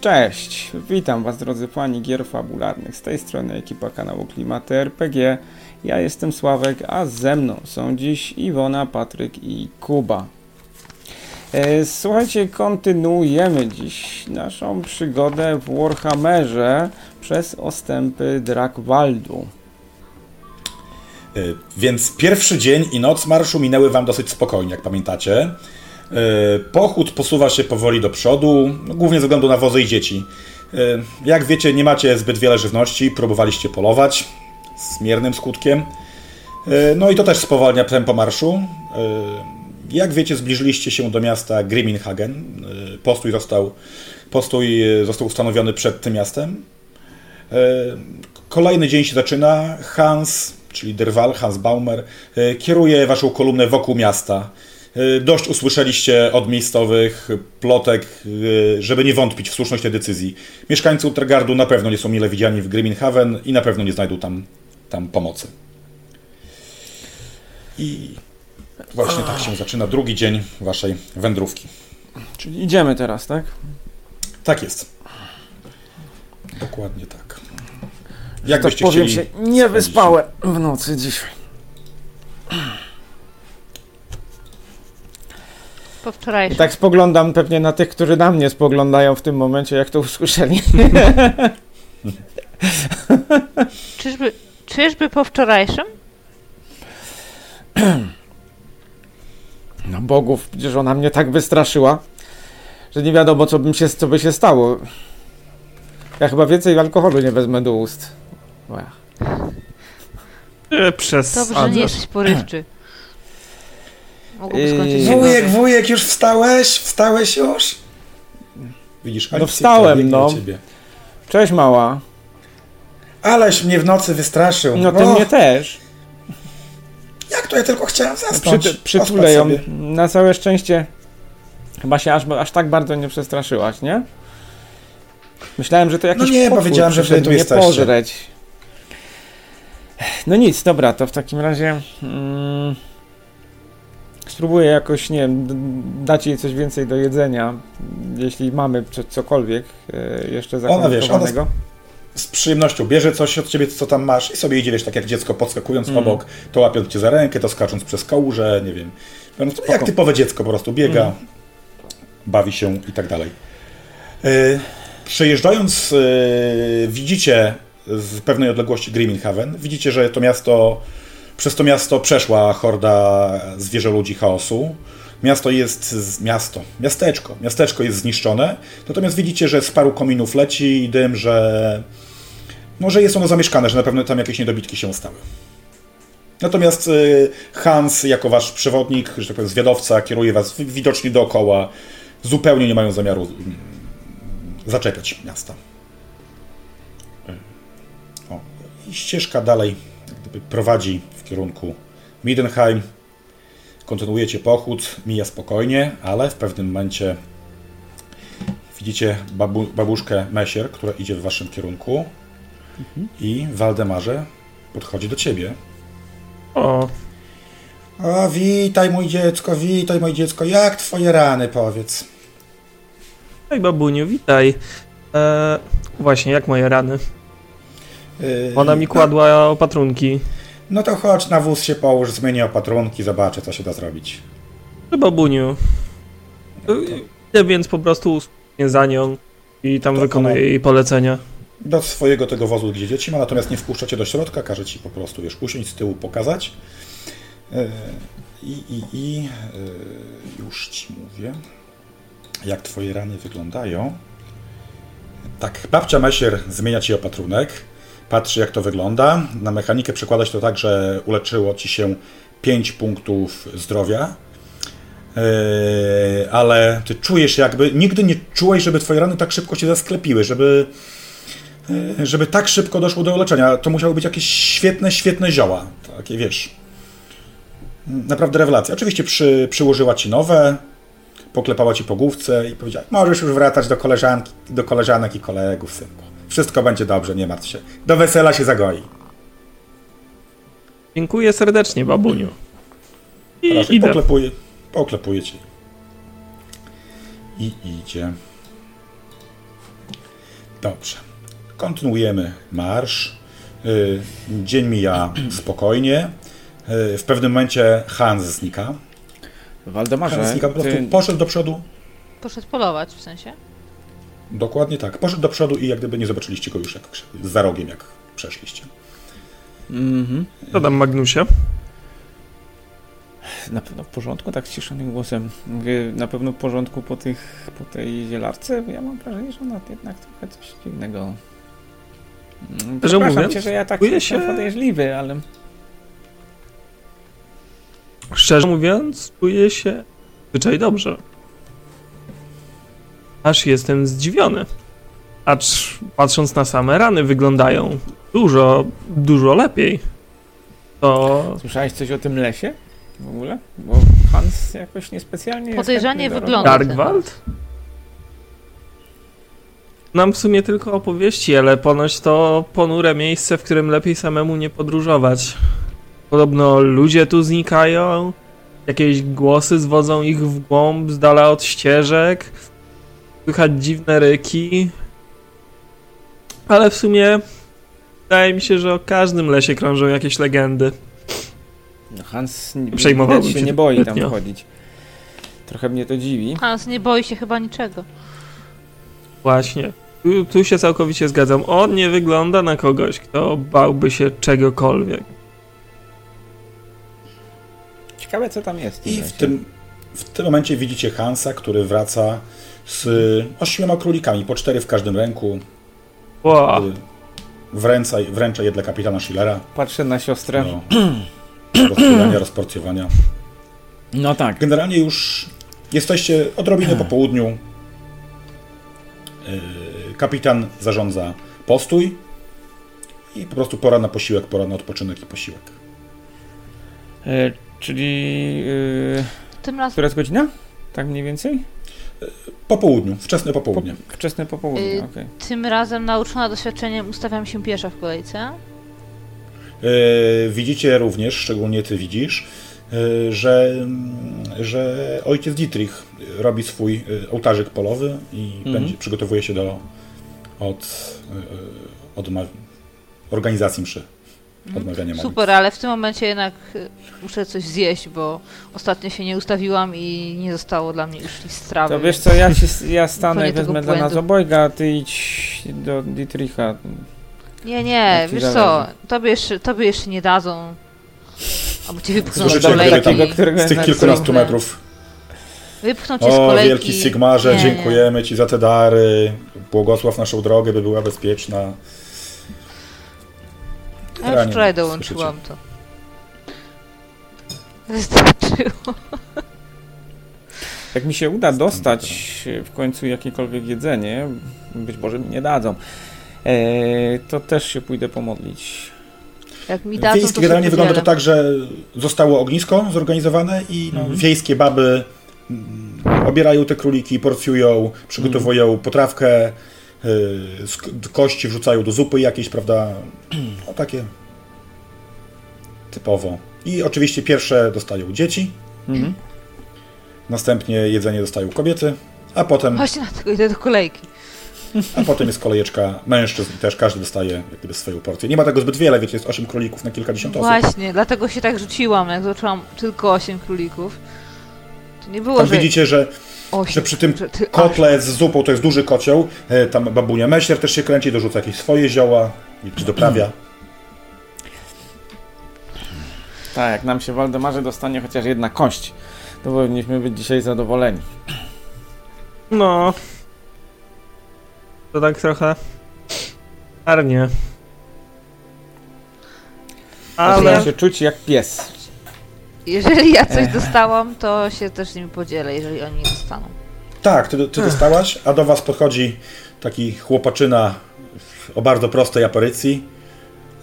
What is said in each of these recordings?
Cześć, witam Was drodzy fani gier fabularnych, z tej strony ekipa kanału Klimaty RPG. Ja jestem Sławek, a ze mną są dziś Iwona, Patryk i Kuba. E, Słuchajcie, kontynuujemy dziś naszą przygodę w Warhammerze przez ostępy Drakwaldu. Y, Więc pierwszy dzień i noc marszu minęły wam dosyć spokojnie, jak pamiętacie. Y, Pochód posuwa się powoli do przodu, no, głównie ze względu na wozy i dzieci. Y, Jak wiecie, nie macie zbyt wiele żywności, próbowaliście polować z miernym skutkiem. Y, No i to też spowalnia tempo marszu. Y, Jak wiecie, zbliżyliście się do miasta Grimminhagen. Y, Postój został, postój y, został ustanowiony przed tym miastem. E, Kolejny dzień się zaczyna. Hans, czyli Derwal, Hans Baumer, e, kieruje waszą kolumnę wokół miasta. E, Dość usłyszeliście od miejscowych plotek, e, żeby nie wątpić w słuszność tej decyzji. Mieszkańcy Utregardu na pewno nie są mile widziani w Grimminhaven i na pewno nie znajdą tam, tam pomocy. I właśnie tak się zaczyna drugi dzień waszej wędrówki. Czyli idziemy teraz, tak? Tak jest. Dokładnie tak. Jakbyście tak powiem chcieli... się, nie wyspałem w nocy dzisiaj. Po wczorajszym. Tak spoglądam pewnie na tych, którzy na mnie spoglądają w tym momencie, jak to usłyszeli. Czyżby, czyżby po wczorajszym? No bogów, przecież ona mnie tak wystraszyła, że nie wiadomo, co, bym się, co by się stało. Ja chyba więcej alkoholu nie wezmę do ust. Bo ja- E, Przez Dobrze, Adler. nie jesteś porywczy. Mogłoby skończyć no się Eee, gorzej. Wujek, wujek, już wstałeś? Wstałeś już? Widzisz, Alicja, wstałem, biegnie no. do Ciebie. Cześć mała. Aleś mnie w nocy wystraszył. No ty O, mnie też. Jak to ja tylko chciałem Przy, zasnąć. No, przytulę Ospać ją. sobie. Na całe szczęście chyba się aż, aż tak bardzo nie przestraszyłaś, nie? Myślałem, że to jakiś No nie, bo potwór wiedziałem, że wy przyszedł tu mnie jesteście. pożreć. No nic, dobra, to w takim razie mm, spróbuję jakoś, nie wiem, d- dać jej coś więcej do jedzenia, jeśli mamy c- cokolwiek e, jeszcze wiesz, ona zakonserwowanego. Z przyjemnością bierze coś od ciebie, co tam masz i sobie idziesz tak jak dziecko, podskakując obok, to łapiąc cię za rękę, to skacząc przez kałużę, nie wiem. No, to jak typowe dziecko po prostu biega, bawi się i tak dalej. Yy, przejeżdżając, yy, widzicie z pewnej odległości Grimminhaven, widzicie, że to miasto, przez to miasto przeszła horda zwierzę ludzi chaosu. Miasto jest, z- miasto, miasteczko, miasteczko jest zniszczone, natomiast widzicie, że z paru kominów leci dym, że no, że jest ono zamieszkane, że na pewno tam jakieś niedobitki się stały. Natomiast y, Hans, jako wasz przewodnik, że tak powiem, zwiadowca, kieruje was wi- widocznie dookoła. Zupełnie nie mają zamiaru mm, zaczepiać miasta. O, I ścieżka dalej jak gdyby, prowadzi w kierunku Midenheim. Kontynuujecie pochód, mija spokojnie, ale w pewnym momencie widzicie babu, babuszkę Mesier, która idzie w waszym kierunku. I Waldemarze podchodzi do ciebie. O, A witaj mój dziecko, witaj moje dziecko, jak twoje rany powiedz? hej babuniu, witaj. E, właśnie, jak moje rany? Yy, Ona mi kładła opatrunki. No to chodź na wóz się połóż, zmienię opatrunki, zobaczę co się da zrobić. Czy babuniu? E, Idę więc po prostu usłusznie za nią i tam To wykonuję ona- jej polecenia. Do swojego tego wozu, gdzie dzieci ma, natomiast nie wpuszcza cię do środka, każe ci po prostu, wiesz, usiąść z tyłu, pokazać. Yy, I, i, i yy, już ci mówię, jak twoje rany wyglądają. Tak, babcia Mesier zmienia ci opatrunek, patrzy jak to wygląda. Na mechanikę przekłada się to tak, że uleczyło ci się 5 punktów zdrowia. Yy, ale ty czujesz jakby, nigdy nie czułeś, żeby twoje rany tak szybko się zasklepiły, żeby, yy, żeby tak szybko doszło do uleczenia. To musiały być jakieś świetne, świetne zioła. Takie, wiesz, naprawdę rewelacja. Oczywiście przy, przyłożyła ci nowe, poklepała ci po główce i powiedziała, możesz już wracać do koleżanki, do koleżanek i kolegów, synku. Wszystko będzie dobrze, nie martw się. Do wesela się zagoi. Dziękuję serdecznie, babuniu. I Proszę, idę. poklepuje, poklepuje ci. I idzie. Dobrze. Kontynuujemy marsz. Y, Dzień mija spokojnie. Y, W pewnym momencie Hans znika. Hans Waldemarze, znika po prostu. ty, Poszedł do przodu. Poszedł polować w sensie. Dokładnie tak. Poszedł do przodu i jak gdyby nie zobaczyliście go już jak, za rogiem, jak przeszliście. mhm. Co tam, Magnusie? na pewno w porządku, tak ściszonym głosem. Mówię, na pewno w porządku po, tych, po tej zielarce, bo ja mam wrażenie, że ona jednak trochę coś dziwnego. Mm, Szczerze Przepraszam mówiąc, cię, że ja tak czuję jestem się- podejrzliwy, ale Szczerze mówiąc, czuję się zwyczaj dobrze. Aż jestem zdziwiony. Acz patrząc na same rany, wyglądają dużo, dużo lepiej. To słyszałeś coś o tym lesie? W ogóle? Bo Hans jakoś niespecjalnie... jest Podejrzanie chętny do wygląda. roboty. Darkwald? Nam w sumie tylko opowieści, ale ponoć to ponure miejsce, w którym lepiej samemu nie podróżować. Podobno ludzie tu znikają, jakieś głosy zwodzą ich w głąb, z dala od ścieżek, słychać dziwne ryki. Ale w sumie wydaje mi się, że o każdym lesie krążą jakieś legendy. No Hans nie- Przejmowałbym widać się się nie boi tam zbytnio. chodzić. Trochę mnie to dziwi. Hans nie boi się chyba niczego. Właśnie. Tu, tu się całkowicie zgadzam. On nie wygląda na kogoś, kto bałby się czegokolwiek. Ciekawe co tam jest. I w lesie. tym, w tym momencie widzicie Hansa, który wraca z ośmioma królikami, po cztery w każdym ręku. Ła, Y, Wręca, wręcza je dla kapitana Schillera Patrzę na siostrę. No, do rozpijania, rozporcjowania. tak. Generalnie już jesteście odrobinę po południu. Y, Kapitan zarządza postój i po prostu pora na posiłek, pora na odpoczynek i posiłek. E, czyli... y, Tym razem która jest godzina? Tak mniej więcej? Po południu, wczesne popołudnie. Po, wczesne popołudnie, Y, okej. Tym razem nauczona doświadczeniem ustawiam się piesza w kolejce. E, Widzicie również, szczególnie ty widzisz, e, że, mm, że ojciec Dietrich robi swój e, ołtarzyk polowy i będzie, przygotowuje się do od, e, odma- organizacji mszy. Odmawiania modlitw. Mhm. Super, ale w tym momencie jednak y, muszę coś zjeść, bo ostatnio się nie ustawiłam i nie zostało dla mnie już list trawy. To wiesz co, ja, ci, ja stanę i Zupełnie tego wezmę dla nas błędu. obojga, a ty idź do Dietricha. Nie, nie, Jak ci wiesz co, zależy. tobie jeszcze, tobie jeszcze nie dadzą. Albo cię wypchną z Słyszycie, jak kolejki. takiego, którego Z tych na- kilkunastu absolutnie. metrów. Wypchną cię z O, kolejki. wielki Sigmarze, Nie, nie. dziękujemy Ci za te dary. Błogosław naszą drogę, by była bezpieczna. Ja już wczoraj Słyszycie. dołączyłam to. Wystarczyło. Jak mi się uda dostać w końcu jakiekolwiek jedzenie, być może mi nie dadzą, e, to też się pójdę pomodlić. Jak mi dadzą, to Wiejskie generalnie się wygląda to podzielę. tak, że zostało ognisko zorganizowane i no, wiejskie baby mm, obierają te króliki, porcjują, przygotowują potrawkę, y, sk- kości wrzucają do zupy jakieś, prawda? No, takie typowo. I oczywiście pierwsze dostają dzieci, Mhm. następnie jedzenie dostają kobiety, a potem, Właśnie dlatego idę do kolejki. a potem jest kolejeczka mężczyzn i też każdy dostaje jak gdyby swoją porcję. Nie ma tego zbyt wiele, wiecie, jest 8 królików na kilkadziesiąt osób. Właśnie, dlatego się tak rzuciłam, jak zobaczyłam tylko 8 królików. To nie było, Tam że widzicie, że 8, że przy tym że ty- Kotle z zupą to jest duży kocioł. E, Tam babunia Mesier też się kręci, dorzuca jakieś swoje zioła, jakieś doprawia. Tak, jak nam się Waldemarze dostanie chociaż jedna kość, to powinniśmy być dzisiaj zadowoleni. no. To tak trochę. Arnie. Ale... Ale. Tak się czuć jak pies. Jeżeli ja coś dostałam, to się też z nimi podzielę, jeżeli oni nie dostaną. Tak, ty, ty dostałaś, a do was podchodzi taki chłopaczyna o bardzo prostej aparycji.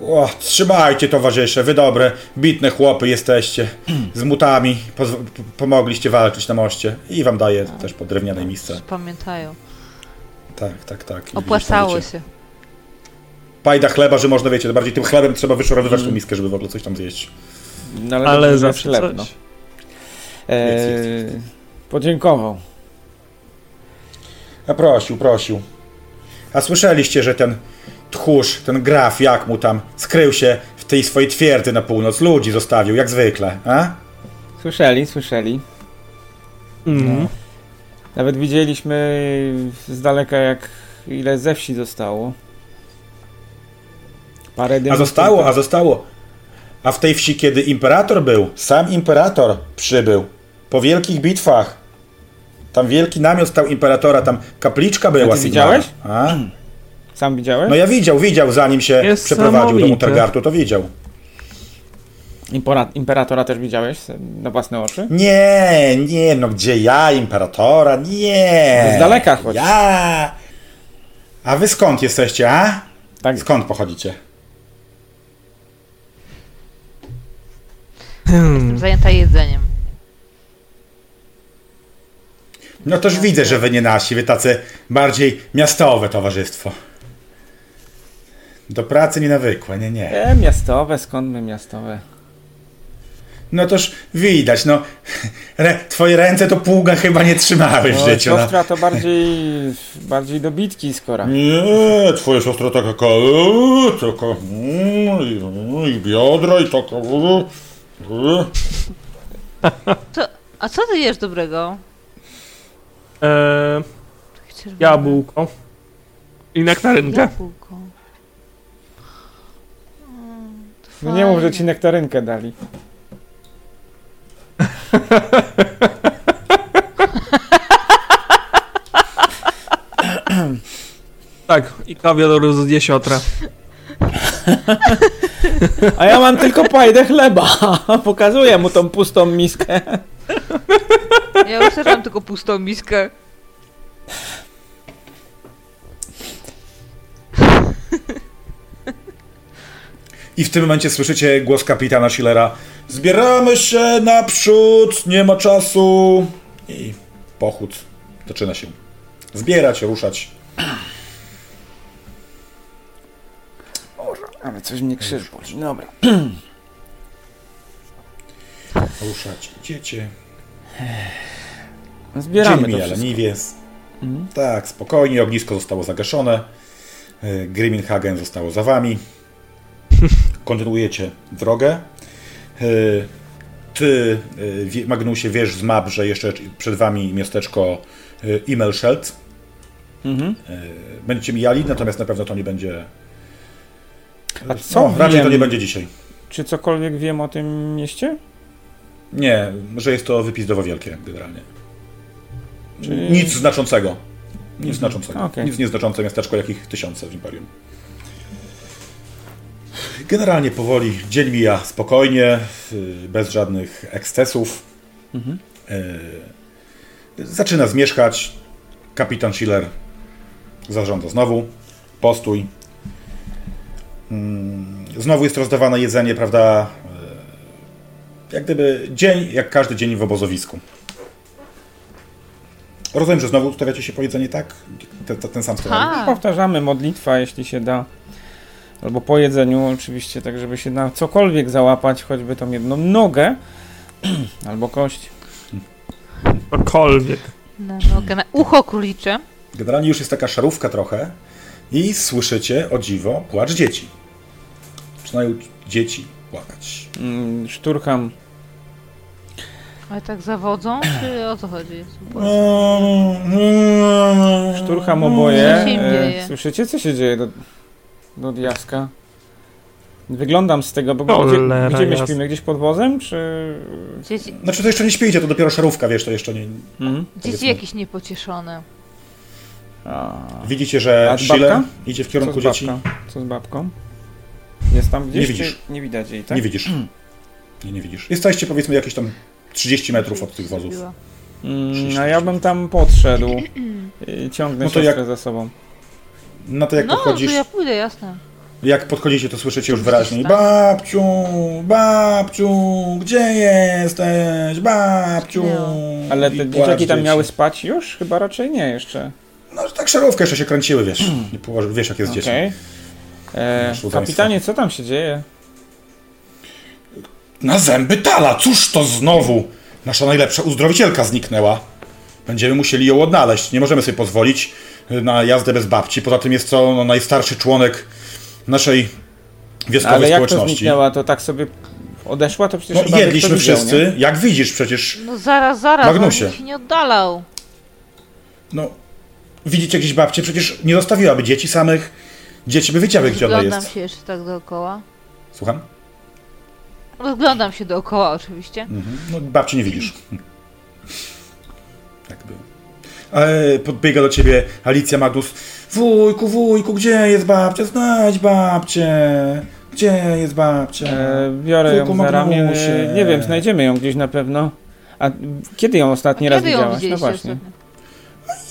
O, trzymajcie towarzysze, wy dobre, bitne chłopy jesteście, z mutami, poz- p- pomogliście walczyć na moście i wam daje też po drewnianej misce. Pamiętają. Tak, tak, tak. I Opłacało dostaniecie- się. pajda chleba, że można, wiecie, bardziej tym chlebem trzeba wyszorowywać tą miskę, żeby w ogóle coś tam zjeść. No, ale Ale dobrze, że zawsze chleb, coś. no. Jest, jest, Eee, podziękował. A prosił, prosił. A słyszeliście, że ten tchórz, ten graf, jak mu tam, skrył się w tej swojej twierdzy na północ, ludzi zostawił, jak zwykle, a? Słyszeli, słyszeli. Mm. Nawet widzieliśmy z daleka, jak ile ze wsi zostało. Parę dymów A zostało, a zostało. A w tej wsi, kiedy imperator był, sam imperator przybył. Po wielkich bitwach. Tam wielki namiot stał imperatora, tam kapliczka była. ty sygnalna. widziałeś? A? Sam widziałeś? No ja widział, widział, zanim się Jest przeprowadził do samowite. Mutargartu, to widział. Impora- imperatora też widziałeś se- na własne oczy? Nie, nie, no gdzie ja, imperatora? Nie. No z daleka chodź. Ja. A wy skąd jesteście, a? Tak. Skąd pochodzicie? Jestem zajęta jedzeniem. No toż widzę, że wy nie nasi, wy tacy bardziej miastowe towarzystwo. Do pracy nie nawykłe, nie, nie. E, miastowe, skąd my miastowe? No toż widać, no. Re, twoje ręce to pługa chyba nie trzymały w No, życiu. No. siostra to bardziej, bardziej dobitki skora. Nie, twoja siostra taka, taka, taka mm, i, i biodra i taka. e, To, a co ty jesz dobrego? E, Takie czerwone jabłko. I nektarynkę. Jabłko. Mm, to No nie mów, że fajnie. ci nektarynkę dali. Tak, i kawior z jesiotra. A ja mam tylko pajdę chleba. Pokazuję mu tą pustą miskę. Ja usłyszałam tylko pustą miskę. I w tym momencie słyszycie głos kapitana Schillera. Zbieramy się naprzód, nie ma czasu. I pochód zaczyna się. Zbierać, ruszać. Ale coś mnie krzyż boli. Dobra. Ruszać. Idziecie. Zbieramy Dzień to mija wszystko. Mhm. leniwiec. Tak, spokojnie, ognisko zostało zagaszone. Y, Grimminhagen zostało za wami. Kontynuujecie drogę. Y, Ty, y, wie- Magnusie, wiesz z map, że jeszcze przed wami miasteczko y, Immelscheld. Mhm. Y, Będziecie mijali, natomiast na pewno to nie będzie... A co no, raczej to wiem? nie będzie dzisiaj. Czy cokolwiek wiem o tym mieście? Nie, że jest to wypizdowo wielkie generalnie. Czyli- Nic znaczącego. Nic znaczącego. Okej. Nic nieznaczące miasteczko, jakich tysiące w Imperium. Generalnie powoli, dzień mija spokojnie, yy, bez żadnych ekscesów. Mhm. Yy, Zaczyna zmieszkać. Kapitan Schiller zarządza znowu. Postój. Mm, Znowu jest rozdawane jedzenie, prawda? Yy, Jak gdyby dzień, jak każdy dzień w obozowisku. Rozumiem, że znowu ustawiacie się po jedzenie, tak? Ten, ten sam scenariusz. Tak. Ha! No, Powtarzamy modlitwa, jeśli się da. Albo po jedzeniu, oczywiście, tak żeby się na cokolwiek załapać, choćby tą jedną nogę albo kość. Cokolwiek. Na nogę, na No, ucho królicze. Generalnie już jest taka szarówka trochę i słyszycie, o dziwo, płacz dzieci. Zaczynają dzieci płakać. Mm, Szturcham. Ale tak zawodzą? Czy o co chodzi? No. Szturcham oboje. Mm, Co się im E, dzieje? Słyszycie, co się dzieje do, do diaska? Wyglądam z tego, bo Cholera gdzie, gdzie my jasna. śpimy? Gdzieś pod wozem, czy... Dzieci, Znaczy to jeszcze nie śpijcie, to dopiero szarówka, wiesz, to jeszcze nie... Hmm? Mhm. dzieci jakieś niepocieszone. A, Widzicie, A że z Schiller babka? idzie w co kierunku z dzieci. babką? Co z babką? Jest tam gdzieś? Nie czy widzisz. Nie widać jej, tak? Nie widzisz. Nie, nie widzisz. Jesteście powiedzmy jakieś tam 30 metrów od tych wozów. Zrobiła. Mm, Przyszliśmy. a ja bym tam podszedł. I Ciągnę No to siostrę jak- za sobą. Na to jak No, to podchodzisz, ja pójdę, jasne. jak podchodzicie, to słyszycie już Gdzieś wyraźniej. tam. Babciu, babciu, gdzie jesteś, babciu? Nie. Ale I te płacz dzieciaki tam dzieci. miały spać już? Chyba raczej nie jeszcze. Hmm. No, że tak szarówka jeszcze się kręciły, wiesz. Nie położy, wiesz, jak jest dzieci. Okej. E, Nasz rodzeństwo. kapitanie, co tam się dzieje? Na zęby tala! Cóż to znowu? Nasza najlepsza uzdrowicielka zniknęła. Będziemy musieli ją odnaleźć. Nie możemy sobie pozwolić y, na jazdę bez babci. Poza tym jest to no, najstarszy członek naszej wioskowej Ale jak to społeczności. zniknęła, to tak sobie odeszła, to przecież no, chyba jedliśmy ktoś widział, wszyscy. nie? Jak widzisz przecież. No zaraz, zaraz, Magnusie. on się nie oddalał. No, widzicie jakieś babcie? Przecież nie zostawiłaby dzieci samych. Dzieci by wiedziały, gdzie ona Rozglądam jest. się jeszcze tak dookoła. Słucham? Rozglądam się dookoła oczywiście. Mhm. No, babci nie widzisz. Tak było. E, podbiega do ciebie Alicja Magnus. Wujku, wujku, gdzie jest babcia? Znajdź babcię. Gdzie jest babcia? E, biorę ją Tylko za ramię. Magnusie. e, Nie wiem, znajdziemy ją gdzieś na pewno. A kiedy ją A ostatni raz kiedy ją widziałaś? No widzieliście właśnie. ostatnio?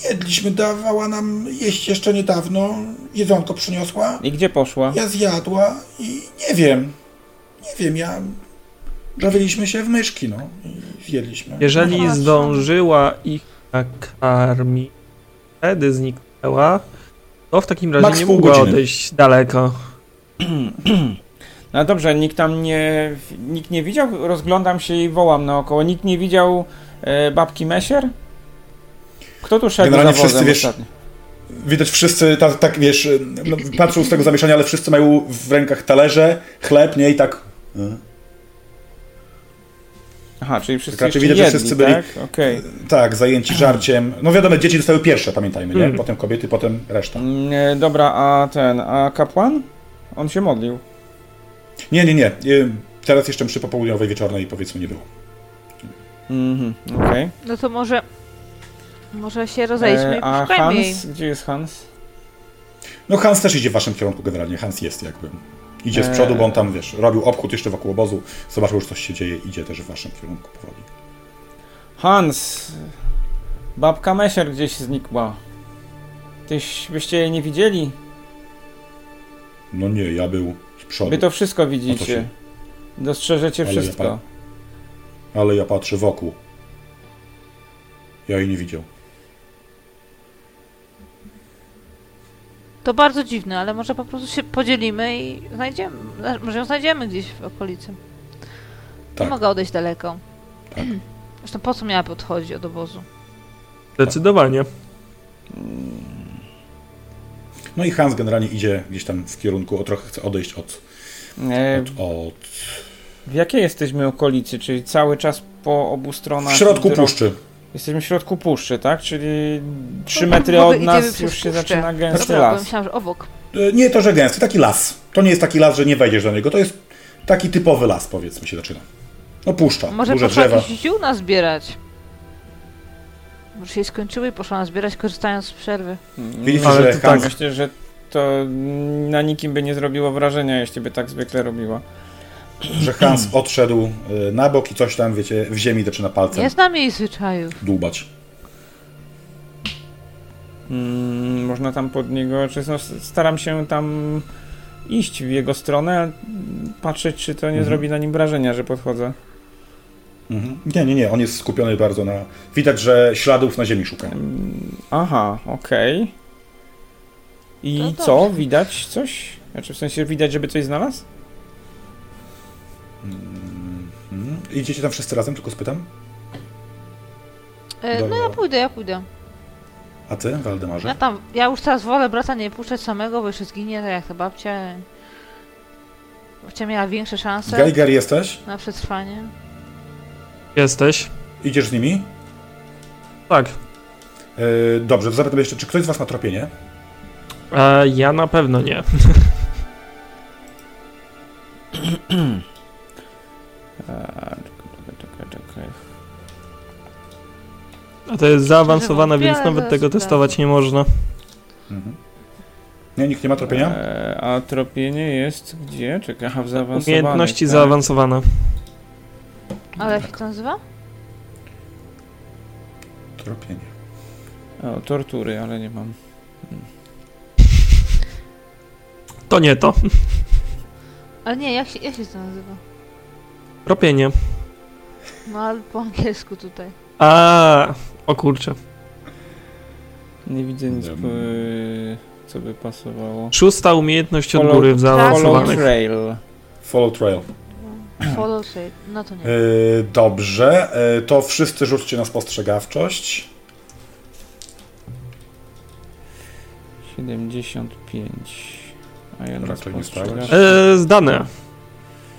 Jedliśmy, dawała nam jeść jeszcze niedawno. Jedzonko przyniosła. I gdzie poszła? Ja zjadła i nie wiem. Nie wiem, ja... Żawiliśmy się w myszki, no. I zjedliśmy. No. Jeżeli Zobaczmy. zdążyła ich nakarmić, wtedy zniknęła, to w takim razie Max nie pół mogła godziny. odejść daleko. No dobrze, nikt tam nie. Nikt nie widział? Rozglądam się i wołam naokoło. Nikt nie widział e, babki Mesier? Kto tu szedł Generalnie za wozem wszyscy, wiesz, ostatnio? Widać wszyscy, tak, tak wiesz, no, patrzą z tego zamieszania, ale wszyscy mają w rękach talerze, chleb, nie? I tak... Aha, czyli wszyscy raczej jeszcze widać, że jedli, wszyscy byli- tak? Okej. Tak, zajęci żarciem. No wiadomo, dzieci dostały pierwsze, pamiętajmy, nie? Mm. Potem kobiety, potem reszta. Mm, e, Dobra, a ten, a kapłan? On się modlił. Nie, nie, nie. y, Teraz jeszcze przy popołudniowej, wieczornej powiedzmy nie było. Mhm, okej. No to może... Może się E, rozejdźmy i a poszukajmy jej. Hans? Gdzie jest Hans? No Hans też idzie w waszym kierunku generalnie. Hans jest jakby. Idzie z Eee. przodu, bo on tam, wiesz, robił obchód jeszcze wokół obozu, zobaczył, że coś się dzieje, idzie też w waszym kierunku powoli. Hans! Babka Mesier gdzieś znikła. Tyś, byście jej nie widzieli? No nie, ja był z przodu, Wy to wszystko No to się- widzicie. Dostrzeżecie Ale ja wszystko. pa- ale ja patrzę wokół. Ja jej nie widział. To bardzo dziwne, ale może po prostu się podzielimy i znajdziemy. Może ją znajdziemy gdzieś w okolicy. Tak. Nie mogę odejść daleko. Tak. Zresztą po co miałaby odchodzić od obozu? Zdecydowanie. No i Hans generalnie idzie gdzieś tam w kierunku, o trochę chce odejść od... E, od, od... w jakiej jesteśmy okolicy? Czyli cały czas po obu W stronach. środku drogi? puszczy. Jesteśmy w środku puszczy, tak? Czyli trzy No, metry bo od idziemy nas przez już się puszczę. zaczyna gęsty Dobra, bo las. myślałam, że obok. E, Nie to, że gęsty, taki las. To nie jest taki las, że nie wejdziesz do niego. To jest taki typowy las, powiedzmy, się zaczyna. No puszcza, Może duże poszła drzewa. jakiś ziół nazbierać. Może się skończyły i poszła nazbierać, korzystając z przerwy. Widzicie, Ale że Hans... to tak. Mm. Myślę, że to mm, na nikim by nie zrobiło wrażenia, jeśli by tak zwykle robiła. że Hans odszedł y, na bok i coś tam, wiecie, w ziemi zaczyna palcem Nie znam jej zwyczajów. dłubać. Mm, można tam pod niego, czy no, staram się tam iść w jego stronę, patrzeć, czy to nie Mhm. zrobi na nim wrażenia, że podchodzę. Mhm. Nie, nie, nie, on jest skupiony bardzo na... Widać, że śladów na ziemi szuka. Mm, Aha, okej. I To co? No dobrze. Widać coś? Znaczy w sensie widać, żeby coś znalazł? Mhm. Idziecie tam wszyscy razem, tylko spytam? E, no Dobra. ja pójdę, ja pójdę. A ty, Waldemarze? Ja tam, ja już teraz wolę brata nie puszczać samego, bo jeszcze zginie, tak jak ta babcia. Babcia miała większe szanse Geiger jesteś? na przetrwanie. Jesteś? Idziesz z nimi? Tak. Y, dobrze, to zapytam jeszcze, czy ktoś z was ma tropienie? E, ja na pewno nie. Eee, Czekaj, czekaj, czekaj. A to jest zaawansowane, więc wątpię, nawet ale tego sprawdzę. testować nie można. Mhm. Nie, nikt nie ma tropienia? Eee, A tropienie jest gdzie? Czekaj, aha, w zaawansowanych. Umiejętności tak? zaawansowane. Ale jak się to nazywa? Tropienie. O, tortury, ale nie mam. To nie to. Ale nie, jak się, jak się to nazywa? Ropienie. No ale po angielsku tutaj. A, o kurczę. Nie widzę nic. Dobra. po- eee, co by pasowało? Szósta umiejętność od Follow- góry w Follow Tak. zaawansowanych. Trail. Follow trail. E, Follow trade. No to nie. Yy, dobrze, yy, to wszyscy rzućcie na spostrzegawczość. 75. A ja Raczej tak nie spostrzegawczość. E, zdane.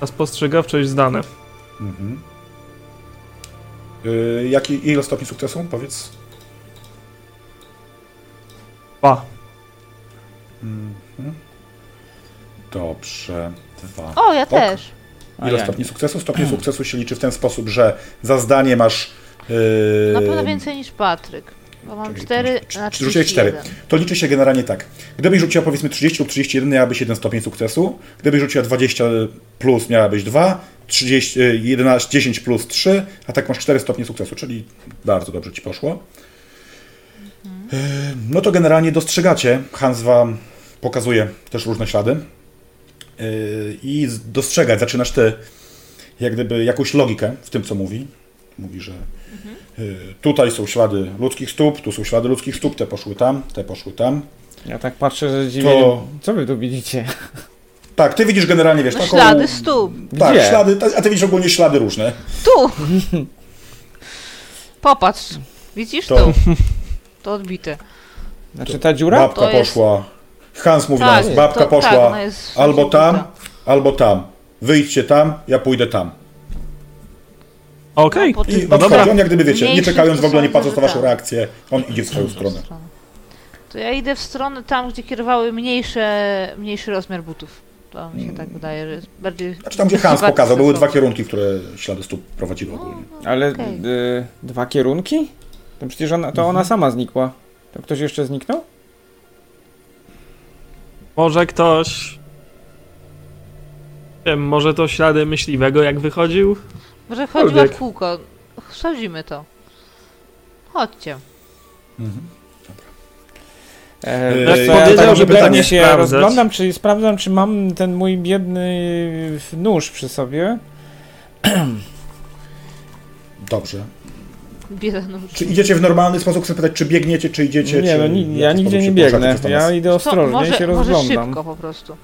A spostrzegawczość zdane. Mhm. Yy, jaki, ile stopni sukcesu? Powiedz. Pa. Mhm. Dobrze, dwa. O, ja też. A Ile ja stopni nie. sukcesu? Stopni sukcesu się liczy w ten sposób, że za zdanie masz. Yy, Na pewno więcej niż Patryk. Bo mam Czekaj, cztery czy- na czy rzuciłeś cztery? 31. To liczy się generalnie tak. Gdybyś rzuciła powiedzmy 30 lub 31, miałabyś jeden stopień sukcesu. Gdybyś rzuciła 20 plus, miałabyś 2. 30, y, 11, 10 plus 3, a tak masz 4 stopnie sukcesu, czyli bardzo dobrze ci poszło. Y, No to generalnie dostrzegacie, Hans wam pokazuje też różne ślady Y, i z- dostrzegać zaczynasz ty jak gdyby jakąś logikę w tym, co mówi. Mówi, że y, tutaj są ślady ludzkich stóp, tu są ślady ludzkich stóp, te poszły tam, te poszły tam. Ja tak patrzę, że dziwię. To- Co wy tu widzicie? Tak, ty widzisz generalnie, wiesz, No taką... ślady stóp. Tak, Gdzie? ślady, a ty widzisz ogólnie ślady różne. Tu! Popatrz. Widzisz To- to? To odbite. Znaczy ta dziura? Babka To jest- poszła. Hans mówi na nas, babka to- poszła tak, ona jest albo tam, odbita. albo tam. Wyjdźcie tam, ja pójdę tam. Okej. No, po- I No dobra. odchodzi on, jak gdyby wiecie, nie Mniejszy czekając w ogóle, nie sądzę, patrząc na że waszą tak. Mhm. reakcję, on idzie w swoją stronę. To ja idę w stronę tam, gdzie kierowały mniejsze, mniejszy rozmiar butów. To mi się tak wydaje, że jest bardziej... Mm. Znaczy tam, gdzie Hans bardziej pokazał, były dwa sensowne. kierunki, które ślady stóp prowadziły No, ogólnie. Ale Okej. y, dwa kierunki? To przecież ona, to Mhm. ona sama znikła. To ktoś jeszcze zniknął? Może ktoś... Nie wiem, może to ślady myśliwego jak wychodził? Może chodziła w Cokolwiek. kółko. Sprawdzimy to. Chodźcie. Mhm. E, Yy, wiesz ja co, tak powiedział, mam że pytanie pewnie się sprawdzać. rozglądam, czy sprawdzam, czy mam ten mój biedny nóż przy sobie. Dobrze. Bieda nóż. Czy idziecie w normalny sposób? Chcę pytać, czy biegniecie, czy idziecie? nie, czy no, w ni- jaki ja sposób nigdzie nie się poruszacie biegnę. przez ten Ja las? idę ostrożnie może, się Może rozglądam. szybko po prostu.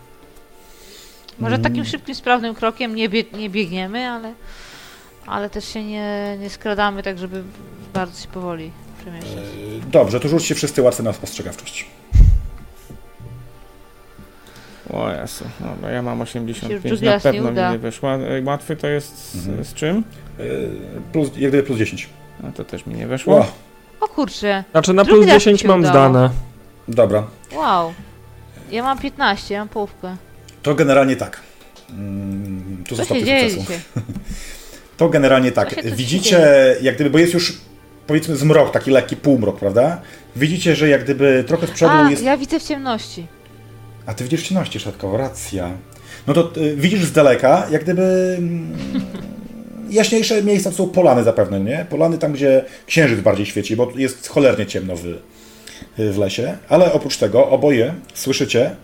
Może Mm. takim szybkim, sprawnym krokiem nie, bieg, nie biegniemy, ale, ale też się nie, nie skradamy, tak żeby bardzo się powoli przemieszczać. Yy, Dobrze, to rzućcie wszyscy łatwy na spostrzegawczość. O Jezu, dobra, ja mam 85, Julia na się pewno mi uda. nie wyszła. E, Łatwy to jest z, Mhm. z czym? Yy, Plus, jak gdyby plus 10. No to też mi nie wyszło. O, O kurczę, Znaczy na Drugi plus raz 10 ci mam udało. zdane. dobra. wow. Ja mam 15, ja mam połówkę. To generalnie tak. Mm, Tu Co został się dzieje sukcesu. dzisiaj? To generalnie Co tak. się tu Widzicie, jak gdyby, bo jest już powiedzmy zmrok, taki lekki półmrok, prawda? Widzicie, że jak gdyby trochę z przodu A, jest. ja widzę w ciemności. A ty widzisz w ciemności, szatko, racja. No to y, widzisz z daleka, jak gdyby. mm, Jaśniejsze miejsca to są polany zapewne, nie? Polany tam, gdzie księżyc bardziej świeci, bo jest cholernie ciemno w, y, w lesie. Ale oprócz tego oboje słyszycie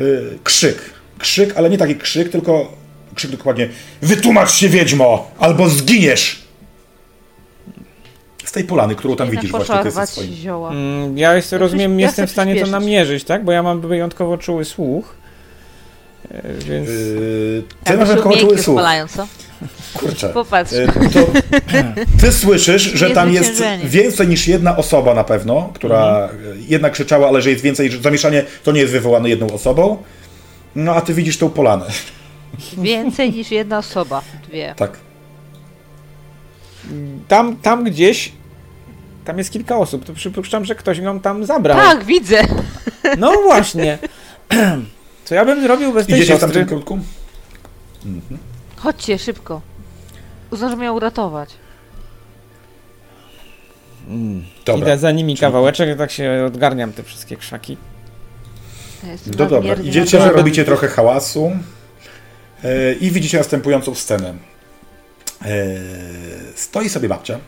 y, krzyk. Krzyk, ale nie taki krzyk, tylko krzyk dokładnie Wytłumacz się, wiedźmo! Albo zginiesz! Z tej polany, którą tam Jednak No widzisz poszła właśnie, ty ze rwać swoim. zioła. Mm, Ja jest, Ja rozumiem, chcę- nie ja jestem w chcę stanie to przyspieszyć. namierzyć, tak? Bo ja mam wyjątkowo czuły słuch. E, Więc Yy, ty Tak, masz umiejętnie koło słów. spalają, co? Kurczę. Popatrz. Y, To, ty słyszysz, że tam jest Niezwyciężenie. więcej niż jedna osoba na pewno, która y, Mhm. jedna krzyczała, ale że jest więcej, że zamieszanie to nie jest wywołane jedną osobą. No a ty widzisz tą polanę. Więcej niż jedna osoba. Dwie. Tak. tam, tam gdzieś, tam jest kilka osób, to przypuszczam, że ktoś ją tam zabrał. Tak, widzę. No właśnie. Co ja bym zrobił bez tej Idziecie w siostry? tamtym kierunku? Chodźcie, szybko. Uzdążymy ją uratować. Dobra. Idę za nimi kawałeczek, ja tak się odgarniam te wszystkie krzaki. Ja jestem No dobra. nadmiernie Idziecie, że nadmierna. robicie trochę hałasu y, i widzicie następującą scenę. Y, Stoi sobie babcia,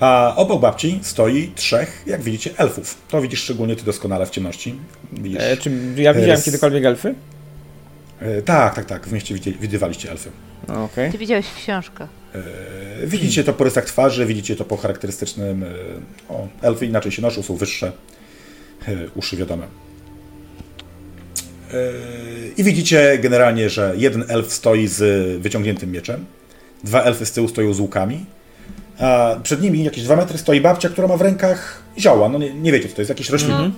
a obok babci stoi trzech, jak widzicie, elfów. To widzisz szczególnie ty doskonale w ciemności. Widzisz. E, czy ja widziałem Jest. kiedykolwiek elfy? E, Tak, tak, tak. W mieście widzie- widywaliście elfy. No, Okej. Ty widziałeś w książkach. E, Widzicie to po rysach twarzy, widzicie to po charakterystycznym. e, O, elfy inaczej się noszą, są wyższe. uszy wiadome. I widzicie generalnie, że jeden elf stoi z wyciągniętym mieczem, dwa elfy z tyłu stoją z łukami, a przed nimi jakieś dwa metry stoi babcia, która ma w rękach zioła. No nie, nie wiecie, co to jest jakieś rośliny. No.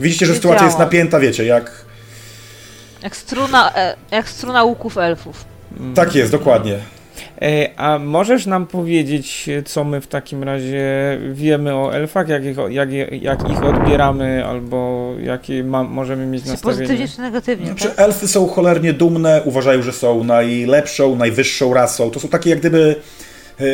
Widzicie, że sytuacja jest Wiedziałam. napięta, wiecie, jak... Jak struna, e, jak struna łuków elfów. Tak jest, dokładnie. E, A możesz nam powiedzieć, e, co my w takim razie wiemy o elfach, jak ich, o- jak, je- jak ich odbieramy, albo jakie ma, możemy mieć Czy nastawienie? pozytywnie, czy No negatywnie, Znaczy, tak? elfy są cholernie dumne, uważają, że są najlepszą, najwyższą rasą. To są takie jak gdyby. e,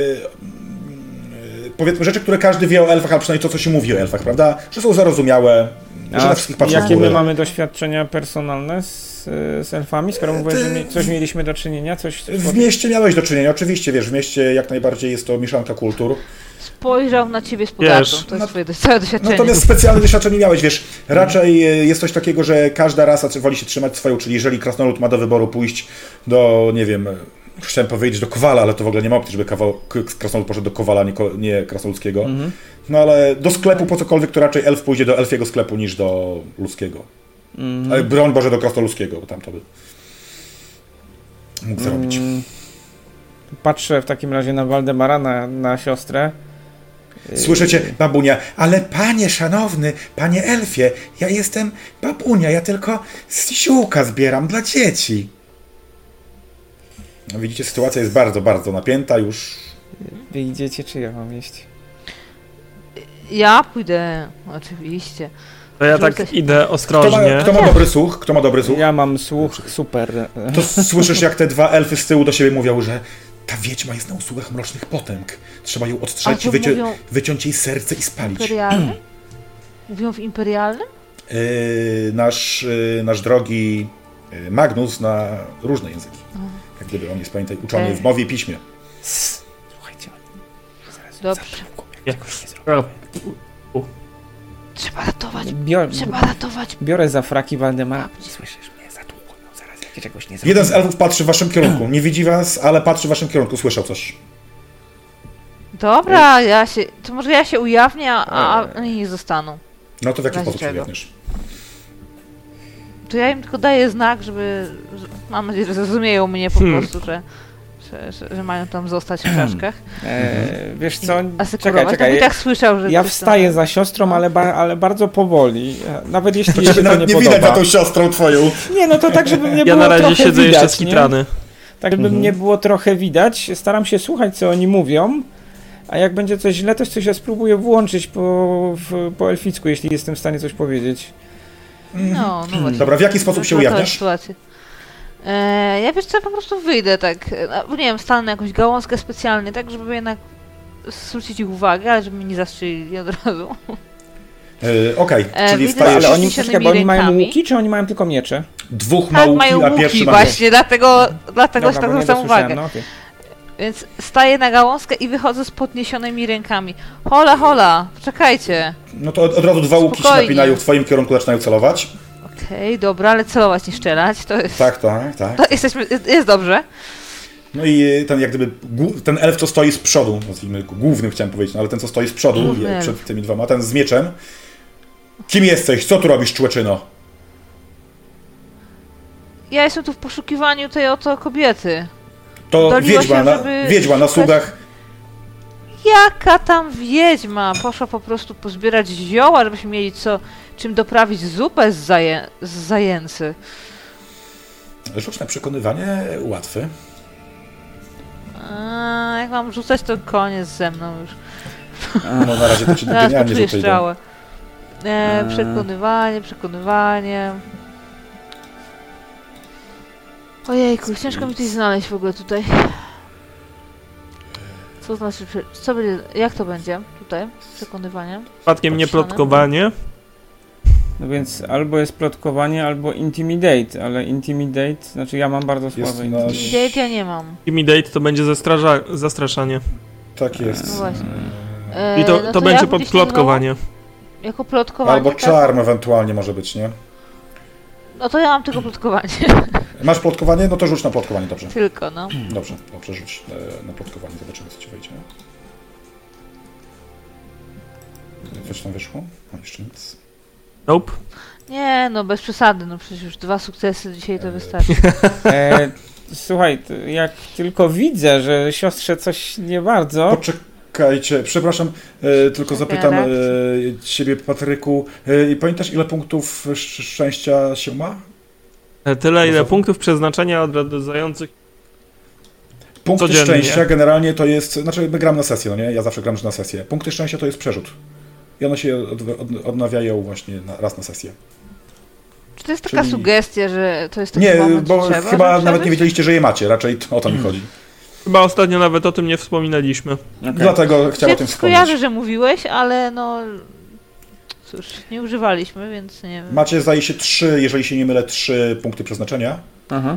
e, Powiedzmy rzeczy, które każdy wie o elfach, a przynajmniej to, co się mówi o elfach, prawda? Że są zarozumiałe, że na wszystkich patrzą z jakie góry. my mamy doświadczenia personalne z, z elfami? Skoro mówisz, że Ty- mi, coś mieliśmy do czynienia, coś... W mieście miałeś do czynienia, oczywiście, wiesz, w mieście jak najbardziej jest to mieszanka kultur. Spojrzał na ciebie z Wiesz, pogardą, to no- jest twoje do- całe doświadczenie. Natomiast specjalne doświadczenie miałeś, wiesz, raczej e, jest coś takiego, że każda rasa czy- woli się trzymać swoją, czyli jeżeli krasnolud ma do wyboru pójść do, nie wiem, e, chciałem powiedzieć do kowala, ale to w ogóle nie ma opcji, żeby kawał, k- krasnolud poszedł do kowala, nie, ko- nie krasnoludzkiego. No ale do sklepu po cokolwiek, to raczej elf pójdzie do elfiego sklepu niż do ludzkiego. Ale broń Boże do krasnoludzkiego, bo tam to by mógł zrobić. Mm, Patrzę w takim razie na Waldemara, na, na siostrę. Słyszycie, babunia, ale panie szanowny, panie elfie, ja jestem babunia, ja tylko z ziółka zbieram dla dzieci. No widzicie, sytuacja jest bardzo, bardzo napięta już. Wy idziecie, czy ja mam iść? Ja pójdę, oczywiście. To ja tak idę Kto ma, ostrożnie. kto ma dobry słuch? Kto ma dobry słuch? Ja mam słuch super. To słyszysz, jak te dwa elfy z tyłu do siebie mówią, że ta wiedźma jest na usługach mrocznych potęg. Trzeba ją Ale odstrzelić, to wycią- mówią wyciąć jej serce i spalić. imperialnym? Mówią w imperialnym? Yy, nasz, yy, nasz drogi yy, Magnus na różne języki. Mhm. Jak gdyby on jest, pamiętaj, E. uczony w mowie i piśmie. Słuchajcie, zaraz Dobrze. Jakoś nie O, Trzeba ratować, Mm. Bior, trzeba ratować. biorę za fraki Waldemara. Słyszysz mnie? Zatłukłem zaraz, jak czegoś nie Jeden z elfów patrzy w waszym kierunku. Nie widzi was, ale patrzy w waszym kierunku. Słyszał coś. Dobra, ja się, to może ja się ujawnię, a- E. a oni nie zostaną. No to w jaki Razie sposób się czego? ujawnisz? To ja im tylko daję znak, żeby, że- mam nadzieję, że zrozumieją mnie po Hmm. prostu, że, że, że, że mają tam zostać w czaszkach. E, wiesz co? Mhm. Czekaj, Asykurować. Czekaj, czekaj. I tak słyszał, że Ja coś tam- wstaję za siostrą, ale, ba, ale bardzo powoli. E, Nawet jeśli jej się Ciebie to nawet nie nie widać na podoba. tą siostrą twoją. Nie, no to tak, żeby mnie Ja było na razie trochę siedzę widać, jeszcze nie? skitrany. Tak, żeby Mhm. mnie było trochę widać. Staram się słuchać, co oni mówią. A jak będzie coś źle, to coś się spróbuję włączyć po, w, po elficku, jeśli jestem w stanie coś powiedzieć. No, Hmm. no właśnie. Dobra, w jaki sposób się Ratować ujawniasz? sytuację. E, ja wiesz co, ja po prostu wyjdę tak, e, no, nie wiem, stanę na jakąś gałązkę specjalnie, tak żeby jednak zwrócić ich uwagę, ale żeby mnie nie zastrzelili od razu. Yy, Okej, E, czyli widzę, wstajesz. Ale oni, Zniesionymi czekaj, bo oni mają rękami. łuki, czy oni mają tylko miecze? Dwóch ma Tak, łuki, mają a pierwszy łuki ma miecz. właśnie, dlatego, dlatego Dobra, tak bo nie zwracam dosłyszałem, uwagę. No, okej. Więc staję na gałązkę i wychodzę z podniesionymi rękami. Hola, hola, czekajcie. No to od, od razu dwa łuki się Spokojnie. napinają w twoim kierunku, zaczynają celować. Okej, dobra, ale celować nie strzelać, to jest... Tak, tak, tak. To jesteśmy, jest, jest dobrze. No i yy, ten jak gdyby, głó- ten elf co stoi z przodu, nazwijmy go głównym chciałem powiedzieć, no, ale ten co stoi z przodu, Główny je- elf. przed tymi dwoma, ten z mieczem. Kim jesteś? Co tu robisz, człeczyno? Ja jestem tu w poszukiwaniu tej oto kobiety. To Doliło wiedźma, się, na, żeby wiedźma na szukać- sługach. Jaka tam wiedźma poszła po prostu pozbierać zioła, żebyśmy mieli co, czym doprawić zupę z, zaję- z zajęcy. Rzuć na przekonywanie łatwy. A, jak mam rzucać, to koniec ze mną już. No na razie to ci Zaraz genialnie poczuję rzucę idą. strzałę. E, A. przekonywanie, przekonywanie. Ojejku, ciężko mi coś znaleźć w ogóle tutaj. Co znaczy, prze- co będzie, jak to będzie tutaj? Przekonywanie? Przypadkiem nie plotkowanie. no więc albo jest plotkowanie, albo intimidate, ale intimidate, znaczy ja mam bardzo Jest słabe na- intimidate. Date ja nie mam. Intimidate to będzie zastraża- zastraszanie. Tak No jest. właśnie. I E, to, no to będzie pod plotkowanie. Jako plotkowanie. Albo tak? czarm ewentualnie może być, nie? No to ja mam tylko plotkowanie. Masz plotkowanie? No to rzuć na plotkowanie, dobrze. tylko, no. Dobrze, dobrze, rzuć e, na plotkowanie, zobaczymy co ci wejdzie. Coś tam wyszło? No jeszcze nic. Nope. Nie, no bez przesady, no przecież już dwa sukcesy dzisiaj to wystarczy. E, słuchaj, t- jak tylko widzę, że siostrze coś nie bardzo. Poczekajcie, przepraszam, e, tylko zapytam e, ciebie, Patryku. E, i pamiętasz, ile punktów szcz- szczęścia się ma? E, Tyle, ile Rozumiem. punktów przeznaczenia odradzających. Punkty Codziennie. szczęścia generalnie to jest, znaczy my gram na sesję, no nie? Ja zawsze gram na sesję. Punkty szczęścia to jest przerzut. I one się od, od, odnawiają właśnie na, raz na sesję. Czy to jest taka Czyli- sugestia, że to jest taki Nie, moment, bo że trzeba, chyba żeby Mm. nawet nie przeżyć? wiedzieliście, że je macie, raczej to, o to mi chodzi. Chyba ostatnio nawet o tym nie wspominaliśmy. No. Okej. Dlatego chciałem o Ja tym to kojarzę, wspomnieć. że mówiłeś, ale no... Cóż, nie używaliśmy, więc nie wiem. Macie, zdaje się, trzy, jeżeli się nie mylę, trzy punkty przeznaczenia. E, Aha.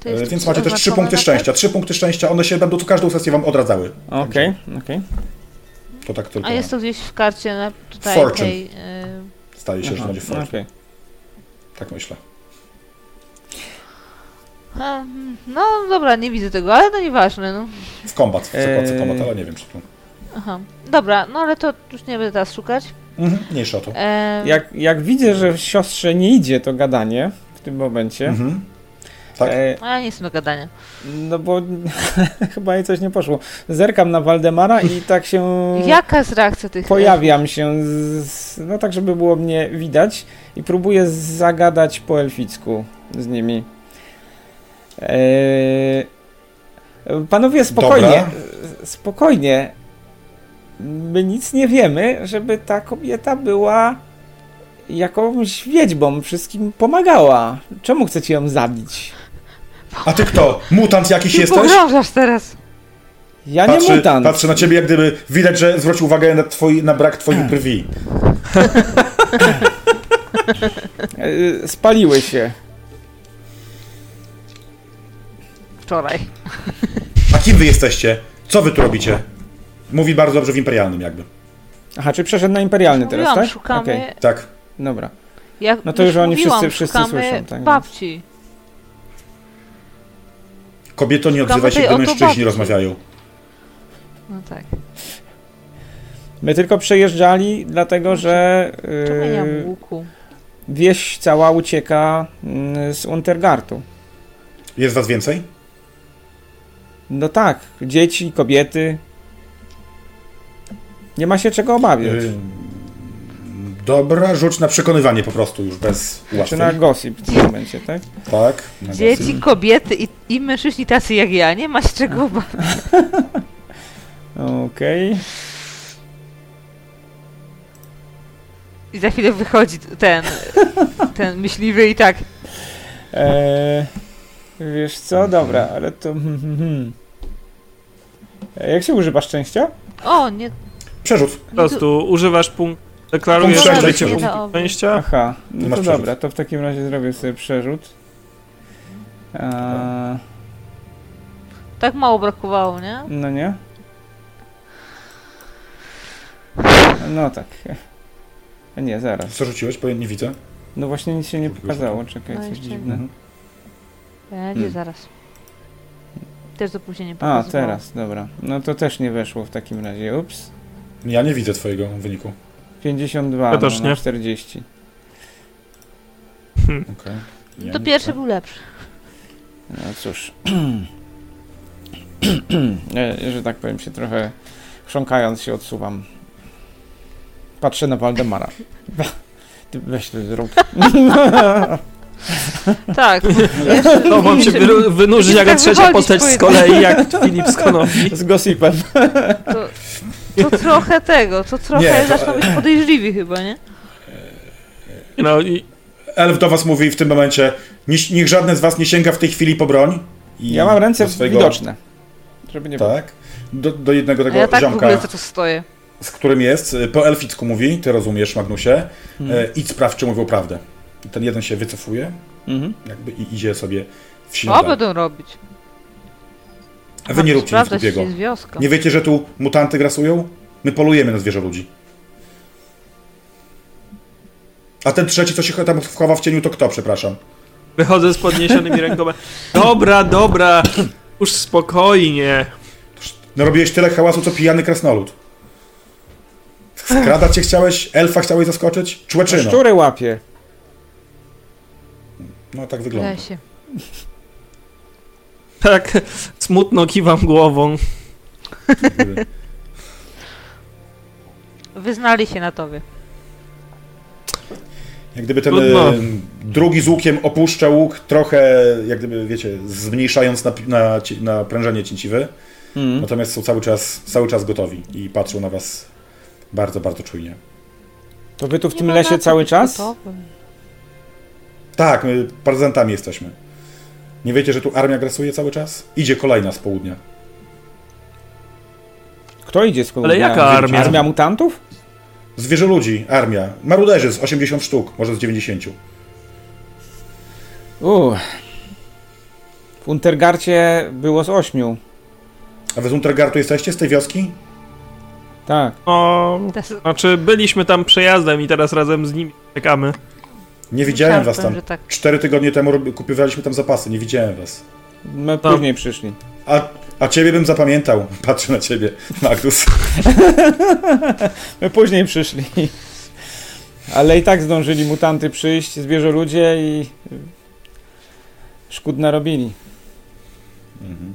To jest Więc macie też trzy oznaczone tak? punkty na szczęścia. Trzy punkty szczęścia, one się będą tu każdą sesję wam odradzały. Okej, okej. To tak karcie? tylko A jest to gdzieś w karcie na tutaj Fortune. tej... y, staje się, że Aha, będzie fort. okej. Tak myślę. a, mm, No dobra, nie widzę tego, ale no nieważne, no. W kombat, w zakładce Eee. kombat, ale nie wiem, czy tu. Aha. Dobra, no ale to już nie będę teraz szukać. Mhm, mniejsza o Eee. to. E, Jak, jak widzę, że siostrze nie idzie to gadanie w tym momencie. Mhm. Tak. E, A ja nie jestem do gadania. no bo chyba jej coś nie poszło. Zerkam na Waldemara i tak się. Jaka jest reakcja tych... Pojawiam się, z, no tak, żeby było mnie widać, i próbuję zagadać po elficku z nimi. Eee, panowie, spokojnie, Dobra. spokojnie. My nic nie wiemy, żeby ta kobieta była jakąś wiedźbą, wszystkim pomagała. Czemu chcecie ją zabić? A ty kto? Mutant jakiś Ty jesteś? pogrążasz teraz! Ja nie Patrzy, mutant. patrzy na ciebie jak gdyby widać, że zwrócił uwagę na, twoi, na brak twoich brwi. Eee, spaliły się. Wczoraj. A kim wy jesteście? Co wy tu robicie? Mówi bardzo dobrze w imperialnym jakby. Aha, czy przeszedł na imperialny teraz, Mówiłam, tak? szukamy... Okej, Tak. dobra. Jak No to już oni wszyscy- wszyscy szukamy słyszą, tak, babci. Kobieto nie Szukamy odzywa się, tej gdy mężczyźni autobabki. rozmawiają. No tak. My tylko przejeżdżali, dlatego że Znaczy, Czemu ja nie yy, mam łuku? wieś cała ucieka mm, z Untergartu. Jest was więcej? No tak, dzieci, kobiety. Nie ma się czego obawiać. Yy, dobra, rzuć na przekonywanie po prostu już bez Czy łatwiej. Znaczy na gossip w tym momencie, tak? Tak. na Dzieci, głosy. kobiety i, i mężczyźni tacy jak ja, nie ma się czego obawiać. Okej. I za chwilę wychodzi ten, ten myśliwy i tak. Eee, Wiesz co, Mhm. dobra, ale to... hmm, hmm, hmm. E, Jak się używa szczęścia? O, nie. Przerzut. Po prostu używasz punkt. Deklarujesz, Punkt że szczęścia, bycie punkt punktu szczęścia. Aha, Ty no masz to przerzut. dobra, to w takim razie zrobię sobie przerzut. No. Eee, Tak mało brakowało, nie? No nie? No tak. Nie, zaraz. Co rzuciłeś? Bo ja nie widzę. No właśnie nic się nie pokazało, czekaj, No coś jeszcze nie. dziwne. Mhm. Będzie Hmm. zaraz. Też do później A, pokazywało. teraz, dobra. No to też nie weszło w takim razie, ups. Ja nie widzę twojego wyniku. 52 Ja też no, na nie. 40. Okej. To pierwszy był lepszy. No cóż. E, Że tak powiem się trochę chrząkając się odsuwam. Patrzę na Waldemara. Ty weź to zrób. Tak. To mam się wyru- wynurzyć Jeszcze jako trzecia wychodzić postać z powinno. kolei, jak Filip z Konopi. Z gossipem. To, to trochę tego, to trochę Nie, to- zaczną być podejrzliwi chyba, nie? No i Elf do was mówi w tym momencie, niech, niech żadne z was nie sięga w tej chwili po broń. I Ja mam ręce do swojego- widoczne. Żeby nie było. Tak. Do, do jednego A tego ja tak w ziomka, ogóle to, to stoję. z którym jest, y, po elficku mówi, ty rozumiesz, Magnusie, Hmm. e, idź sprawdź, czy mówią prawdę. I ten jeden się wycofuje Mhm. jakby i idzie sobie w O, śniadanie. będą robić. A wy nie róbcie A, nic prawda, Znaczy, się głupiego. jest wioską. Nie wiecie, że tu mutanty grasują? My polujemy na zwierzę ludzi. A ten trzeci, co się tam chowa w cieniu, to kto, przepraszam? wychodzę z podniesionymi rękoma. Dobra, dobra, już spokojnie. No robiłeś tyle hałasu, co pijany krasnolud. Skrada cię chciałeś? Elfa chciałeś zaskoczyć? Człeczyno. Szczury łapie. No tak W wygląda. lesie. Tak, smutno kiwam głową. Wyznali się na tobie. Jak gdyby ten Trudno. e, drugi z łukiem opuszcza łuk, trochę, jak gdyby, wiecie, zmniejszając na, na, ci- na prężenie cięciwy. Hmm. Mm. Natomiast są cały czas, cały czas gotowi i patrzą na was bardzo, bardzo czujnie. To wy tu w Nie tym ma na lesie co cały być czas? gotowym. Tak, my prezentami jesteśmy. Nie wiecie, że tu armia grasuje cały czas? Idzie kolejna z południa. Kto idzie z południa? Ale jaka armia? Armia mutantów? Zwierzę ludzi, armia. Maruderzy z 80 sztuk, może z 90. Uuu. W Untergarcie było z ośmiu. A wy z Untergartu jesteście z tej wioski? Tak. O, Teraz znaczy, byliśmy tam przejazdem i teraz razem z nimi czekamy. Nie widziałem was słyszałem, tam. że tak. Cztery tygodnie temu rob- kupowaliśmy tam zapasy, nie widziałem was. My To- później przyszli. A, a ciebie bym zapamiętał. Patrzę na ciebie, Magnus. My później przyszli. Ale i tak zdążyli mutanty przyjść, zwierzę ludzie i szkód narobili. Mhm.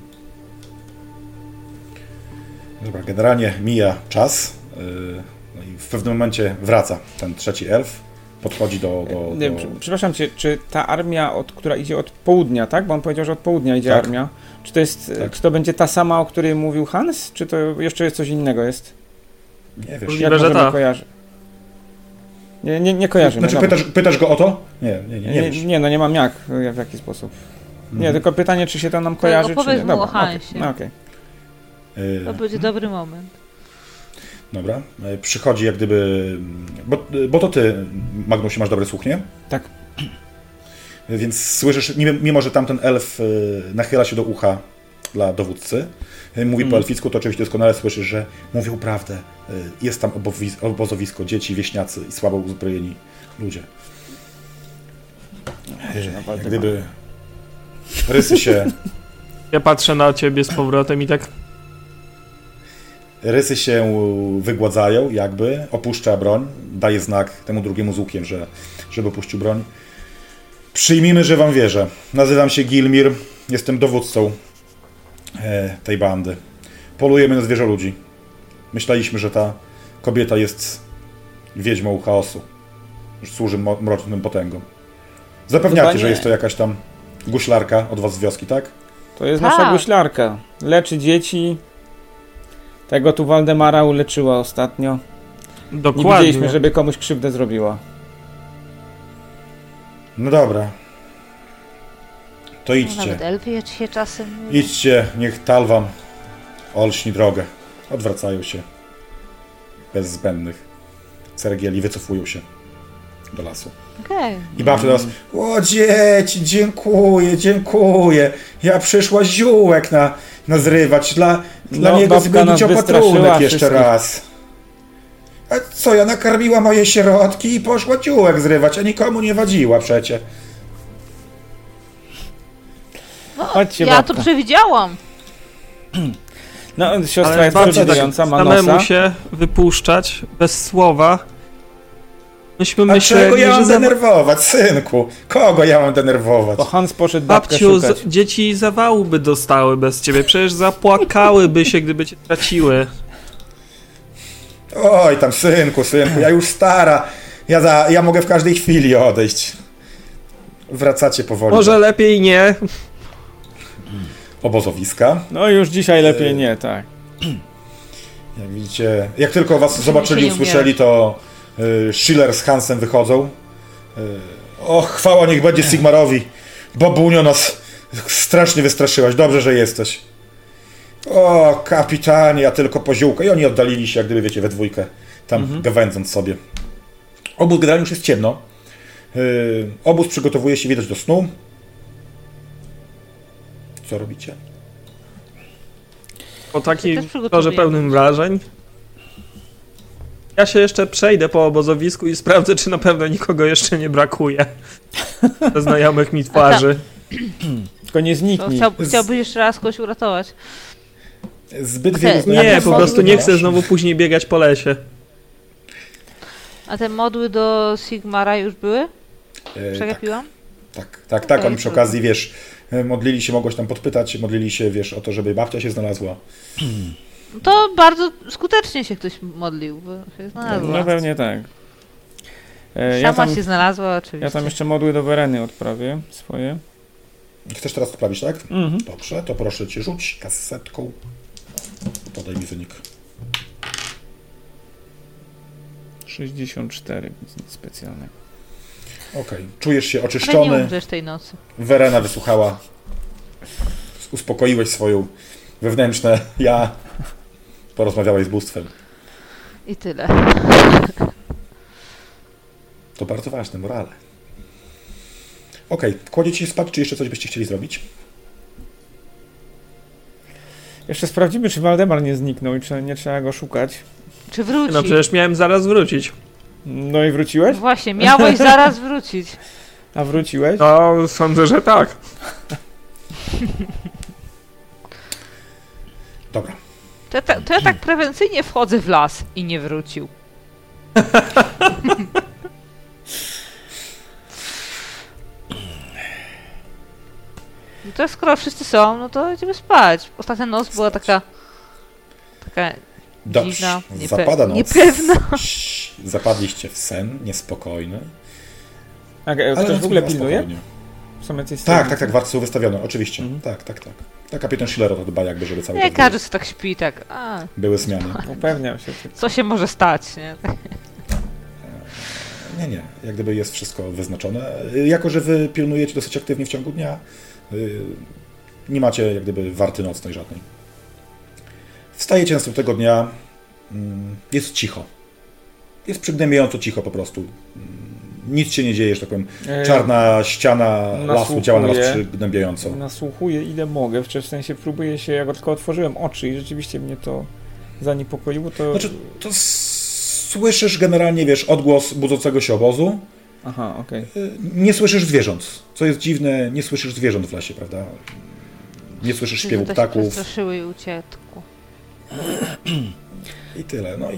Dobra, generalnie mija czas. yy, No i w pewnym momencie wraca ten trzeci elf. Podchodzi do. do, Nie, do... pr- Przepraszam cię, czy ta armia, od, która idzie od południa, tak? Bo on powiedział, że od południa idzie Tak. armia. Czy to jest, Tak. czy to będzie ta sama, o której mówił Hans? Czy to jeszcze jest coś innego jest? Nie wiesz. Możliwe, że możemy ta. kojarzy- Nie, nie, nie kojarzymy. Znaczy, dobra. pytasz, pytasz go o to? Nie, nie, nie, nie nie, wiesz. nie, no nie mam jak, jak- w jaki sposób. Nie, tak- Mhm. tylko pytanie, czy się to nam kojarzy, czy opowiedz nie. mu o okej, Hansie. no okej. No Yy, To będzie dobry moment. Dobra. Yy, Przychodzi jak gdyby. Bo, yy, bo to ty, Magnusie, masz dobre słuch, nie? Tak. Yy, Więc słyszysz, mimo- mimo że tamten elf yy, nachyla się do ucha dla dowódcy, yy, mówi po Mhm. elficku, to oczywiście doskonale słyszysz, że mówił prawdę. Yy, Jest tam obowiz- obozowisko dzieci, wieśniacy i słabo uzbrojeni ludzie. Boże, Yy, Jak naprawdę gdyby rysy się, Ja patrzę na ciebie z powrotem i tak. rysy się wygładzają, jakby opuszcza broń, daje znak temu drugiemu z łukiem, że, żeby opuścił broń. Przyjmijmy, że wam wierzę. Nazywam się Gilmir, jestem dowódcą e, tej bandy. Polujemy na zwierzę ludzi. Myśleliśmy, że ta kobieta jest wiedźmą chaosu. że Służy mo- mrocznym potęgom. Chyba Zapewniacie, nie. że jest to jakaś tam guślarka od was z wioski, tak? To jest Tak. nasza guślarka. Leczy dzieci. Tego tu Waldemara uleczyła ostatnio. Nie widzieliśmy, Dokładnie. żeby komuś krzywdę zrobiła. No dobra. To No, idźcie. nawet elfy się czasem... Idźcie, niech tal wam olśni drogę. Odwracają się. Bez zbędnych. Sergieli wycofują się do lasu. Okej. I babcia teraz, o dzieci, dziękuję, dziękuję. Ja przyszła ziółek na, na zrywać. Dla, dla No, niego babka zmienić nas wystraszyła opatrunek jeszcze wszystkich. raz. A co, ja nakarmiła moje sierotki i poszła dziółek zrywać, a nikomu nie wadziła przecie. Chodźcie, No, Ja babka. to przewidziałam. No, siostra Ale jest babcia tak- przewidująca, ma nosa. Samemu się wypuszczać bez słowa. Myśmy A myśleli, czego ja że mam za... denerwować, synku? Kogo ja mam denerwować? Bo Hans poszedł babkę babciu szukać. z... dzieci zawałby dostały bez ciebie. Przecież zapłakałyby się, gdyby cię traciły. Oj, tam synku, synku, ja już stara. Ja, za, ja mogę w każdej chwili odejść. Wracacie powoli Może do lepiej nie. obozowiska. No już dzisiaj lepiej nie, tak. Jak widzicie, jak tylko was się zobaczyli, nie usłyszeli, to y, Schiller z Hansem wychodzą. Y, och, chwała niech będzie Sigmarowi. Babunio nas strasznie wystraszyłaś. Dobrze, że jesteś. O, kapitanie, a tylko poziółka. I oni oddalili się, jak gdyby, wiecie, we dwójkę, tam gawędząc sobie. Obóz generalnie już jest ciemno. Y, obóz przygotowuje się, widać, do snu. Co robicie? Po Się takim też przygotowujemy. torze pełnym wrażeń. Ja się jeszcze przejdę po obozowisku i sprawdzę, czy na pewno nikogo jeszcze nie brakuje. Ze znajomych mi twarzy. Tylko nie Bo zniknij. chciał, chciałbyś jeszcze raz kogoś uratować. Zbyt Chcę- wielu Nie, znajomych- po prostu nie chcę znowu później biegać po lesie. A te modły do Sigmara już były? E, Przegapiłam? Tak, tak, tak. Okej, Oni przy trudno. okazji, wiesz, e, modlili się, mogłeś tam podpytać, modlili się, wiesz, o to, żeby babcia się znalazła. To bardzo skutecznie się ktoś modlił, bo się znalazła. No pewnie tak. E, ja, Sama tam, się znalazła oczywiście. ja tam jeszcze modły do Wereny odprawię swoje. Chcesz teraz odprawić, tak? Mhm. Dobrze, to proszę cię, rzuć kasetką. Podaj mi wynik. 64, więc nic specjalnego. Okej. Czujesz się Ale nie oczyszczony. umrzesz tej nocy. Werena wysłuchała. Uspokoiłeś swoją wewnętrzne ja. Porozmawiałeś z bóstwem. I tyle. To bardzo ważne, morale. Okej, kładziecie się spać, czy jeszcze coś byście chcieli zrobić? Jeszcze sprawdzimy, czy Waldemar nie zniknął i czy nie trzeba go szukać. Czy wróci? No przecież miałem zaraz wrócić. No i wróciłeś? Właśnie, miałeś zaraz wrócić. A wróciłeś? No, sądzę, że tak. Dobra. To, ja ta, to ja tak prewencyjnie wchodzę w las i nie wrócił. No to skoro wszyscy są, no to idziemy spać. Ostatnia noc była taka... Taka Dobrze. dziwna, niepe- Zapada noc. niepewna. Ś- Zapadliście w sen niespokojny. A e, Ale ktoś w ogóle pilnuje? spokojnie. Są jacyś Tak, strażnicy? tak, tak, warto są wystawione, oczywiście. Mhm. Tak, tak, tak. Tak, kapitan Schillerowa dba jakby, żeby cały Nie, czas każdy sobie tak śpi, tak... A, były- były zmiany. Upewniam się. tylko. co się może stać, nie? Tak Nie, nie, jak gdyby jest wszystko wyznaczone. Jako, że wy pilnujecie dosyć aktywnie w ciągu dnia, y, nie macie jak gdyby warty nocnej żadnej. Wstajecie następnego dnia, mm, jest cicho. Jest przygnębiająco cicho po prostu. Mm, Nic się nie dzieje, że tak powiem. E, Czarna ściana lasu nasłuchuję. działa na was przygnębiająco. Nasłuchuję ile mogę, w sensie próbuję się, jak tylko otworzyłem oczy i rzeczywiście mnie to zaniepokoiło, to... Znaczy, to s- słyszysz generalnie, wiesz, odgłos budzącego się obozu. Aha, okej. Y, Nie słyszysz zwierząt. Co jest dziwne, nie słyszysz zwierząt w lasie, prawda? Nie słyszysz śpiewu To się ptaków przestraszyły i uciekło. i tyle. No i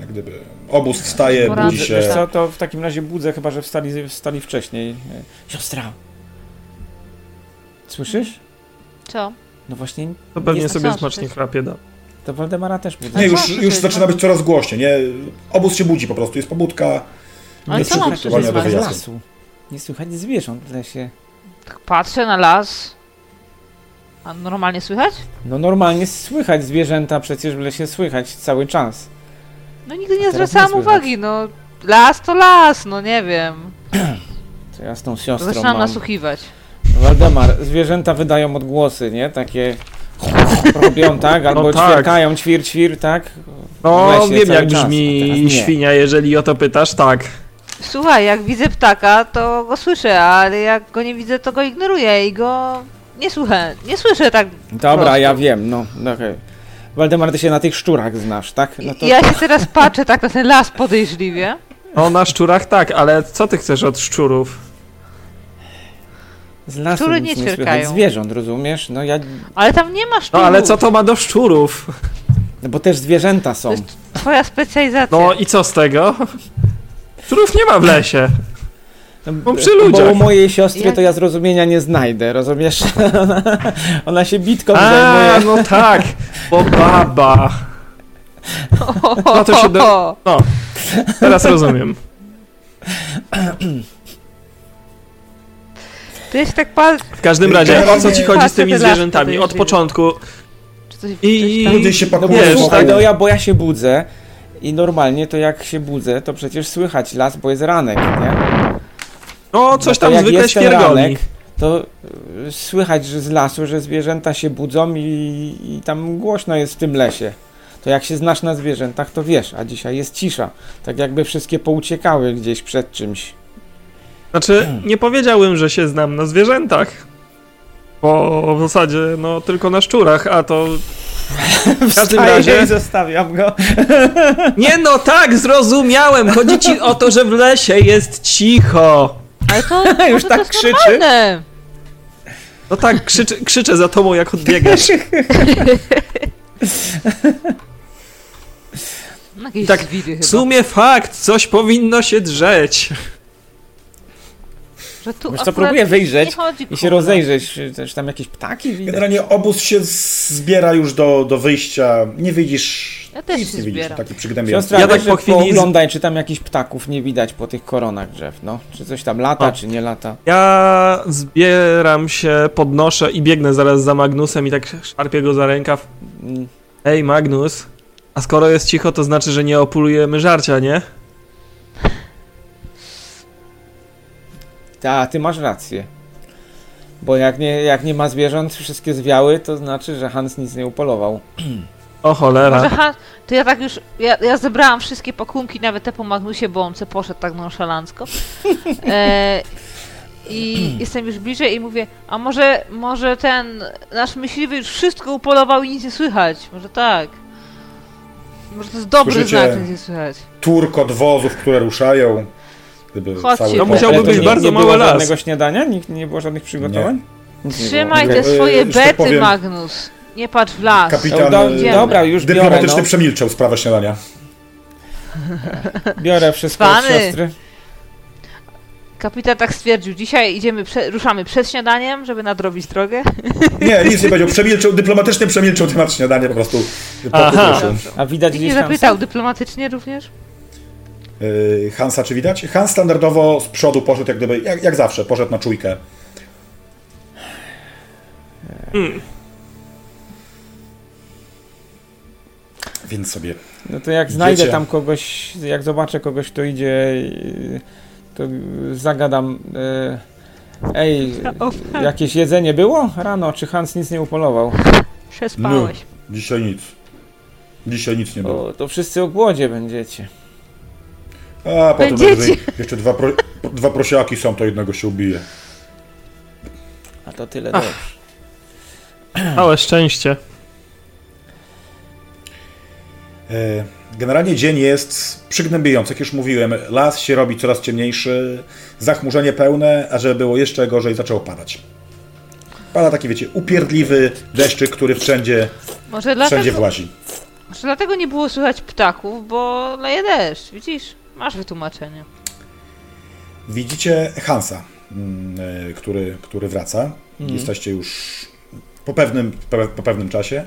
jak gdyby obóz wstaje, Poranny budzi Budzę- Wiesz się. co, to w takim razie budzę, chyba że wstali, wstali wcześniej. E, Siostra! Słyszysz? Co? No właśnie, To pewnie Jest- sobie co, smacznie przecież- chrapie no. da. to Waldemara też tak- budzę. Nie, już, Znaczy, już to- zaczyna być coraz głośniej, nie? Obóz się budzi po prostu, jest pobudka. Ale jest co mam przygotowania przecież do z zrobić? wyjazdu. lasu. Nie słychać zwierząt w lesie. Tak patrzę na las. A normalnie słychać? No normalnie słychać zwierzęta, przecież w lesie słychać cały czas. No nigdy nie Teraz nie zwracałam słychać. uwagi, no. Las to las, no nie wiem. To ja z tą siostrą Zaczynam mam. nasłuchiwać. Waldemar, zwierzęta wydają odgłosy, nie? Takie robią, tak? Albo No tak. ćwierkają, ćwir, ćwir, tak? No, lesie wiem cały jak czas, a teraz nie. brzmi świnia, jeżeli o to pytasz, tak. Słuchaj, jak widzę ptaka, to go słyszę, ale jak go nie widzę, to go ignoruję i go nie słuchę. Nie słyszę tak. Dobra, Prosto. ja wiem, no. no Okej. Waldemar, ty się na tych szczurach znasz, tak? No to Ja się teraz patrzę tak na ten las podejrzliwie. No, na szczurach tak, ale co ty chcesz od szczurów? z lasu szczury nic nie nie słychać ćwierkają. zwierząt, rozumiesz? No ja... Ale tam nie masz No, ale co to ma do szczurów? No bo też zwierzęta są. To jest Twoja specjalizacja. No i co z tego? Szczurów nie ma w lesie. No, Bo przy Bo u ludziach. mojej siostry Jak- to ja zrozumienia nie znajdę, rozumiesz? Ona, ona się bitką A, zajmuje. no tak, bo baba. no to się do- No, teraz rozumiem. Ty się tak patrz. W każdym razie, o co ci chodzi z tymi Patrzę, te laski zwierzętami? Od podejrzliwe. początku. No, Czy coś, I- coś tam- Ludzie się No bo pakują. wiesz, tak. słuchaj, wokół. no ja, bo ja się budzę i normalnie to jak się budzę, to przecież słychać las, bo jest ranek, nie? No, coś No to tam jak zwykle jest ten świergoli. ranek, To y, słychać że z lasu, że zwierzęta się budzą i, i tam głośno jest w tym lesie. To jak się znasz na zwierzętach, to wiesz, a dzisiaj jest cisza. Tak jakby wszystkie pouciekały gdzieś przed czymś. Hmm. Znaczy, nie powiedziałbym, że się znam na zwierzętach. Bo w zasadzie, no, tylko na szczurach, a to... W każdym razie- zostawiam go. Nie no, tak, zrozumiałem! Chodzi ci o to, że w lesie jest cicho! Ale to Już może tak to jest krzyczy. normalne. No tak, krzyczy, krzyczę za tobą, jak odbiegasz. No, jakieś Tak, zwiry chyba. W sumie fakt, coś powinno się drzeć. Że tu Wiesz co, akurat próbuję wyjrzeć nie chodzi, i się kurwa. rozejrzeć, czy też tam jakieś ptaki widać. Generalnie obóz się z- zbiera już do, do wyjścia. Nie widzisz. Ja też nic się nie widzisz. zbieram. Taki przygnębiający. Siostra, Ja ja tak tak po chwili z- oglądaj, czy tam jakichś ptaków nie widać po tych koronach drzew, no. Czy coś tam lata, O. czy nie lata. Ja zbieram się, podnoszę i biegnę zaraz za Magnusem i tak szarpię go za rękaw. Mm, Ej, Magnus, a skoro jest cicho, to znaczy, że nie opulujemy żarcia, nie? Ta, ty masz rację. Bo jak nie, jak nie ma zwierząt, wszystkie zwiały, to znaczy, że Hans nic nie upolował. O Może cholera. ha, to ja tak już, ja, ja zebrałam wszystkie pakunki, nawet te po Magnusie, bo on se poszedł tak nonszalancko. E, I jestem już bliżej i mówię, a może, może ten nasz myśliwy już wszystko upolował i nic nie słychać. Może tak. Może to jest dobry Słyszycie? znak, że nic nie słychać. Turkot wozów, które ruszają. Gdyby Chodźcie. cały To pokój- musiałby Ale to być nie, bardzo nie mały było las. żadnego śniadania? Nikt nie było żadnych przygotowań? Nic nie było. Trzymaj Okej. te swoje E, że tak bety, powiem- Magnus. Nie patrz w las. Kapitan Do- e, dobra, już biorę, dyplomatycznie no. przemilczał sprawę śniadania. Biorę wszystko od Cwany. siostry. Kapitan tak stwierdził, dzisiaj idziemy, prze, ruszamy przed śniadaniem, żeby nadrobić drogę. Nie, nic nie powiedział. Przemilczał, dyplomatycznie przemilczał temat śniadania po prostu. Aha. Pokusił. A widać Nikt nie gdzieś tam... zapytał dyplomatycznie również. Yy, Hansa czy widać? Hans standardowo z przodu poszedł jak gdyby, jak, jak zawsze, poszedł na czujkę. Hmm. Więc sobie. No to jak znajdę Dziecię. tam kogoś, jak zobaczę kogoś, kto idzie, yy, to yy, zagadam. yy, Ej, O, tak. jakieś jedzenie było rano? Czy Hans nic nie upolował? Przespałeś. Dzisiaj nic. Dzisiaj nic nie było. O, to wszyscy o głodzie będziecie. A potem Będziecie. najwyżej jeszcze dwa, pro, dwa prosiaki są, to jednego się ubije. A to tyle dobrze. Całe szczęście. E, Generalnie dzień jest przygnębiający, jak już mówiłem. Las się robi coraz ciemniejszy, zachmurzenie pełne, a żeby było jeszcze gorzej, zaczęło padać. Pada taki, wiecie, upierdliwy deszczyk, który wszędzie, Może wszędzie dlatego, włazi. może dlatego nie było słychać ptaków, bo leje deszcz, widzisz? Masz wytłumaczenie. Widzicie Hansa, mm, e, który, który wraca. Jesteście już po pewnym, po, po pewnym czasie.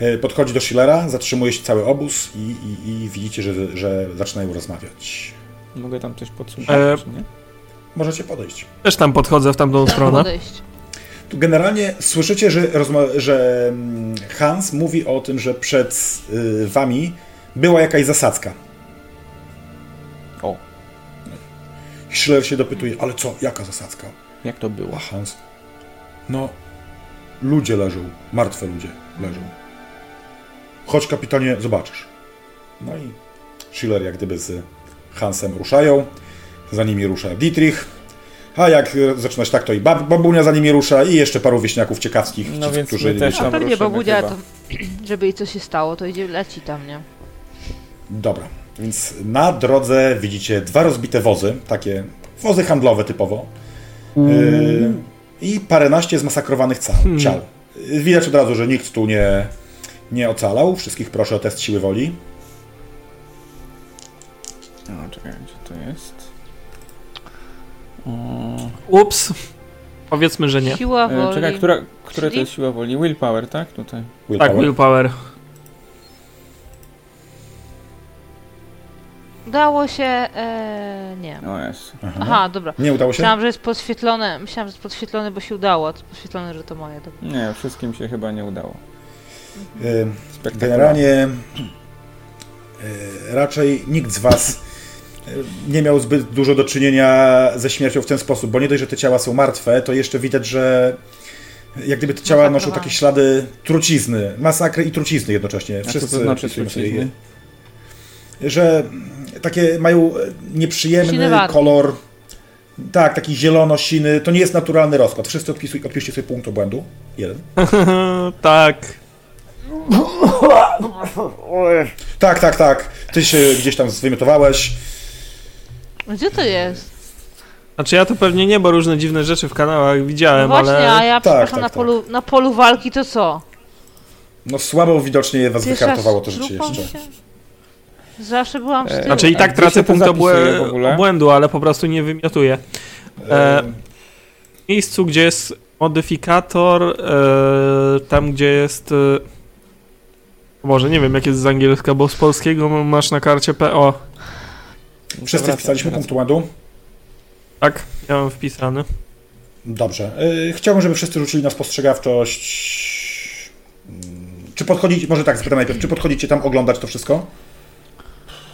E, Podchodzi do Schillera, zatrzymuje się cały obóz i, i, i widzicie, że, że zaczynają rozmawiać. Mogę tam coś podsłuchać, E, czy nie? Możecie podejść. Też tam podchodzę w tamtą Tak, stronę. Podejść. Tu Generalnie słyszycie, że, rozma- że mm, Hans mówi o tym, że przed y, wami była jakaś zasadzka. O, Schiller się dopytuje, ale co, jaka zasadzka? jak to A było? Hans, no, ludzie leżą, martwe ludzie leżą. Chodź kapitanie, zobaczysz. No i Schiller jak gdyby z Hansem ruszają, za nimi rusza Dietrich, a jak e, zaczynać tak, to i bab- babunia za nimi rusza i jeszcze paru wieśniaków ciekawskich, No ci- więc którzy my nie też wiecie- A Tam pewnie ruszymy babunia chyba. to, żeby jej coś się stało, to idzie leci tam, nie? Dobra, więc na drodze widzicie dwa rozbite wozy, takie wozy handlowe typowo yy, i paręnaście zmasakrowanych ca- ciał. Yy, Widać od razu, że nikt tu nie, nie ocalał. Wszystkich proszę o test siły woli. No, czekaj, gdzie to jest? O, Ups. Powiedzmy, że nie. Siła e, woli. czekaj, która, która to Czyli? jest siła woli? Willpower, tak? Tutaj. Tak, Willpower. willpower. Udało się... E, nie. O jest. Aha, dobra. Nie udało się? Myślałam, że jest podświetlone, myślałam, że jest podświetlone, bo się udało, a to podświetlone, że to moje. Dobra. Nie, wszystkim się chyba nie udało. Yy, Spektakularnie. Generalnie y, raczej nikt z Was y, nie miał zbyt dużo do czynienia ze śmiercią w ten sposób, bo nie dość, że te ciała są martwe, to jeszcze widać, że jak gdyby te ciała noszą takie ślady trucizny, masakry i trucizny jednocześnie. A co to znaczy wszyscy sobie trucizny? je- Że takie mają e, nieprzyjemny Sinewatki. kolor, tak, taki zielono-siny, to nie jest naturalny rozkład. Wszyscy odpisuj, odpiszcie sobie punkt obłędu, jeden. tak. Tak, tak, tak, ty się gdzieś tam zwymiotowałeś, Gdzie to jest? Znaczy ja to pewnie nie, bo różne dziwne rzeczy w kanałach No widziałem, właśnie, a ale... ja, tak, przepraszam, tak, na, tak. polu, na polu walki to co? No słabo widocznie was Pierwszy raz wykartowało to życie trupą jeszcze. się? Zawsze byłam przy E, tyłu. Znaczy i A tak gdzie tracę się to punkt zapisuje w obłę- ogóle? obłędu, ale po prostu nie wymiotuję. E, Ehm, W miejscu, gdzie jest modyfikator, e, tam gdzie jest... E, może nie wiem, jak jest z angielska, bo z polskiego masz na karcie PO. Wszyscy wpisaliśmy punkt błędu? Tak, miałem wpisany. Dobrze. Y, Chciałbym, żeby wszyscy rzucili na spostrzegawczość. Mm, Czy podchodzicie, może tak zapytam najpierw, czy podchodzicie tam oglądać to wszystko?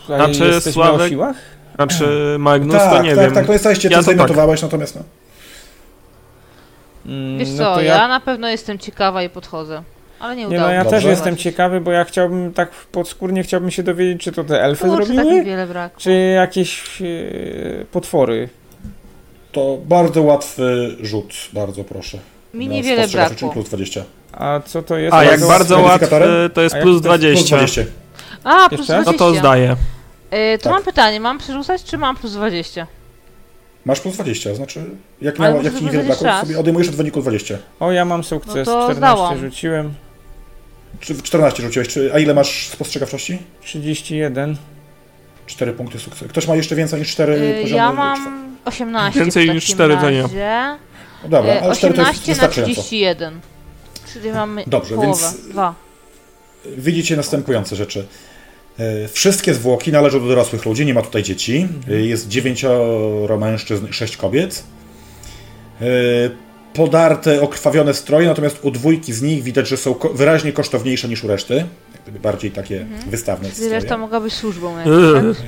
Znaczy, Znaczy, Sławek- Sławek... siłach? Znaczy Magnus, tak, to nie tak, wiem. tak, to jesteście, Ja ty to sobie tak. notowałeś, natomiast no. Mm, Wiesz no co, to ja... na pewno jestem ciekawa i podchodzę. Ale nie Nie, udało no mi ja się. też Dobrze. jestem ciekawy, bo ja chciałbym tak podskórnie chciałbym się dowiedzieć, czy to te elfy Kurczę, tak zrobiły, niewiele brak. czy jakieś e, potwory. To bardzo łatwy rzut, bardzo proszę. Mi Na niewiele spostrzegawczość, czyli brakło. plus 20. A co to jest? A jak z bardzo łatwy, modyfikatorem? to jest A jak plus to jest 20. Plus 20. A, plus Jeszcze? 20. No to zdaję. Y, to Tak. mam pytanie, mam przerzucać czy mam plus 20? Masz plus 20, znaczy jak, Ale miało, muszę jak ci niewiele powiedzieć brakło, raz. sobie odejmujesz od wyniku 20. O, ja mam sukces, No to 14 zdałam. rzuciłem, Czy w 14 rzuciłeś, czy, a ile masz spostrzegawczości? 31. 4 punkty sukcesu. Ktoś ma jeszcze więcej niż 4 Y, poziomy? ja mam 18. Więcej w niż takim cztery to nie. razie. No dobra, Y, ale 4 to jest 18 na wystarczająco. 31. Czyli mamy Dobrze, połowę. więc- Dwa. widzicie następujące rzeczy. E, Wszystkie zwłoki należą do dorosłych ludzi, nie ma tutaj dzieci. Mhm. E, Jest dziewięcioro mężczyzn i sześć kobiet. E, Podarte, okrwawione stroje, natomiast u dwójki z nich widać, że są ko- wyraźnie kosztowniejsze niż u reszty. Jak gdyby bardziej takie Mhm. wystawne Czyli stroje. reszta mogła być służbą. Jak, Yy. tak?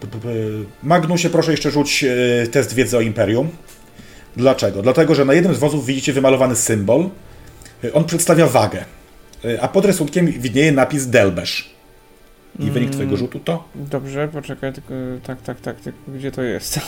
P- p- p- Magnusie, proszę jeszcze rzuć e, test wiedzy o Imperium. Dlaczego? Dlatego, że na jednym z wozów widzicie wymalowany symbol. E, On przedstawia wagę, E, a pod rysunkiem widnieje napis Delbesz. I wynik twojego rzutu to? Mm, Dobrze, poczekaj, tylko tak, tak, tak, tylko gdzie to jest?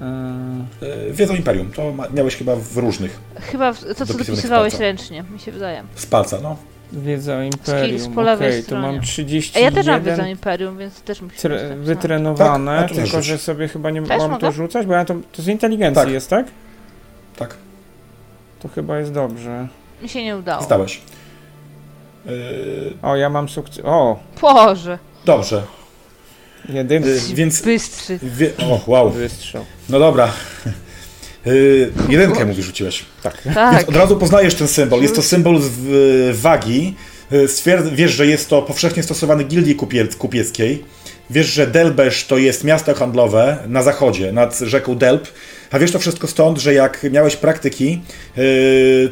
E, E, Wiedza o Imperium. To ma- miałeś chyba w różnych. Chyba w- to, co Dopisywanych dopisywałeś palcem. ręcznie, mi się wydaje. Z palca, no. Wiedza o Skills Imperium, po okej, lewej to stronie. mam A 31. ja też mam wiedzę o Imperium, więc też tak mi się tre- wydaje. wytrenowane, Tak, a tu tylko rzuć. że sobie chyba nie Też mam mogę? to rzucać, bo ja to, to z inteligencji Tak. jest, tak? Tak, To chyba jest dobrze. Mi się nie udało. zdałeś. E, O, ja mam sukces. O, Boże, Dobrze, jedyny E, więc... bystrzy. Wie... O, wow. wystrzał. No dobra. Yy, jedynkę mówisz, rzuciłeś. Tak. Tak. Więc od razu poznajesz ten symbol. Jest to symbol z w- wagi. Yy, Stwierd... Wiesz, że jest to powszechnie stosowany w gildii kupie- kupieckiej. Wiesz, że Delbesz to jest miasto handlowe na zachodzie, nad rzeką Delb. A wiesz to wszystko stąd, że jak miałeś praktyki, yy,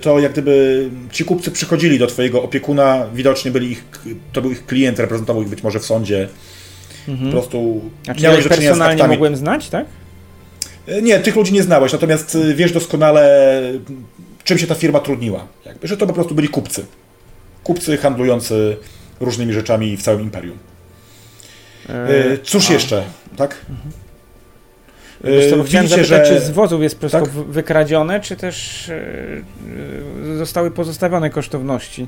to jak gdyby ci kupcy przychodzili do twojego opiekuna, widocznie byli ich, to był ich klient, reprezentował ich być może w sądzie. Po prostu Znaczy, ja ich do czynienia z personalnie aktami. mogłem znać, tak? E, Nie, tych ludzi nie znałeś, natomiast y, wiesz doskonale, m, czym się ta firma trudniła. Jakby, że to po prostu byli kupcy. Kupcy handlujący różnymi rzeczami w całym imperium. E, Y, Cóż a. jeszcze, tak? Y, Wiesz co, bo chciałem Widzicie, zapytać, że czy z wozów jest po prostu Tak? w- wykradzione, czy też e, e, zostały pozostawione kosztowności?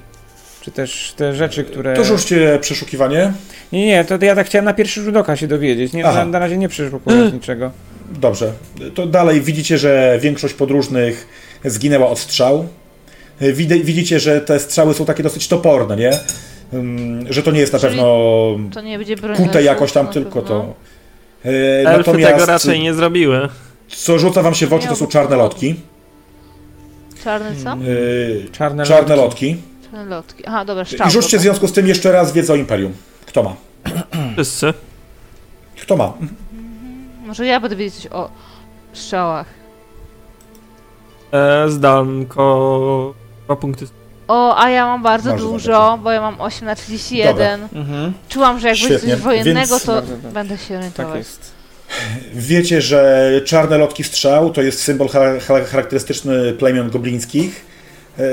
Czy też te rzeczy, E. które... to rzućcie przeszukiwanie. Nie, nie, to ja tak chciałem na pierwszy rzut oka się dowiedzieć. Nie, Aha. na, na razie nie przeszukując niczego. Dobrze. To dalej widzicie, że większość podróżnych zginęła od strzał. E, Wide- Widzicie, że te strzały są takie dosyć toporne, nie? Ym, Że to nie jest na Czyli pewno To nie będzie broń. kute elfów, jakoś tam, na tylko pewno. to. Yy, Elfy tego raczej nie zrobiły. co rzuca wam się w oczy, to są czarne lotki. Czarny co? Yy, Czarne, czarne lotki. Czarne lotki. Aha, dobra, szczał. I rzućcie w dobra. związku z tym jeszcze raz wiedzę o Imperium. Kto ma? Hmm. Wszyscy. Kto ma? Może ja będę wiedzieć coś o strzałach. E, zdanko... Dwa punkty. O, a ja mam bardzo Masz dużo, bo ja mam 8 na 31. Mhm, Czułam, że jak będzie Świetnie, coś wojennego, więc- to Bardzo dobrze. będę się No, tak orientować. jest. Wiecie, że czarne lotki strzał to jest symbol cha- cha- charakterystyczny plemion goblińskich. Yy,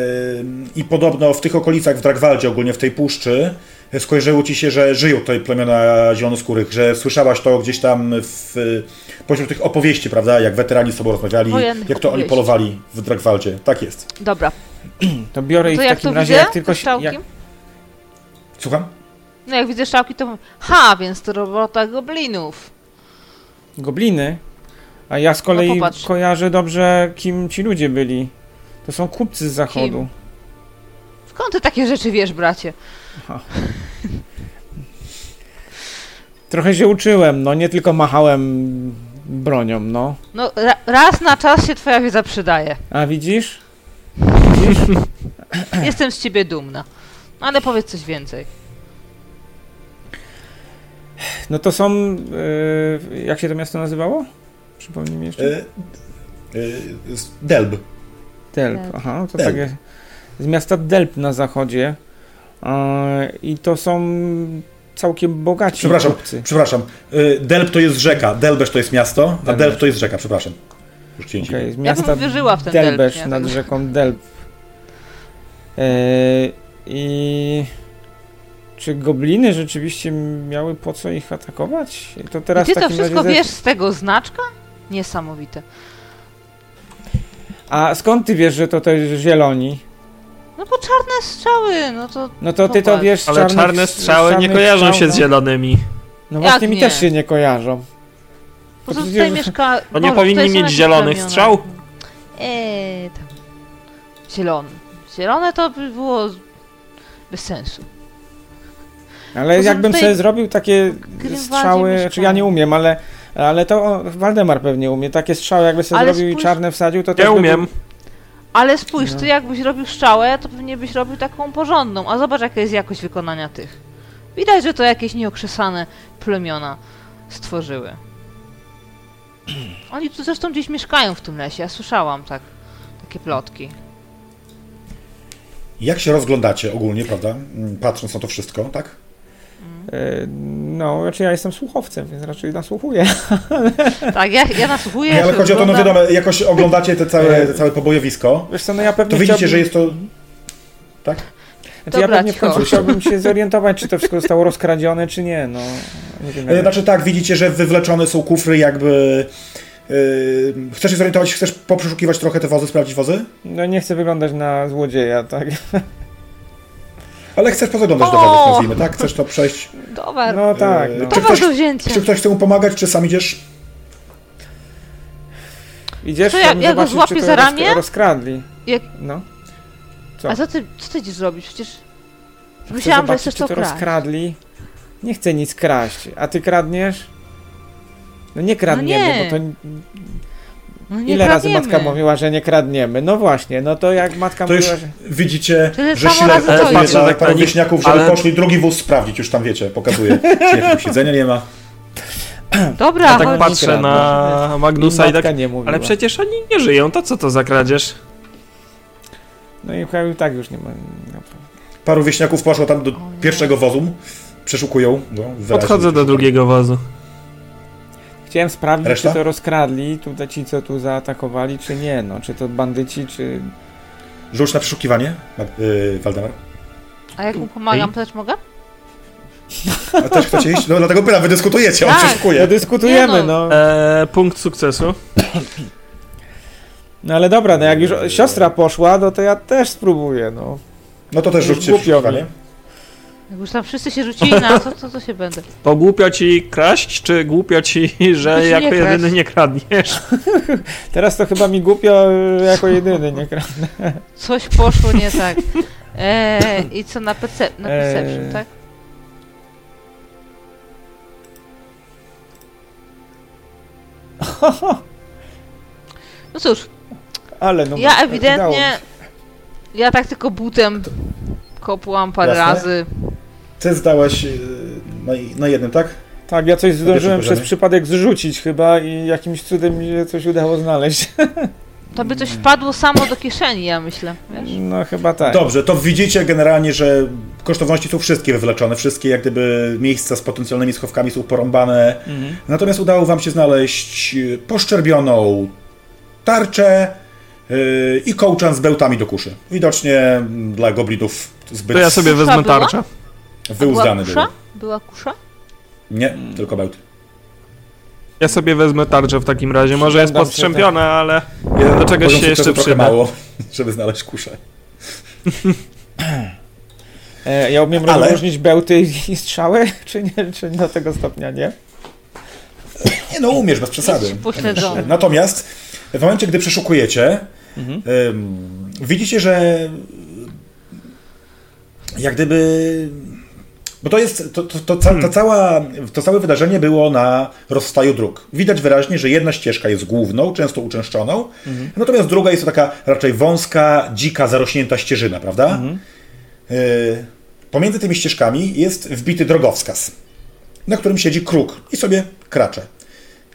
I podobno w tych okolicach, w Dragwaldzie, ogólnie w tej puszczy, skojarzyło ci się, że żyją tutaj plemiona zielonoskórych, że słyszałaś to gdzieś tam w, pośród tych opowieści, prawda? Jak weterani z sobą rozmawiali, Wojennych jak to oni opowieści. polowali w Dragwaldzie. Tak jest. Dobra, To biorę No i to w jak to takim razie, widzę, jak te tylko... się- strzałki? Jak, Słucham? No jak widzę strzałki, to mówię, ha, więc to robota goblinów. gobliny. A ja z kolei No popatrz. kojarzę dobrze, kim ci ludzie byli. To są kupcy z zachodu. Skąd ty takie rzeczy wiesz, bracie? Trochę się uczyłem, no nie tylko machałem bronią, no. No, ra- raz na czas się twoja wiedza przydaje. A widzisz? Jestem z ciebie dumna. Ale powiedz coś więcej. No to są. e, jak się to miasto nazywało? Przypomnij mi jeszcze. Y, y, z- Delb. Delp. Delp. Aha, no to Delp. takie. Z miasta Delp na zachodzie. E, I to są całkiem bogaci Przepraszam. kupcy. Przepraszam. Y, Delb to jest rzeka, Delbesz to jest miasto, a Delbesz. Delb to jest rzeka, przepraszam. Już cię Okej, okay. z miasta bym wierzyła w ten Delbesz Delp, nie? nad Tak. rzeką Delp. E, I czy gobliny rzeczywiście miały po co ich atakować? To teraz I w ty to takim wszystko razie ze- wiesz z tego znaczka? Niesamowite. A skąd ty wiesz, że to to jest zieloni? No bo czarne strzały, no to No to ty to Popatrz. wiesz z Ale czarnych- czarne z strzały nie czarnych kojarzą strzał, się z no. zielonymi. No Jak właśnie mi nie? też się nie kojarzą. po To co tutaj przecież- mieszka... Bo nie Boże, powinni tutaj są mieć jakieś zielonych ramiona. strzał? Eee, tam. Zielony. Zielone to by było z- bez sensu. Ale To są jakbym tutaj sobie zrobił takie grywadzie strzały, czy ja mieszkane. nie umiem, ale, ale to o, Waldemar pewnie umie. Takie strzały jakby sobie Ale zrobił i spójrz- czarne wsadził, to też Ja tak by umiem. Był... Ale spójrz, No. ty jakbyś robił strzałę, to pewnie byś robił taką porządną, a zobacz jaka jest jakość wykonania tych. Widać, że to jakieś nieokrzesane plemiona stworzyły. Oni tu zresztą gdzieś mieszkają w tym lesie, ja słyszałam tak, takie plotki. Jak się rozglądacie ogólnie, prawda? Mm, Patrząc na to wszystko, tak? E, No, znaczy ja jestem słuchowcem, więc raczej nasłuchuję. Tak, ja, ja nasłuchuję, Nie, ale się chodzi o to, no oglądam. wiadomo, jakoś oglądacie te całe, te całe pobojowisko. Wiesz co, no ja pewnie To widzicie, E, chciałbym... że jest to. Tak? Znaczy, ja Dobra, pewnie w końcu cicho. chciałbym się zorientować, czy to wszystko zostało rozkradzione, czy nie, no. Nie wiem, E, jak... Znaczy tak, widzicie, że wywleczone są kufry jakby... y, chcesz się zorientować, chcesz poprzeszukiwać trochę te wozy, sprawdzić wozy? No nie chcę wyglądać na złodzieja, tak? Ale chcesz pozaglądać do O! wozów, nazwijmy, tak? Chcesz to przejść. Dobra, No tak, E, no. to czy masz ktoś- do wzięcia. Czy ktoś chce mu pomagać, czy sam idziesz? Idziesz, To ja- chciałbym ja go zobaczyć, złapię czy to za roz- ramię? rozkradli. Jak- No. A co ty, co ty dziś zrobisz? Przecież Chcę myślałam, że zobaczyć, chcesz czy to to kraść. rozkradli. Nie chcę nic kraść. A ty kradniesz? No nie kradniemy, nie. bo to No nie ile razy kradniemy. matka mówiła, że nie kradniemy? No właśnie, no to jak matka To już mówiła, że... widzicie, Tyle że samo Silek razy to pokazuje idzie. dla Tak, paru oni- wieśniaków, żeby ale- poszli drugi wóz sprawdzić, już tam wiecie, pokazuje, czy jakiegoś siedzenia nie ma. Dobra, Ja chodź. tak patrzę kradną. na i Magnusa i matka tak... nie mówiła. Ale przecież oni nie żyją, to co to za kradzież? No i chyba i tak już nie ma... no. Paru wieśniaków poszło tam do pierwszego wozu, przeszukują. No, wyraźnie. Podchodzę do drugiego wozu. Chciałem sprawdzić, Reszta? czy to rozkradli tutaj ci, co tu zaatakowali, czy nie, no. Czy to bandyci, czy... Rzuć na przeszukiwanie, Mag- yy, Waldemar. A jak mu pomagam, to też mogę? A też chcecie iść? No dlatego pytam, wy dyskutujecie, on Tak. No przeszukuje. dyskutujemy, Nie no. no. Eee, punkt sukcesu. No ale dobra, no jak już siostra poszła, no to ja też spróbuję, no. No to też Już rzućcie głupio przeszukiwanie. mi. Jak już tam wszyscy się rzucili na to, to co się będę? To głupio ci kraść, czy głupio ci, że Nie jako kraść. jedyny nie kradniesz? Teraz to chyba mi głupio y, jako jedyny, nie kradnę. Coś poszło nie tak. Eee, I co na, percep- na Eee. perception, tak? tak? No cóż, Ale no... udało ja mi się. ewidentnie. Ja tak tylko butem kopłam parę Jasne. razy. Ty zdałeś yy, na, na jednym, tak? Tak, ja coś zdążyłem pierwszym przez poziomie. przypadek zrzucić chyba i jakimś cudem mi się coś udało znaleźć. To by coś wpadło samo do kieszeni, ja myślę. Wiesz? No chyba tak. Dobrze, to widzicie generalnie, że kosztowności są wszystkie wywleczone, wszystkie jak gdyby miejsca z potencjalnymi schowkami są porąbane. Mhm. Natomiast udało wam się znaleźć yy, poszczerbioną tarczę yy, i kołczan z bełtami do kuszy. Widocznie mm, dla goblinów zbyt To ja sobie Susza wezmę była? tarczę. Była wyuzdany był. kusza? Była kusza? Nie, tylko bełty. Ja sobie wezmę tarczę w takim razie. Może jest Przyglądam się, postrzępiona, ale Jeden do czegoś poziom sukcesu się jeszcze trochę przyda. mało, żeby znaleźć kuszę. E, ja umiem Ale- rozróżnić bełty i strzały, czy nie, czy do tego stopnia nie? Nie no, umiesz, bez przesady. Jesteś pośledzony. Natomiast w momencie, gdy przeszukujecie, Mhm. ym, widzicie, że jak gdyby Bo to jest, to, to, to, ca, ta cała, to całe wydarzenie było na rozstaju dróg. Widać wyraźnie, że jedna ścieżka jest główną, często uczęszczoną, natomiast druga jest to taka raczej wąska, dzika, zarośnięta ścieżyna, prawda? Y, pomiędzy tymi ścieżkami jest wbity drogowskaz, na którym siedzi kruk i sobie kracze.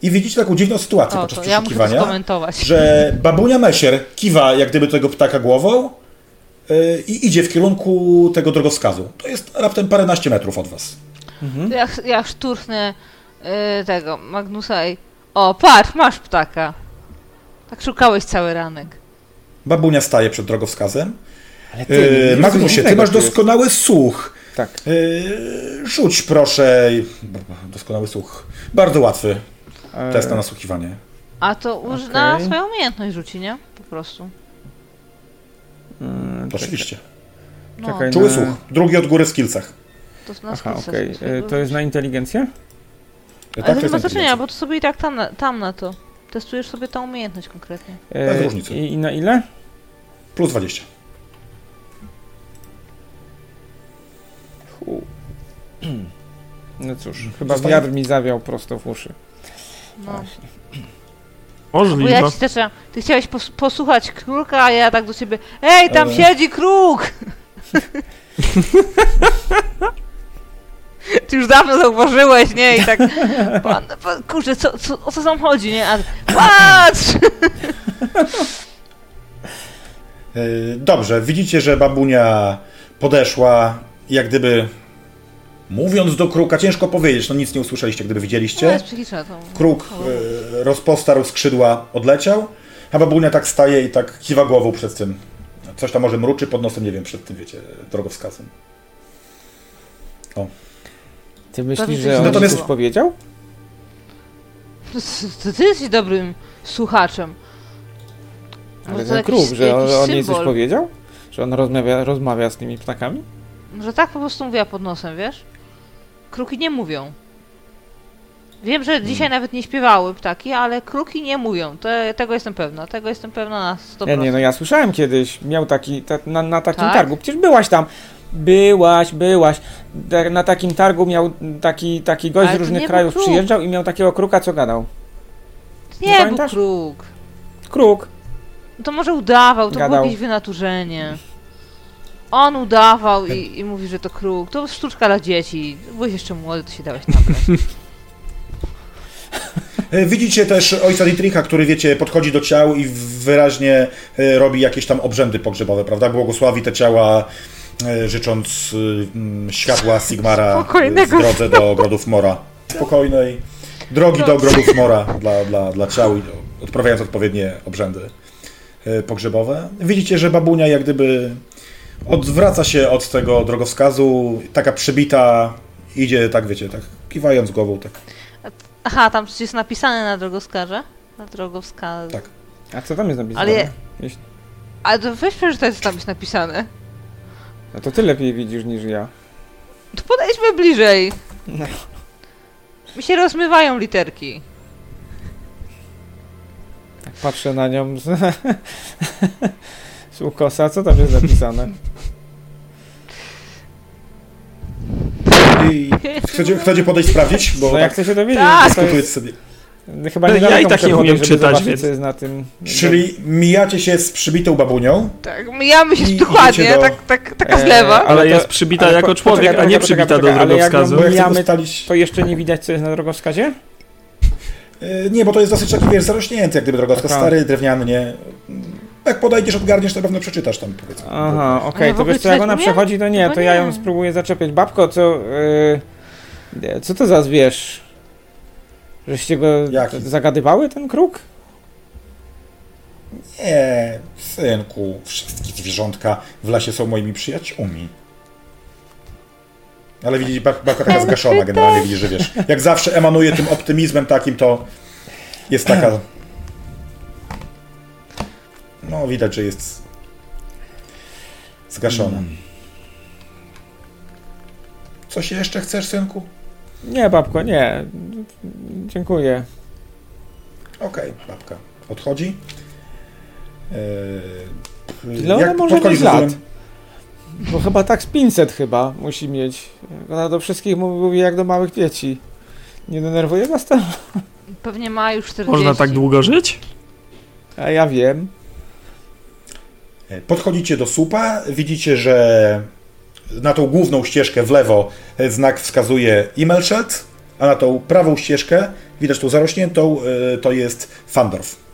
I widzicie taką dziwną sytuację O, podczas to ja muszę to przeszukiwania skomentować. że babunia Mesier kiwa jak gdyby tego ptaka głową yy, i idzie w kierunku tego drogowskazu. To jest raptem paręnaście metrów od was. To Ja, ja szturchnę y, tego Magnusa i... O, patrz, masz ptaka. Tak szukałeś cały ranek. Babunia staje przed drogowskazem. Ale ty, nie Yy, wiem, coś Magnusie, ty innego masz tu jest. doskonały słuch. Tak. Yy, rzuć proszę. Doskonały słuch. Bardzo łatwy E, test na nasłuchiwanie. A to już na Okej. swoją umiejętność rzuci, nie? Po prostu. mm, To oczywiście. No, Czekaj, Czuły na- słuch. Drugi od góry w skilcach. to na Aha, skillsach okej. sobie E, To jest tak na inteligencję? Ale to nie ma jest znaczenia, inteligencja. bo to sobie i tak tam na, tam na to. Testujesz sobie tą umiejętność konkretnie. E, Bez różnicy. I, I na ile? Plus 20. Hu. No cóż, chyba Zostanie- wiatr mi zawiał prosto w uszy. No. Bo ja Możliwe. ci zaczęłam. Ty chciałeś pos- posłuchać kruka, a ja tak do ciebie. Ej, tam Ale- siedzi kruk! Ty już dawno zauważyłeś, nie? I tak. Pan, pan, kurczę, co, co, o co tam chodzi, nie? A, patrz! Yy, Dobrze, widzicie, że babunia podeszła, jak gdyby mówiąc do kruka, ciężko powiedzieć, no nic nie usłyszeliście, gdyby No, widzieliście. jest psychiczna to. Kruk yy, rozpostarł skrzydła, odleciał, a babunia tak staje i tak kiwa głową przed tym. Coś tam może mruczy pod nosem, nie wiem, przed tym, wiecie, drogowskazem. Ty Prawie myślisz, coś że on Natomiast- Natomiast... coś powiedział? Ty, ty jesteś dobrym słuchaczem. Ale Może ten No jakiś- kruk, że on, jakiś on jej coś symbol. powiedział? Że on rozmawia, rozmawia z tymi ptakami? Może tak po prostu mówiła pod nosem, wiesz? Kruki nie mówią. Wiem, że dzisiaj Hmm. nawet nie śpiewały ptaki, ale kruki nie mówią. Te, tego jestem pewna. Tego jestem pewna na 100%. Nie, nie, no ja słyszałem kiedyś, miał taki, ta, na, na takim Tak? targu, przecież byłaś tam, byłaś, byłaś, Te- na takim targu miał taki, taki gość z Ale to nie różnych był krajów kruk. przyjeżdżał i miał takiego kruka, co gadał. nie, nie był pamiętasz? kruk. Kruk, No to może udawał, to było Gadał. jakieś wynaturzenie. On udawał i, i mówi, że to kruk. To sztuczka dla dzieci. Byłeś jeszcze młody, to się dałeś nabrać. E, Widzicie też ojca Dietricha, który, wiecie, podchodzi do ciał i wyraźnie e, robi jakieś tam obrzędy pogrzebowe, prawda? Błogosławi te ciała, e, życząc e, mm, światła Sigmara e, w Spokojnego drodze do ogrodów Mora. Spokojnej drogi do ogrodów Mora dla, dla, dla ciał, i odprawiając odpowiednie obrzędy e, pogrzebowe. Widzicie, że babunia jak gdyby odwraca się od tego drogowskazu, taka przybita, idzie tak, wiecie, tak kiwając głową, tak Aha, tam coś jest napisane na drogoskarze? Na drogowskazie. Tak. a co tam jest napisane? Ale- Jeśli- Ale to weź przeczytaj, co tam jest napisane. No to ty lepiej widzisz niż ja. To podejdźmy bliżej. No. Mi się rozmywają literki. Tak patrzę na nią z, z ukosa, co tam jest napisane? I chcecie, chcecie podejść sprawdzić? Bo No tak jak chcę się dowiedzieć, Tak! to dyskutujecie jest, sobie. chyba Ja nie i daleko tak muszę nie umiem podejść, żeby czytać, zobaczyć, więc- co jest na tym. Czyli mijacie się z przybitą babunią. Tak, mijamy się I dokładnie, idziecie do- E. tak, tak, taka Eee, z lewa. ale Ale to- jest przybita ale po- jako człowiek, poczekaj, a nie poczekaj, przybita poczekaj, do ale jak drogowskazu. Bo ja chcę Mijamy- ustalić. To No, jeszcze nie widać, co jest na drogowskazie? Y, Nie, bo to jest dosyć taki wiesz, zarośnięty, jak gdyby drogowskaz Aha. stary, drewniany, nie. Jak podejdziesz, odgarniesz, to pewno przeczytasz tam powiedzmy. Aha, okej, Ale w to ogóle wiesz co, jak czytać ona umie? przechodzi, to nie, Chyba to ja nie. ją spróbuję zaczepiać. Babko, co... y, co to za zwierz? Żeście go Jaki? zagadywały, ten kruk? Nie, synku, wszystkie zwierzątka w lasie są moimi przyjaciółmi. Ale widzisz, bab- babka taka zgaszona generalnie, widzisz, że wiesz. Jak zawsze emanuje tym optymizmem takim, to jest taka... No, widać, że jest zgaszona. Mm. Coś jeszcze chcesz, synku? Nie, babko, nie. Dziękuję. Okej, babka. Odchodzi. E, Eee, Ile ona może podchodzisz mieć lat? rozumiem- Bo chyba tak z 500 chyba musi mieć. Ona do wszystkich mówi jak do małych dzieci. Nie denerwuje was to? Pewnie ma już 40. Można tak długo żyć? A ja wiem. E, Podchodzicie do słupa, widzicie, że na tą główną ścieżkę w lewo e, znak wskazuje Imelszet, a na tą prawą ścieżkę, widać tą zarośniętą, y, to jest Fandorf.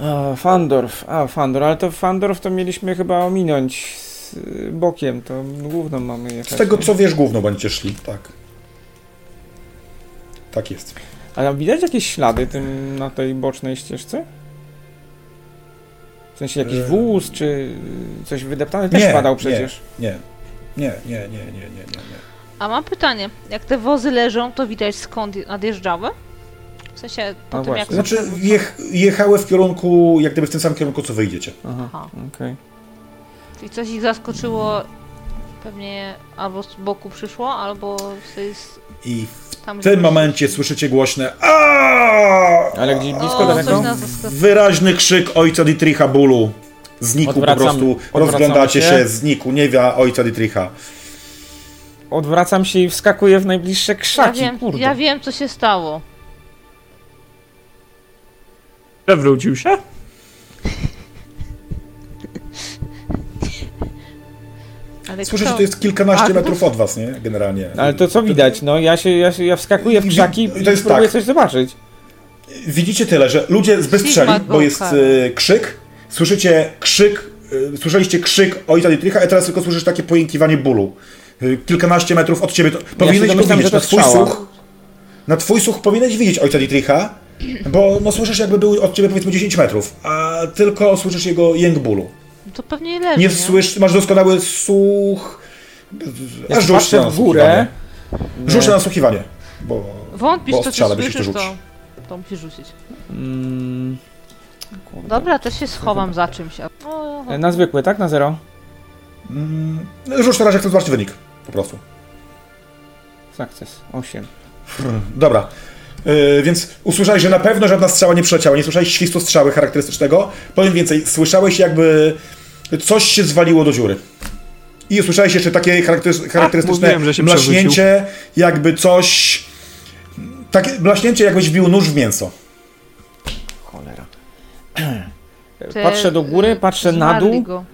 A, Fandorf, a Fandor, ale to Fandorf to mieliśmy chyba ominąć z y, bokiem, to główną mamy jechać. Z tego nie? co wiesz, główną będziecie szli, tak. Tak jest. A tam widać jakieś ślady tym, na tej bocznej ścieżce? W sensie jakiś Yy. wóz, czy coś wydeptane też Nie, padał nie. przecież. Nie, nie, nie, nie, nie, nie, nie. nie. A mam pytanie. Jak te wozy leżą, to widać skąd nadjeżdżały? W sensie po A tym właśnie. jak... Znaczy, jech, jechały w kierunku, jak gdyby w tym samym kierunku, co wyjdziecie. Aha, Aha. okej. I coś ich zaskoczyło, pewnie albo z boku przyszło, albo z, z I tam... w tym gdzieś. momencie słyszycie głośne "Aaaa!" Ale gdzieś blisko O, daleko? coś nas zaskoczyło. Wyraźny krzyk ojca Dietricha bólu. Znikł po Odwracam- prostu. odwracamy Rozglądacie się. się, znikł. Niewia ojca Dietricha. Odwracam się i wskakuję w najbliższe Ja krzaki, wiem, kurde. ja wiem, co się stało. Przewrócił się? Ale Słyszycie, kto- to jest kilkanaście A, to- metrów od was, nie? Generalnie. Ale to co widać, no ja się, ja, się, ja wskakuję w krzaki To i jest próbuję tak. coś zobaczyć. Widzicie tyle, że ludzie zbystrzeli, Sigma bo jest Gokara. y, krzyk. Słyszycie krzyk, y, słyszeliście krzyk ojca Dietricha, a teraz tylko słyszysz takie pojękiwanie bólu. Y, kilkanaście metrów od ciebie. To, powinieneś domyślam, to widzieć że na to twój strzała. słuch. Na twój słuch powinieneś widzieć ojca Dietricha, bo no, słyszysz jakby był od ciebie powiedzmy 10 metrów, a tylko słyszysz jego jęk bólu. To pewnie leży, Nie nie? słysz, masz doskonały słuch. Ja Aż rzuć się na patrzę w górę. nasłuchiwanie. Rzuć na nasłuchiwanie, bo Wątpisz, Bo co ty strzela, byś słyszysz, to to, rzucić. to musisz rzucić. Mm, kurde. Dobra, też się schowam za czymś. a- O, E, Na zwykły, tak? Na zero? Mm, Rzuć teraz, jak chcesz zobaczyć wynik. Po prostu. Sukces, 8. Dobra. Yy, więc usłyszałeś, że na pewno żadna strzała nie przeleciała. Nie słyszałeś świstu strzały charakterystycznego. Powiem więcej, słyszałeś jakby coś się zwaliło do dziury. I usłyszałeś jeszcze takie charaktery- charakterystyczne mówiłem, że się blaśnięcie, jakby coś... Takie blaśnięcie, jakbyś wbił nóż w mięso. Cholera. te- E, Patrzę do góry, patrzę na zmarli dół. Go.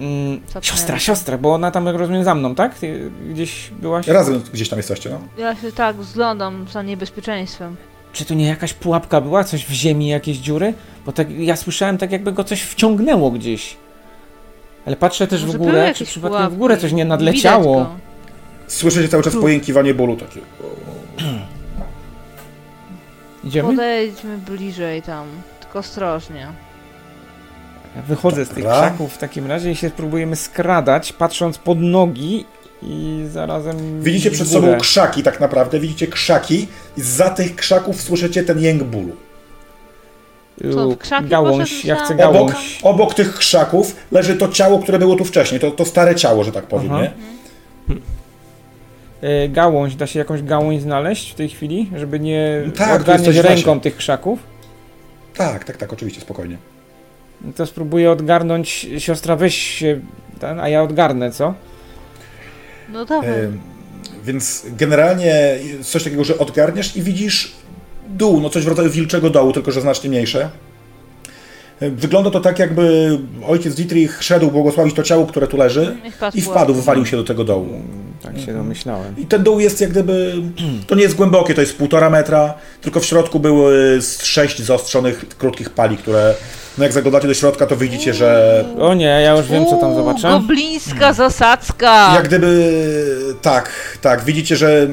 Mm, Zapnęli. siostra, siostra, bo ona tam jak rozumiem za mną, tak? Ty Gdzieś byłaś? Razem gdzieś tam jesteście, no. Ja się tak zglądam za niebezpieczeństwem. Czy tu nie jakaś pułapka była? Coś w ziemi, jakieś dziury? Bo tak, ja słyszałem tak jakby go coś wciągnęło gdzieś. Ale patrzę też Może w były górę, czy jakieś przypadkiem pułapki. w górę coś nie Widać nadleciało. go. Słyszycie cały Hmm. czas pojękiwanie bólu takie. Idziemy? Podejdźmy bliżej tam, tylko ostrożnie. Ja wychodzę z tych Dobra. krzaków w takim razie i się spróbujemy skradać, patrząc pod nogi i zarazem. Widzicie przed w górę. sobą krzaki tak naprawdę, widzicie krzaki i za tych krzaków słyszycie ten jęk bólu. Co, w krzaki Gałąź, poszedł, ja chcę myślałem? Obok, gałąź. obok tych krzaków leży to ciało, które było tu wcześniej, to, to stare ciało, że tak powiem, Aha. nie? E, Gałąź, da się jakąś gałąź znaleźć w tej chwili, żeby nie No tak, tu odgarniać jesteś w ręką lesie. tych krzaków? Tak, tak, tak, oczywiście, spokojnie. No To spróbuję odgarnąć, siostra weź się, ten, a ja odgarnę, co? No E, dawaj. Ym, więc generalnie coś takiego, że odgarniasz i widzisz dół, no coś w rodzaju wilczego dołu, tylko że znacznie mniejsze. Ym, Wygląda to tak, jakby ojciec Dietrich szedł błogosławić to ciało, które tu leży Niech padł i pułap. wpadł, wywalił się do tego dołu. Tak się domyślałem. I ten dół jest jak gdyby, to nie jest głębokie, to jest półtora metra, tylko w środku były y, z sześć zaostrzonych, krótkich pali, które, no jak zaglądacie do środka, to widzicie, że O nie, ja już wiem, co tam Uuu, zobaczę. Hmm. Goblińska zasadzka! Jak gdyby tak, tak. Widzicie, że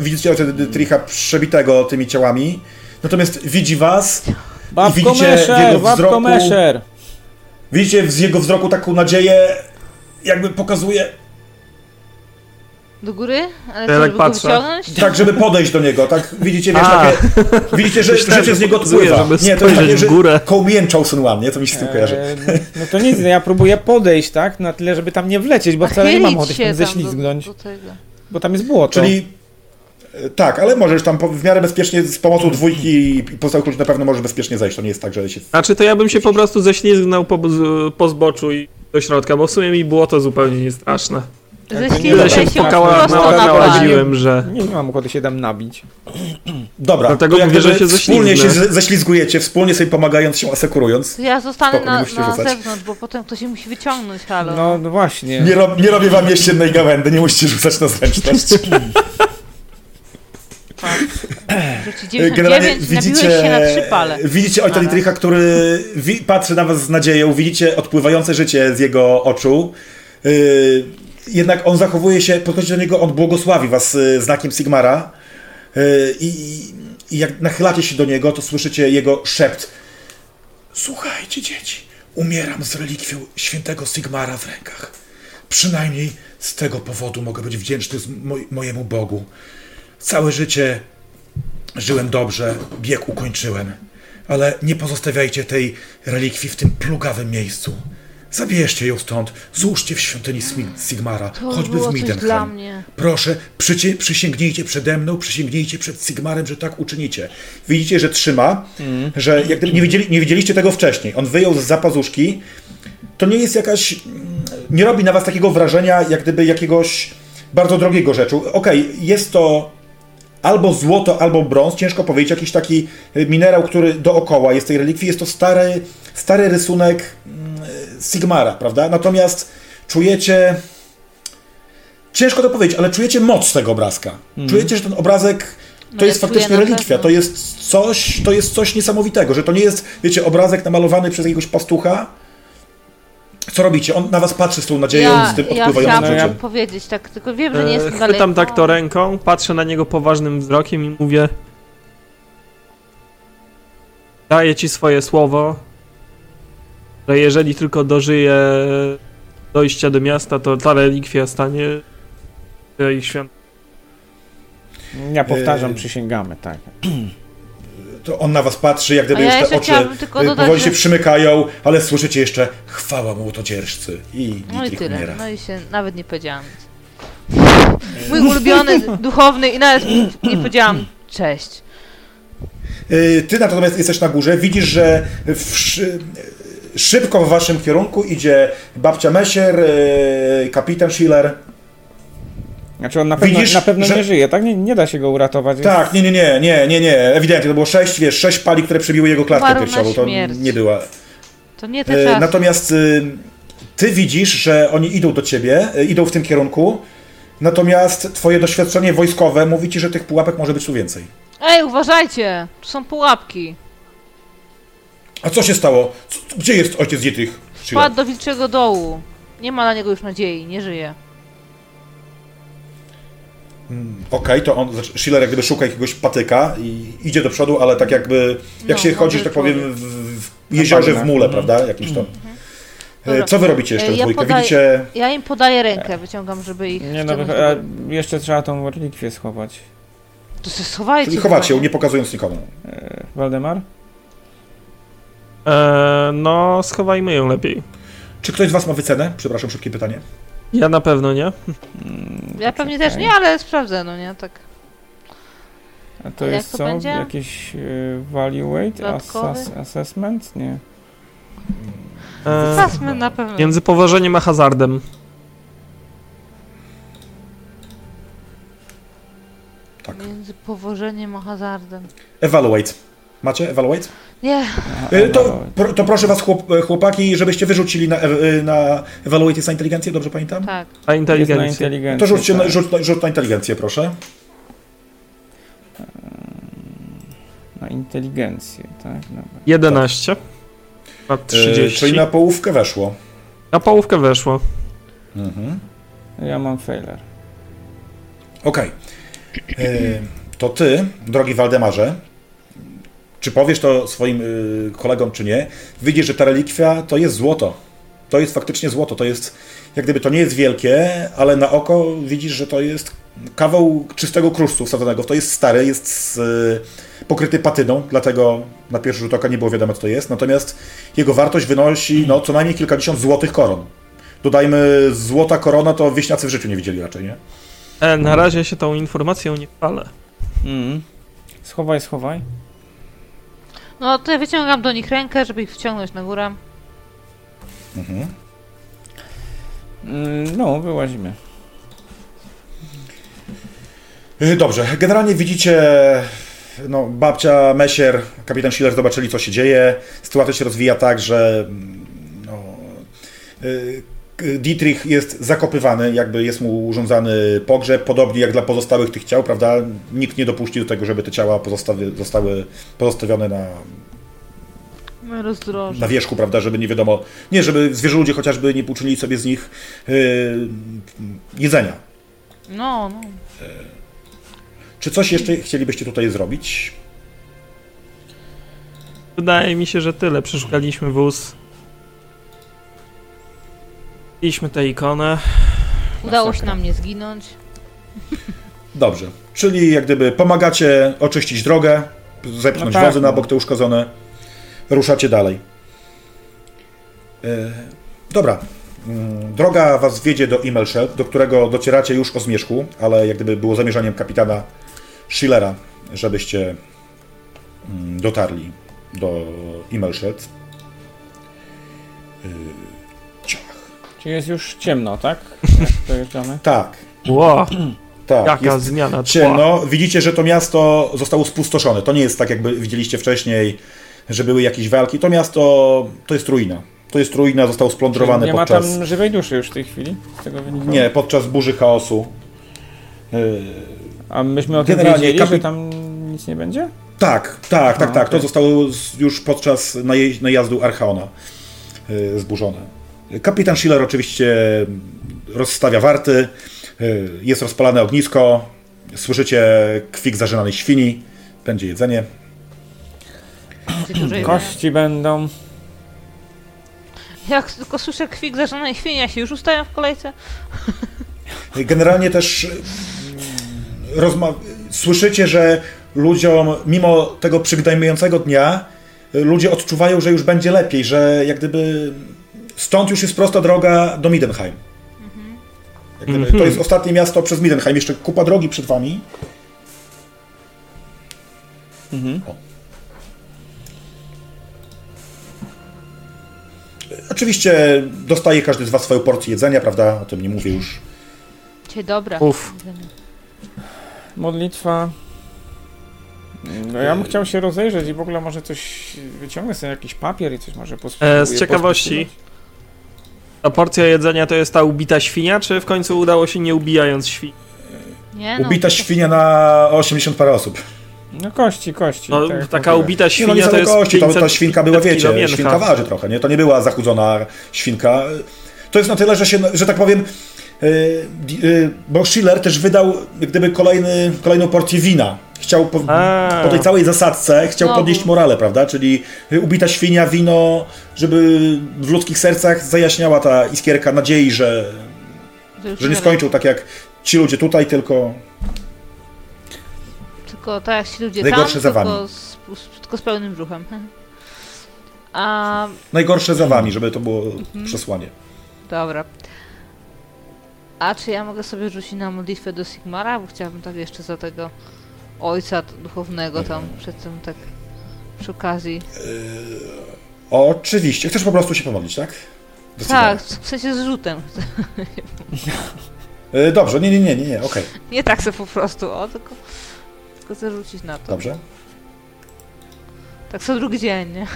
widzicie ojca Dietricha przebitego tymi ciałami. Natomiast widzi was, Babko widzicie w jego Meszer, babko wzroku- Meszer! widzicie z jego wzroku taką nadzieję, jakby pokazuje, Do góry? Ale co, Ja tak żeby go patrzę. wyciągnąć? tak żeby podejść do niego, tak? Widzicie, wiesz, A. takie, widzicie, że Myślałem, życie z że niego pokazuje, odpływa. żeby Nie, to jest takie, spojrzeć że w górę. kołmięczał synuam, nie? To mi się z tym kojarzy. E, no to nic, no ja próbuję podejść, tak? Na tyle, żeby tam nie wlecieć, bo wcale nie mam Nachylić ochoty się tam tam ześlizgnąć, Do, do tego. bo tam jest błoto. Czyli e, tak, ale możesz tam po- w miarę bezpiecznie z pomocą Mm. dwójki i pozostałych ludzi na pewno możesz bezpiecznie zejść. To nie jest tak, że się Znaczy to ja bym się po prostu ześlizgnął po, po zboczu i do środka, bo w sumie mi było to zupełnie niestraszne. Tyle Ześlizgnę się się pokała, prosto mała na plan. nałaziłem. nałaziłem, że... Nie mam ochoty się tam nabić. Dobra, Dlatego to jak mówię, że gdyby się wspólnie się ześlizgnę. ze- ześlizgujecie, wspólnie sobie pomagając się, asekurując. To Ja zostanę Spoko, nie na, musicie na rzucać. zewnątrz, bo potem ktoś się musi wyciągnąć, halo. No no właśnie. Nie, rob, nie robię wam jesiennej gawędy, nie musicie rzucać na zręczność. Rzuci 99, nabiłeś się na trzy pale. E, widzicie e, ojca Ale- Dietricha, który wi- patrzy na was z nadzieją, widzicie odpływające życie z jego oczu. Yy, jednak on zachowuje się, podchodzicie do niego, on błogosławi was y, znakiem Sigmara. Yy, I i jak nachylacie się do niego, to słyszycie jego szept. Słuchajcie, dzieci, umieram z relikwią świętego Sigmara w rękach. Przynajmniej z tego powodu mogę być wdzięczny z moj, mojemu Bogu. Całe życie Żyłem dobrze, bieg ukończyłem, ale nie pozostawiajcie tej relikwii w tym plugawym miejscu. Zabierzcie ją stąd, złóżcie w świątyni Smi- Sigmara, To choćby było w coś dla Midenheim. mnie. Proszę, przycie, przysięgnijcie przede mną, przysięgnijcie przed Sigmarem, że tak uczynicie. Widzicie, że trzyma, że jak gdyby nie, widzieli, nie widzieliście tego wcześniej. On wyjął z zapazuszki. To nie jest jakaś. mm, Nie robi na was takiego wrażenia, jak gdyby jakiegoś bardzo drogiego rzeczu. Okej, jest to albo złoto, albo brąz, ciężko powiedzieć, jakiś taki y, minerał, który dookoła jest tej relikwii, jest to stary, stary rysunek mm, Sigmara, prawda? Natomiast czujecie, ciężko to powiedzieć, ale czujecie moc tego obrazka. Czujecie, że ten obrazek to No ja jest czuję faktycznie na relikwia, pewno. to jest, coś, to jest coś niesamowitego, że to nie jest, wiecie, obrazek namalowany przez jakiegoś pastucha. Co robicie? On na was patrzy z tą nadzieją, Ja, z tym ja odpływającym chciałam życiem. wam powiedzieć tak, tylko wiem, że nie E, jestem daleko. Chwytam tak to ręką, patrzę na niego poważnym wzrokiem i mówię Daję ci swoje słowo, że jeżeli tylko dożyję dojścia do miasta, to ta relikwia stanie się ich świąt. Ja powtarzam, Yy. przysięgamy, tak. to on na was patrzy, jak gdyby A już ja te jeszcze oczy chciałabym tylko y, dodać, powoli się że- przymykają, ale słyszycie jeszcze chwała młotocierżcy i No i Dietrich umiera. tyle. No i się nawet nie powiedziałam nic. Mój ulubiony duchowny i nawet nie powiedziałam cześć. Y, Ty natomiast jesteś na górze, widzisz, że w, szy- y, szybko w waszym kierunku idzie babcia Mesier, y, kapitan Schiller. Znaczy on na pewno, Widzisz, na pewno że- nie żyje, tak? Nie, nie da się go uratować. więc- Tak, nie, nie, nie, nie, nie, nie, ewidentnie, to było sześć, wiesz, sześć pali, które przebiły jego klatkę Umarł na piersiową, to śmierć. nie była To nie E, te czasy. Natomiast y, ty widzisz, że oni idą do ciebie, y, idą w tym kierunku, natomiast twoje doświadczenie wojskowe mówi ci, że tych pułapek może być tu więcej. Ej, uważajcie! Tu są pułapki. A co się stało? C- Gdzie jest ojciec Dietrich? Czyli- Wpadł do wilczego dołu. Nie ma na niego już nadziei, nie żyje. Okej, to on, znaczy, Schiller jak gdyby szuka jakiegoś patyka i idzie do przodu, ale tak jakby, jak No, się chodzi, mądry że tak powiem, człowiek. Mhm. w, w jeziorze, w mule, Mhm. prawda, jakimś tam. Dobra. E, Co wy robicie jeszcze E, w ja dwójkę? podaję- Widzicie... Ja im podaję rękę, wyciągam, żeby ich. Nie, no, wciągnąć wych- do a, góry. jeszcze trzeba tą relikwię schować. To se schowajcie. Czyli chowacie ją, kochani. nie pokazując nikomu. Waldemar? E, no, schowajmy ją lepiej. Czy ktoś z was ma wycenę? Przepraszam, szybkie pytanie. Ja na pewno nie. Ja pewnie też nie, ale sprawdzę, no nie? Tak. A to A jak jest to co? będzie? Jakiś y, value weight Dodatkowy? assess, assessment? Nie. E, Zasmy na pewno. między poważeniem a hazardem. Tak. Między powożeniem a hazardem. Evaluate. Macie? Evaluate? Nie, E, no, To, pro- to proszę was, chłop, e, chłopaki, żebyście wyrzucili na, e- na Evaluate jest na inteligencję, dobrze pamiętam? tak. A Jest na inteligencja. inteligencję. To rzućcie na, tak. rzut, na- rzut na inteligencję, proszę. na inteligencję, tak? Dobra. 11. Na E, czyli 30. na połówkę weszło. Na połówkę weszło. Mhm. Ja mam failure. Okej. E, To ty, drogi Waldemarze, czy powiesz to swoim y, kolegom, czy nie, widzisz, że ta relikwia to jest złoto. To jest faktycznie złoto. To jest, jak gdyby to nie jest wielkie, ale na oko widzisz, że to jest kawał czystego kruszcu wsadzonego. To jest stary, jest z, y, pokryty patyną, dlatego na pierwszy rzut oka nie było wiadomo, co to jest. Natomiast jego wartość wynosi no, co najmniej kilkadziesiąt złotych koron. Dodajmy, złota korona to wieśniacy w życiu nie widzieli raczej, nie? E, na razie się tą informacją nie chwalę. Mm. Schowaj, schowaj. Mhm. No to ja wyciągam do nich rękę, żeby ich wciągnąć na górę. Mm, No, wyłazimy. Y, Dobrze, generalnie widzicie, no, babcia, Mesier, kapitan Schiller zobaczyli, co się dzieje. Sytuacja się rozwija tak, że mm, no, y, K- Dietrich jest zakopywany, jakby jest mu urządzany pogrzeb, podobnie jak dla pozostałych tych ciał, prawda? Nikt nie dopuści do tego, żeby te ciała pozostały, zostały pozostawione na, My No rozdrożę. na wierzchu, prawda, żeby nie wiadomo, nie, żeby zwierzę ludzie chociażby nie uczynili sobie z nich y, jedzenia. No, no. Czy coś jeszcze chcielibyście tutaj zrobić? Wydaje mi się, że tyle. Przeszukaliśmy wóz. Mieliśmy tę ikonę. Udało Udało Masakra. się się nam nam nie zginąć. Dobrze. Czyli jak gdyby pomagacie oczyścić drogę, zepchnąć No tak, wozy na no. bok te uszkodzone, ruszacie dalej. E, dobra. Mm, Droga was wiedzie do Imelshed, do którego docieracie już o zmierzchu, ale jak gdyby było zamierzaniem kapitana Schillera, żebyście mm, dotarli do Imelshed. E, ciach. Czyli jest już ciemno, tak? Jak dojeżdżamy? tak, Ło, tak. jaka jest- zmiana tła. Ciemno. no, Widzicie, że to miasto zostało spustoszone. To nie jest tak, jakby widzieliście wcześniej, że były jakieś walki. To miasto to jest ruina. To jest ruina, zostało splądrowane nie podczas. ma tam żywej duszy już w tej chwili? Z tego wynika? Nie, podczas burzy chaosu. Yy, A myśmy o tym Generalnie wiedzieli, kapi- że tam nic nie będzie? tak, tak, tak, A, tak. To No, okej. zostało z- już podczas naje- najazdu Archaona yy, zburzone. Kapitan Schiller oczywiście rozstawia warty. Yy, jest rozpalane ognisko. Słyszycie kwik zażynanej świni. Będzie jedzenie. Kości będą. Jak tylko słyszę kwik zażonej świni, ja się już ustawiam w kolejce. Generalnie też mm, rozma- słyszycie, że ludziom, mimo tego przygnajmującego dnia, y, ludzie odczuwają, że już będzie lepiej, że jak gdyby stąd już jest prosta droga do Midenheim. Jak gdyby, To jest ostatnie miasto przez Midenheim, jeszcze kupa drogi przed wami. O. Oczywiście dostaje każdy z was swoją porcję jedzenia, prawda? O tym nie mówię już. Cię dobra. Uff. Modlitwa. No ja bym chciał się rozejrzeć i w ogóle może coś wyciągnę sobie jakiś papier i coś może posłuchać. E, z ciekawości. Ta porcja jedzenia to jest ta ubita świnia, czy w końcu udało się nie ubijając świni? Nie no. Ubita świnia na 80 parę osób. No kości, kości. No, tak jak taka mówiłem. ubita Nie no, świnia nie to same jest kości, to, 500 ta świnka była, kilo wiecie, mięcha. świnka waży trochę, nie? To nie była zachudzona świnka. To jest na tyle, że się, że tak powiem, yy, di- yy, bo Schiller też wydał jak gdyby kolejny, kolejną porcję wina. Chciał po, A. po tej całej zasadce, chciał No. podnieść morale, prawda? Czyli y, ubita świnia, wino, żeby w ludzkich sercach zajaśniała ta iskierka nadziei, że, to już że nie wiele. skończył tak jak ci ludzie tutaj, tylko Tylko tak jak ci ludzie Najgorsze tam, za tylko wami. z, z, tylko z pełnym brzuchem. A, najgorsze za wami, żeby to było przesłanie. dobra. A czy ja mogę sobie rzucić na modlitwę do Sigmara? Bo chciałabym tak jeszcze za tego ojca duchownego No. tam przedtem tak przy okazji. Oczywiście. Chcesz po prostu się pomodlić, tak? Do Tak, cygara. w sensie z rzutem. Y, Dobrze, nie, nie, nie, nie, nie, okej, Nie tak se po prostu, o, tylko, tylko chcę rzucić na to. dobrze. Tak co drugi dzień, nie?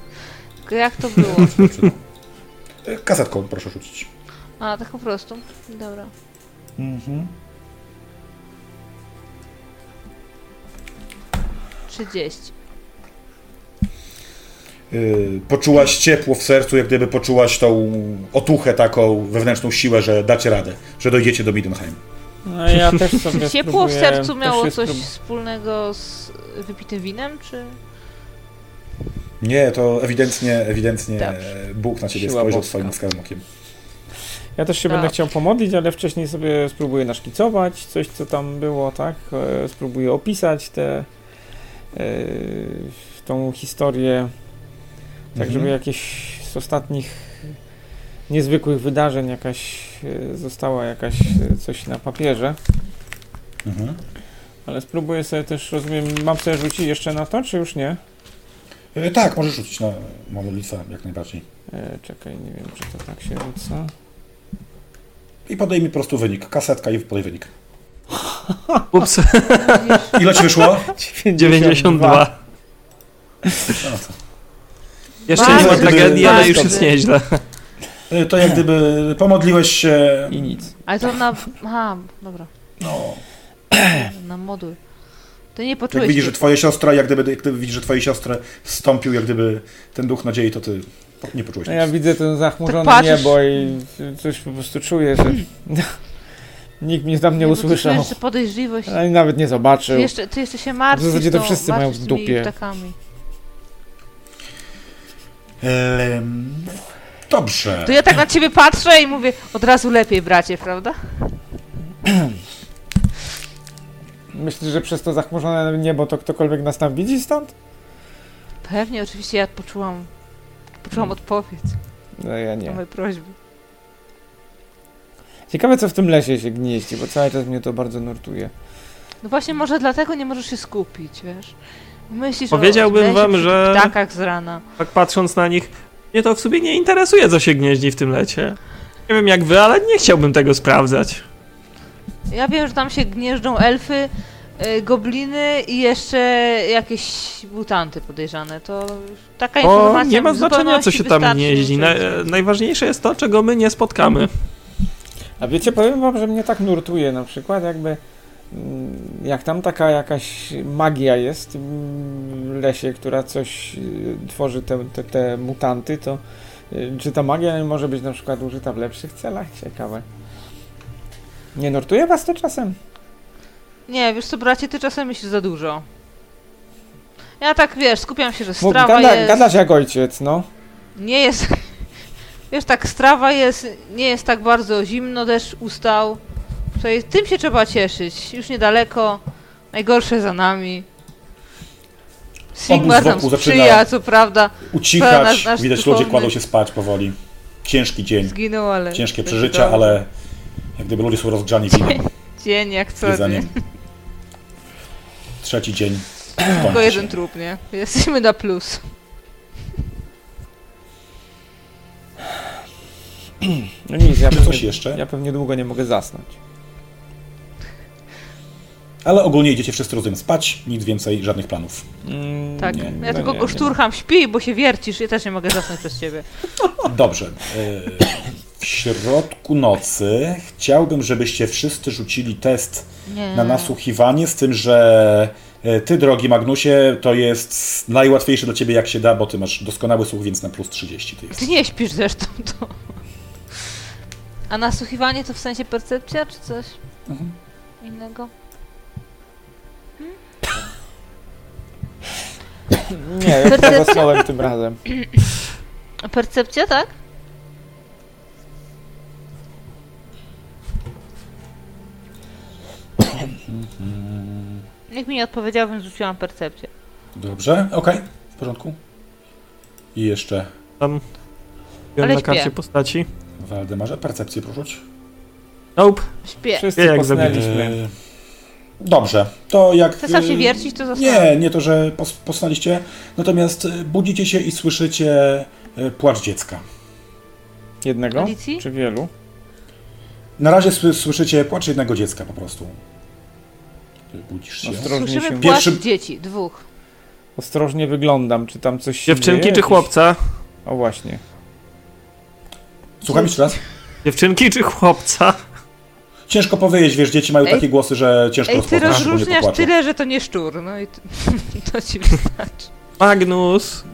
Tylko jak to było? Y, Kasetką proszę rzucić. A, tak po prostu. Dobra. Mhm. 30. E, Poczułaś ciepło w sercu, jak gdyby poczułaś tą otuchę taką, wewnętrzną siłę, że dacie radę, że dojdziecie do Midenheim. No ja też sobie Ciepło w spróbuję- sercu też miało się coś sprób- wspólnego z wypitym winem, czy... Nie, to ewidentnie, ewidentnie Dobrze. Bóg na ciebie Siła spojrzał boska. swoim skarym okiem. Ja też się Tak. będę chciał pomodlić, ale wcześniej sobie spróbuję naszkicować coś, co tam było, tak? E, Spróbuję opisać tę e, tą historię, tak Mhm. żeby jakieś z ostatnich niezwykłych wydarzeń jakaś e, została jakaś e, coś na papierze. Mhm. Ale spróbuję sobie też, rozumiem, mam sobie rzucić jeszcze na to, czy już nie? Y, Tak, możesz rzucić na modlitwę, jak najbardziej. E, czekaj, nie wiem, czy to tak się rzuca. i podaj mi po prostu wynik. Kasetka i podaj wynik. Ups, Ile ci wyszło? 92. No to. Jeszcze nie Bardzo ma dobry. tragedii, ale Bardzo już jest dobry. nieźle. Y, To jak gdyby pomodliłeś się. I nic. Ale to na... Aha, dobra. No, Na moduł. To No nie jak poczułeś... widzisz, że twoja siostra, jak gdyby, jak gdyby widzisz, że twoje siostrę wstąpił, jak gdyby ten duch nadziei, to ty po- nie poczułeś No ja nic. widzę to zachmurzone Tak patrzysz- niebo i coś po prostu czuję, że nikt mnie tam nie usłyszał. Jeszcze podejrzliwość. Ani nawet nie Ty zobaczył. jeszcze, ty jeszcze się martwisz W zasadzie to tą- wszyscy mają martwisz w tymi dupie. Ptakami. Em, Dobrze. To ja tak na ciebie patrzę i mówię, od razu lepiej bracie, prawda? Myślisz, że przez to zachmurzone niebo to ktokolwiek nas tam widzi stąd? Pewnie, oczywiście ja poczułam, poczułam Mm. odpowiedź No ja na nie. moje prośby. Ciekawe co w tym lesie się gnieździ, bo cały czas mnie to bardzo nurtuje. No właśnie może dlatego nie możesz się skupić, wiesz. Myślisz Powiedziałbym o lesie wam, przy że- ptakach z rana. Tak patrząc na nich, mnie to w sobie nie interesuje, co się gnieździ w tym lecie. Nie wiem jak wy, ale nie chciałbym tego sprawdzać. Ja wiem, że tam się gnieżdżą elfy, y, gobliny i jeszcze jakieś mutanty podejrzane. To taka Bo informacja nie ma w znaczenia, co zupełności się tam wystarczy, gnieździ. żeby- Na, najważniejsze jest to, czego my nie spotkamy. A wiecie, powiem wam, że mnie tak nurtuje na przykład, jakby mm, jak tam taka jakaś magia jest mm, w lesie, która coś y, tworzy te, te, te mutanty, to y, czy ta magia nie może być na przykład użyta w lepszych celach? Ciekawe. Nie nurtuje was to czasem? Nie, wiesz co, bracie, ty czasem myślisz za dużo. Ja tak, wiesz, skupiam się, że Bo strawa gada, jest... gadasz jak ojciec, no. Nie jest... Wiesz, tak, strawa jest... Nie jest tak bardzo zimno, deszcz ustał. Tutaj tym się trzeba cieszyć. Już niedaleko. Najgorsze za nami. Sigma Obóz tam wokół zaczyna- sprzyja, co prawda. To Ucichać, nasz- nasz widać, duchowny. ludzie kładą się spać powoli. Ciężki dzień, Zginął, ale... ciężkie będzie przeżycia, dobrze. ale jak gdyby ludzie są rozgrzani winem, Dzień jak co dzień. jedzeniem. Trzeci dzień. Tylko kończy jeden się. trup, nie? Jesteśmy na plus. No nic, ja Czy coś pewnie, jeszcze? ja pewnie długo nie mogę zasnąć. Ale ogólnie idziecie wszyscy rozumiem spać, nic więcej, żadnych planów. Mm, Tak. Nie, ja no tylko nie, go nie. szturcham, śpi, bo się wiercisz. Ja też nie mogę zasnąć przez ciebie. No Dobrze. y, W środku nocy chciałbym, żebyście wszyscy rzucili test Nie. na nasłuchiwanie, z tym, że y, ty, drogi Magnusie, to jest najłatwiejsze dla ciebie jak się da, bo ty masz doskonały słuch, więc na plus 30 ty jest. Ty nie śpisz zresztą to. A nasłuchiwanie to w sensie percepcja, czy coś innego? Nie, ja już Percepcja? zasnąłem tym razem. Percepcja, tak? Mm, Nikt mi nie odpowiedział, więc rzuciłam percepcję. Dobrze, okej, w porządku. I jeszcze, Tam wiem Ale na karcie śpię. postaci. Waldemarze, percepcję porzuć. Nope. Śpię. Wszyscy Wie, jak posnęliśmy. Y, Dobrze, to jak... Chcesz się y, wiercić, to zostało. Nie, nie to, że pos- posnaliście. Natomiast y, budzicie się i słyszycie y, płacz dziecka. Jednego? Alicji? No. Czy wielu? Na razie sły- słyszycie płacz jednego dziecka po prostu. Y, Budzisz się. Ostro- Słyszymy Różni się- płacz Pierwszy- dzieci, dwóch. Ostrożnie wyglądam, czy tam coś się dzieje, Dziewczynki czy jakiś- chłopca? O właśnie. Słucham jeszcze raz? Dziewczynki czy chłopca? Ciężko powiedzieć, wiesz, dzieci mają Ej- takie głosy, że ciężko Ej, ty rozpoznać, szczególnie po rozróżniasz płaczu. tyle, że to nie szczur, no i t- to ci wystarczy. Magnus,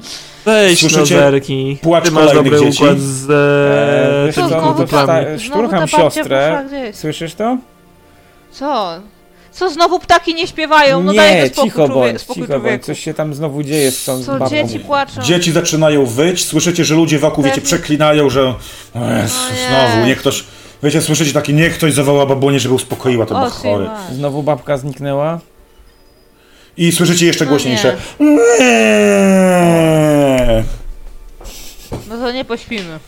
weź Słyszycie? no zerki. Płacz Ty masz kolejnych dobry dzieci? układ z Eee, e, wiesz co, tymi no to kuplami. wsta- Znowu ta Szturcham babcia siostrę. poszła gdzieś. Słyszysz to? Co? Co znowu ptaki nie śpiewają? No daj nie, spokój, cicho człowie- bądź, spokój cicho bądź. człowieku. Coś się tam znowu dzieje z tą Co babką. dzieci płaczą? Dzieci zaczynają wyć, słyszycie, że ludzie wokół, wiecie, Pewnie. przeklinają, że o Jezus, O nie. znowu, nie ktoś, wiecie, słyszycie taki, nie ktoś zawoła babunię, żeby uspokoiła, to był O, chory. Sigma. Znowu babka zniknęła? I słyszycie jeszcze No głośniejsze. "Eee". No to nie pośpimy.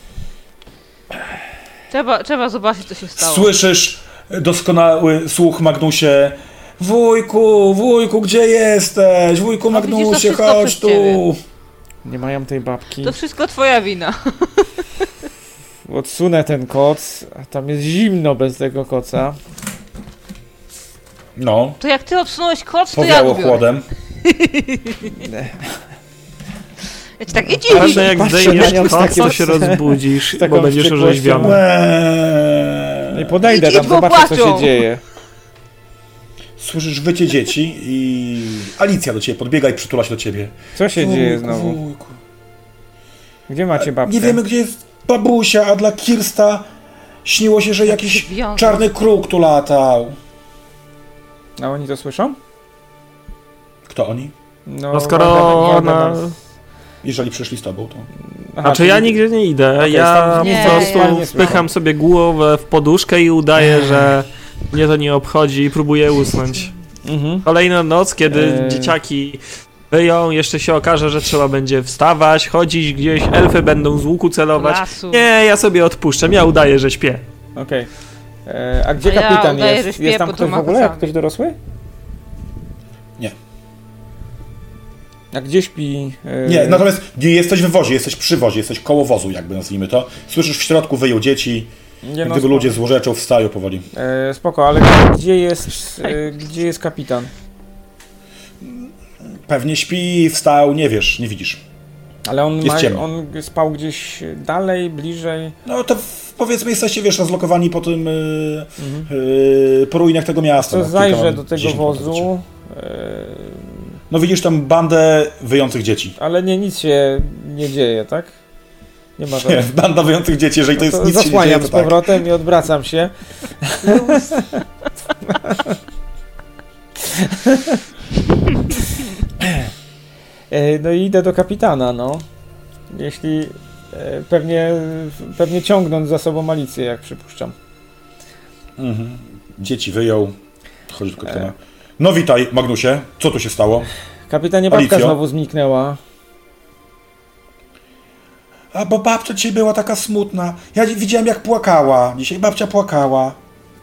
Trzeba, trzeba zobaczyć, co się stało. Słyszysz doskonały słuch Magnusie. Wujku, wujku, gdzie jesteś? Wujku No widzisz, to Magnusie, wszystko chodź przez tu. ciebie. Nie mają tej babki. To wszystko twoja wina. Odsunę ten koc, a tam jest zimno bez tego koca. No, To jak ty odsunąłeś koc, to ja powiało ubiorę. chłodem. Ja ci tak, idź, idź. Patrzę jak Patrzę na nią zdejmiesz z koc, takim- to się rozbudzisz, z taką bo będziesz wściekłością. orzeźwiony. No i Eee. podejdę Idź, tam, idź, bo zobaczę co się płaczą. dzieje. Słyszysz wycie dzieci i Alicja do ciebie podbiega i przytula się do ciebie. Co się dzieje znowu? Wujku. Gdzie macie babkę? Nie wiemy, gdzie jest babusia, a dla Kirsta śniło się, że jakiś Wiązał. czarny kruk tu latał. A oni to słyszą? Kto oni? No skoro ona... Jeżeli przyszli z tobą, to... Znaczy ja nigdzie nie idę, ja stąd nie po słyszę. prostu Nie wpycham sobie głowę w poduszkę i udaję, że mnie to nie obchodzi i próbuję usnąć. Mhm. Kolejna noc, kiedy Eee. dzieciaki wyją, jeszcze się okaże, że trzeba będzie wstawać, chodzić gdzieś, elfy będą z łuku celować. Lasu. Nie, ja sobie odpuszczam, ja udaję, że śpię. Okej. E, A gdzie A ja kapitan udaję, że jest? śpię Jest tam pod ktoś w dwoma ogóle? Jak kocami. ktoś dorosły? Nie. A gdzie śpi? e, Nie, no natomiast nie jesteś w wozie, jesteś przy wozie, jesteś koło wozu, jakby nazwijmy to. Słyszysz w środku wyją dzieci, nie gdy ludzie złorzeczą wstają powoli. no E, spoko, ale gdzie jest, e, gdzie jest kapitan? Pewnie śpi, wstał, nie wiesz, nie widzisz. Ale on, Jest ma, ciemno. on spał gdzieś dalej, bliżej. No to w, powiedzmy jesteście, wiesz, rozlokowani po tym, yy, yy, po ruinach tego miasta. To no, zajrzę kilka- do tego 10 kilometrów. wozu, e, No widzisz tam bandę wyjących dzieci. ale nie, nic się nie dzieje, tak? Nie ma Nie, żadnych... banda wyjących dzieci, jeżeli to jest No nic się nie dzieje, zasłaniam to z tak. powrotem i odwracam się. E, No i idę do kapitana, no. Jeśli... e, Pewnie, pewnie ciągnąc za sobą Alicję, jak przypuszczam. Mhm. Dzieci wyjął. Chodzi tylko e. No witaj, Magnusie. Co tu się stało? Kapitanie, babka Alicjo? znowu zniknęła. A bo babcia dzisiaj była taka smutna. Ja dzi- widziałem jak płakała. Dzisiaj babcia płakała.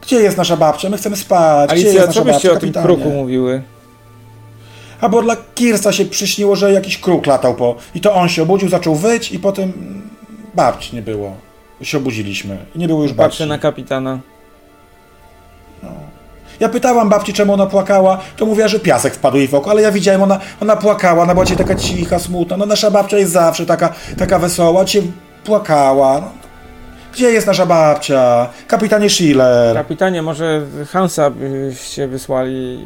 Gdzie jest nasza babcia? My chcemy spać. Gdzie Alicja, jest co nasza babcia, byście o tym kapitanie? kruku mówiły? A bo dla Kirsta się przyśniło, że jakiś kruk latał po... I to on się obudził, zaczął wyć i potem... mm, Babci nie było. Się obudziliśmy. I nie było już babci. Patrzę na kapitana. Ja pytałam babci, czemu ona płakała, to mówiła, że piasek wpadł jej w oko, ale ja widziałem, ona, ona płakała, ona była dzisiaj taka cicha, smutna. No nasza babcia jest zawsze taka, taka wesoła, cię płakała. No. Gdzie jest nasza babcia? Kapitanie Schiller. Kapitanie, może Hansa byście wysłali,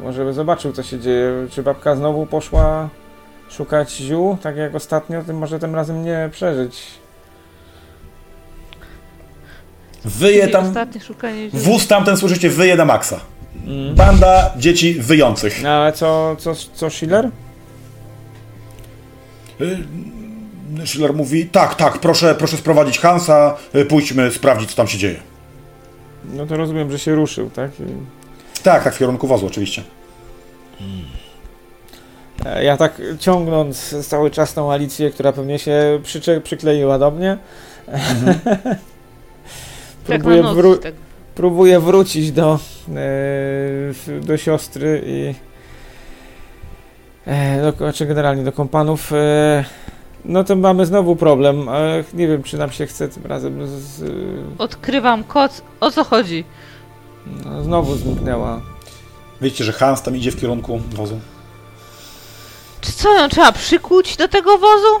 może by zobaczył, co się dzieje. Czy babka znowu poszła szukać ziół, tak jak ostatnio, to może tym razem nie przeżyć. Wyje Czyli tam, Ostatnie szukanie dzieci. wóz tamten, słyszycie, wyje na maksa. Mm. Banda dzieci wyjących. No, ale co, co, co Schiller? Y, Schiller mówi, tak, tak, proszę, proszę sprowadzić Hansa, y, pójdźmy sprawdzić, co tam się dzieje. No to rozumiem, że się ruszył, tak? I- Tak, tak, w kierunku wozu oczywiście. E, Ja tak ciągnąc cały czas tą Alicję, która pewnie się przycze- przykleiła do mnie. Tak próbuję, Mhm. na noc, wró- tak. próbuję wrócić do, e, w- do siostry i e, do, ko- czy generalnie do kompanów. E, no to mamy znowu problem. E, nie wiem, czy nam się chce tym razem. Z, z, Odkrywam koc. O co chodzi? no, znowu zniknęła. Wiecie, że Hans tam idzie w kierunku wozu. Czy co, ją trzeba przykuć do tego wozu?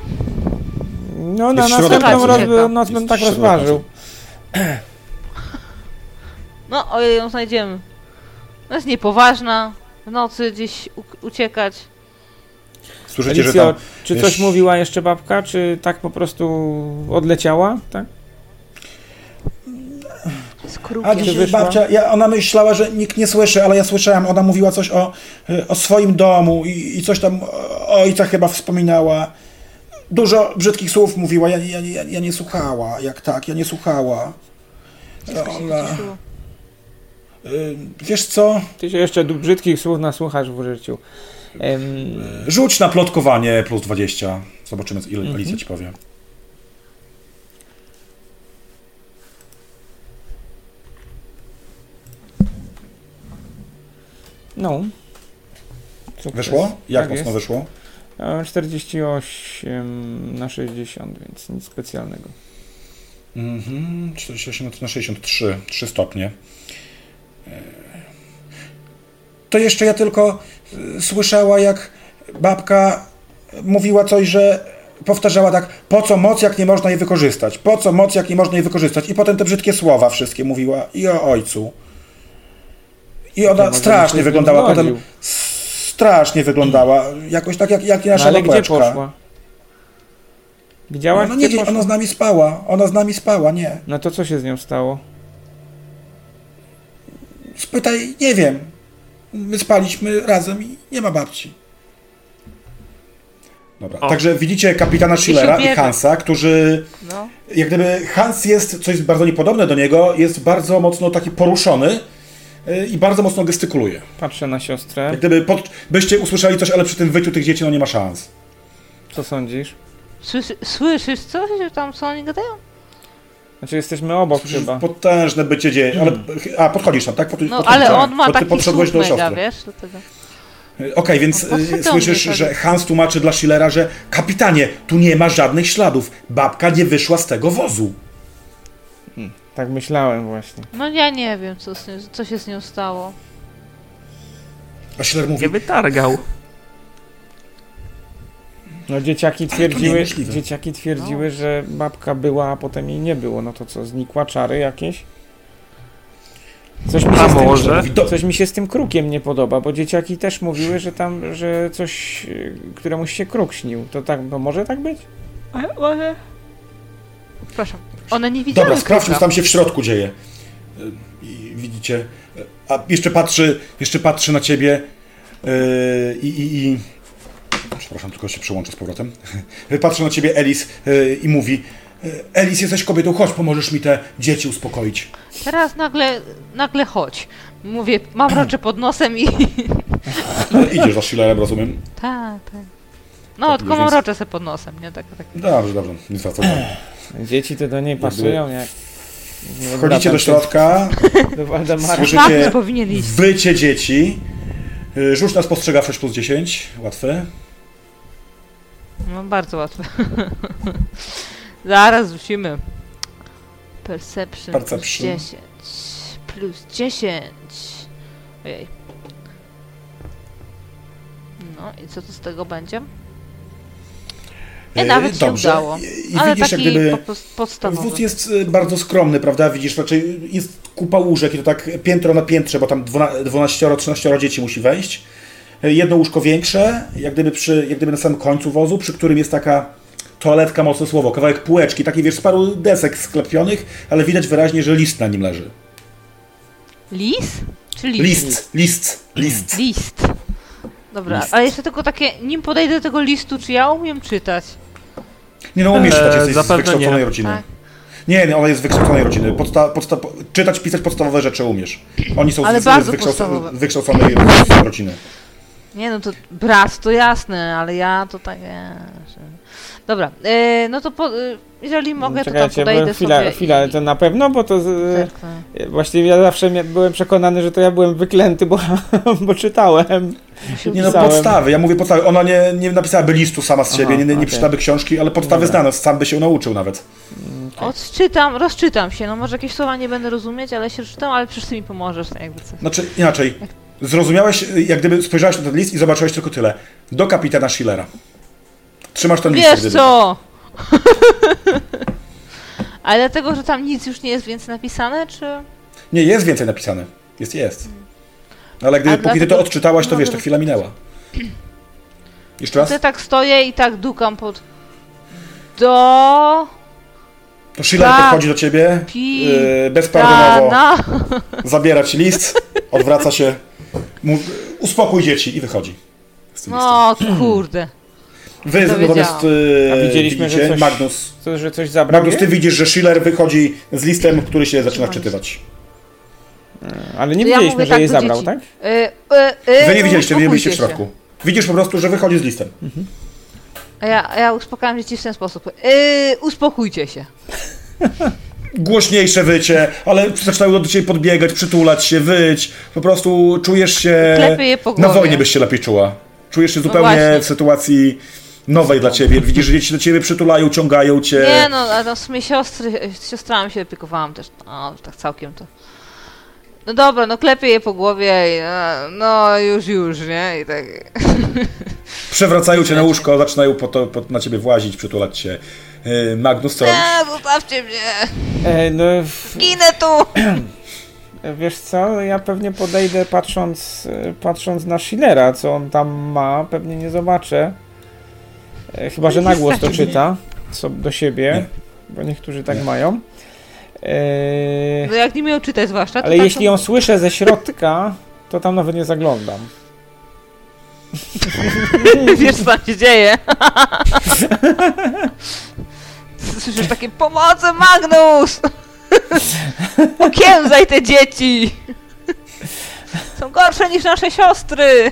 No na Jest środek następną nocy. raz by- nas Jest bym tak środek rozważył. nocy. No, ojej, ją znajdziemy. Ona jest niepoważna. W nocy gdzieś u- uciekać. Słyszycie, że tam Alicjo, czy coś wiesz- mówiła jeszcze babka, czy tak po prostu odleciała? Tak? Z krukiem. A dziś wyszła? babcia, ja, ona myślała, że nikt nie słyszy, ale ja słyszałem, ona mówiła coś o, y, o swoim domu i, i coś tam o- o ojca chyba wspominała. Dużo brzydkich słów mówiła, ja, ja, ja, ja nie słuchała, jak tak, ja nie słuchała. Wszystko się Ola. wyciszyło. Y, Wiesz co, Ty się jeszcze du- brzydkich słów nasłuchasz w życiu. Em, rzuć na plotkowanie plus 20. Zobaczymy, ile Alicja ci powie. no. Sukces. Wyszło? Jak Tak mocno jest. wyszło? Ja mam 48 na 60, więc nic specjalnego. Mhm, 48 na 63, 3 stopnie. E, To jeszcze ja tylko y, słyszała, jak babka mówiła coś, że powtarzała tak, po co moc, jak nie można jej wykorzystać? Po co moc, jak nie można jej wykorzystać? I potem te brzydkie słowa wszystkie mówiła i o ojcu. I To ona może byś strasznie nie wyglądała, potem zgodził. strasznie wyglądała, jakoś tak jak, jak No, nasza ale gdzie babeczka. poszła? Widziałaś, Ona No, nie gdzie gdzieś, poszła? ona z nami spała, ona z nami spała, nie. No to co się z nią stało? Spytaj, nie wiem. My spaliśmy razem i nie ma babci. Dobra, O. także widzicie kapitana Schillera i ubiera. Hansa, którzy... No. Jak gdyby Hans jest, co jest bardzo niepodobne do niego, jest bardzo mocno taki poruszony y, i bardzo mocno gestykuluje. Patrzę na siostrę. Jak gdyby pod, byście usłyszeli coś, ale przy tym wyciu tych dzieci no nie ma szans. Co sądzisz? Słyszy, słyszysz coś, że tam co oni gadają? Znaczy jesteśmy obok Słyszysz chyba. Potężne bycie dzieje, ale... A, podchodzisz tam, tak? Pod, No, podchodzisz, ale tak. on ma To ty taki podszedłeś słuch do mega, siostry. wiesz? Dlatego. Okej, więc On podszedł y, do słyszysz, No, mnie, że tak. Hans tłumaczy dla Schillera, że kapitanie, tu nie ma żadnych śladów. Babka nie wyszła z tego wozu. Tak myślałem właśnie. No ja nie wiem, co, z nią, co się z nią stało. A Schiller mówi, Nie wytargał. No dzieciaki Tak, to twierdziły, niemożliwe. dzieciaki twierdziły, że babka była, a potem jej nie było. No to co, znikła czary jakieś? Coś mi, A się z tym, może? mówi do, coś mi się z tym krukiem nie podoba, bo dzieciaki też mówiły, że tam, że coś, y, któremuś się kruk śnił. To tak, no może tak być? Może... Proszę. One nie widziały Dobra, sprawdźmy, kruka. co tam się w środku dzieje. Y, I widzicie. y, A jeszcze patrzy, jeszcze patrzy na ciebie y, i. i, i... Przepraszam, tylko się przełączę z powrotem. E, Patrzy na ciebie Elis y, i mówi: y, Elis, jesteś kobietą, chodź, pomożesz mi te dzieci uspokoić. Teraz nagle, nagle chodź. Mówię, mam rocze pod nosem i... E, Idziesz za Schillerem, rozumiem? tak, tak. Tak, No, tylko więc- mam rocze sobie pod nosem, nie? Tak, tak. Dobrze, dobrze, nie zwracam uwagi. Dzieci to do niej pasują jak... nie Wchodzicie odwracam do się środka, Do Waldemara. Słyszy- Żadny Tak, powinien iść. wycie dzieci. Y, Rzuć na spostrzegawczość plus 10, łatwe. No, bardzo łatwe. Zaraz rzucimy. Perception, Perception. plus 10. Plus 10. Ojej. No i co to z tego będzie? Y, I nawet się dobrze. udało. I, i Ale widzisz, taki jak gdyby... po, Wóz podstawowy. jest y, bardzo skromny, prawda? Widzisz, raczej jest kupa łóżek i to tak piętro na piętrze, bo tam 12-13 dzieci musi wejść. Y, Jedno łóżko większe, jak gdyby, przy, jak gdyby na samym końcu wozu, przy którym jest taka toaletka, mocne słowo, kawałek półeczki, taki wiesz, z paru desek sklepionych, ale widać wyraźnie, że list na nim leży. Lis? Czy lis? List, list, list. List. Dobra, List. ale jeszcze tylko takie, nim podejdę do tego listu, czy ja umiem czytać? Nie no, umiesz Eee, czytać, jesteś z zapewne wykształconej nie. rodziny. Tak. Nie, nie, ona jest z wykształconej rodziny. Podsta, podsta, czytać, pisać podstawowe rzeczy umiesz. Oni są Ale z, z bardzo wykształco- podstawowe. wykształconej rodziny. Nie no, to brat to jasne, ale ja to tak... e, że- Dobra, e, no to po, e, jeżeli mogę, to No, tam Czekajcie, bo podejdę chwila, sobie Tak, chwila, ale to na pewno, bo to... i Z... zerknę. Właściwie ja zawsze mia- byłem przekonany, że to ja byłem wyklęty, bo, bo czytałem. Musimy- Nie no, Pisałem. podstawy, ja mówię podstawy. Ona nie, nie napisałaby listu sama z siebie, nie, nie okej. przeczytałaby książki, ale podstawy Dobra. znane, sam by się nauczył nawet. Odczytam, rozczytam się, no może jakieś słowa nie będę rozumieć, ale się rozczytam, ale przecież ty mi pomożesz, tak jakby co. Znaczy, inaczej, zrozumiałeś, jak gdyby spojrzałeś na ten list i zobaczyłeś tylko tyle. Do kapitana Schillera. Trzymasz ten list. jak Wiesz gdyby. co! ale dlatego, że tam nic już nie jest więcej napisane, czy... Nie, jest więcej napisane. Jest, jest. No, ale gdyby, A póki ty to dlatego- odczytałaś, to no wiesz, ta dobra. chwila minęła. Jeszcze raz? Ty tak stoję i tak dukam pod... Do... To Schiller Tak. podchodzi do ciebie, Pi- E, yy, bezpardonowo Dana. zabiera ci list, odwraca się, mów, uspokój dzieci i wychodzi. z tym listem. No kurde. Wy To natomiast A yy, widzieliśmy, widzicie, że coś- Magnus, To, że coś zabrał. Magnus, ty widzisz, że Schiller wychodzi z listem, który się zaczyna Trzymaj się. wczytywać. Ale nie Ja widzieliśmy, mówię że tak jej do zabrał, dzieci. tak? Y, y, y, Wy nie widzieliście, wy nie uspokójcie byliście w się. środku. Widzisz po prostu, że wychodzi z listem. A ja, a ja uspokajam dzieci w ten sposób. Y, uspokójcie się. Głośniejsze wycie, ale zaczynają do ciebie podbiegać, przytulać się, wyć. Po prostu czujesz się... Klepię je po Na głowie. No wojnie byś się lepiej czuła. Czujesz się zupełnie właśnie. w sytuacji nowej dla ciebie. Widzisz, że dzieci do ciebie przytulają, ciągają cię. Nie no, a no w sumie siostry, z siostrami się opiekowałam też, no tak całkiem to. No dobra, no klepię je po głowie i e, no już, już, nie? I tak... no. Przewracają cię na łóżko, zaczynają po to, po, na ciebie włazić, przytulać cię. Yy, Magnus, E, co robisz? Nie, zostawcie mnie! tak? E, no, w- Ginę tu! wiesz co, ja pewnie podejdę patrząc, e, patrząc na Schillera, co on tam ma, pewnie nie zobaczę. E, chyba, że na głos to czyta co, do siebie, bo niektórzy tak mają. E, No jak nie miał czytać zwłaszcza, to ale tak jeśli ją słyszę ze środka, to tam nawet nie zaglądam. to... wiesz co tam się dzieje. Słyszysz takie, pomocy Magnus! Okiemzaj te dzieci! Są gorsze niż nasze siostry!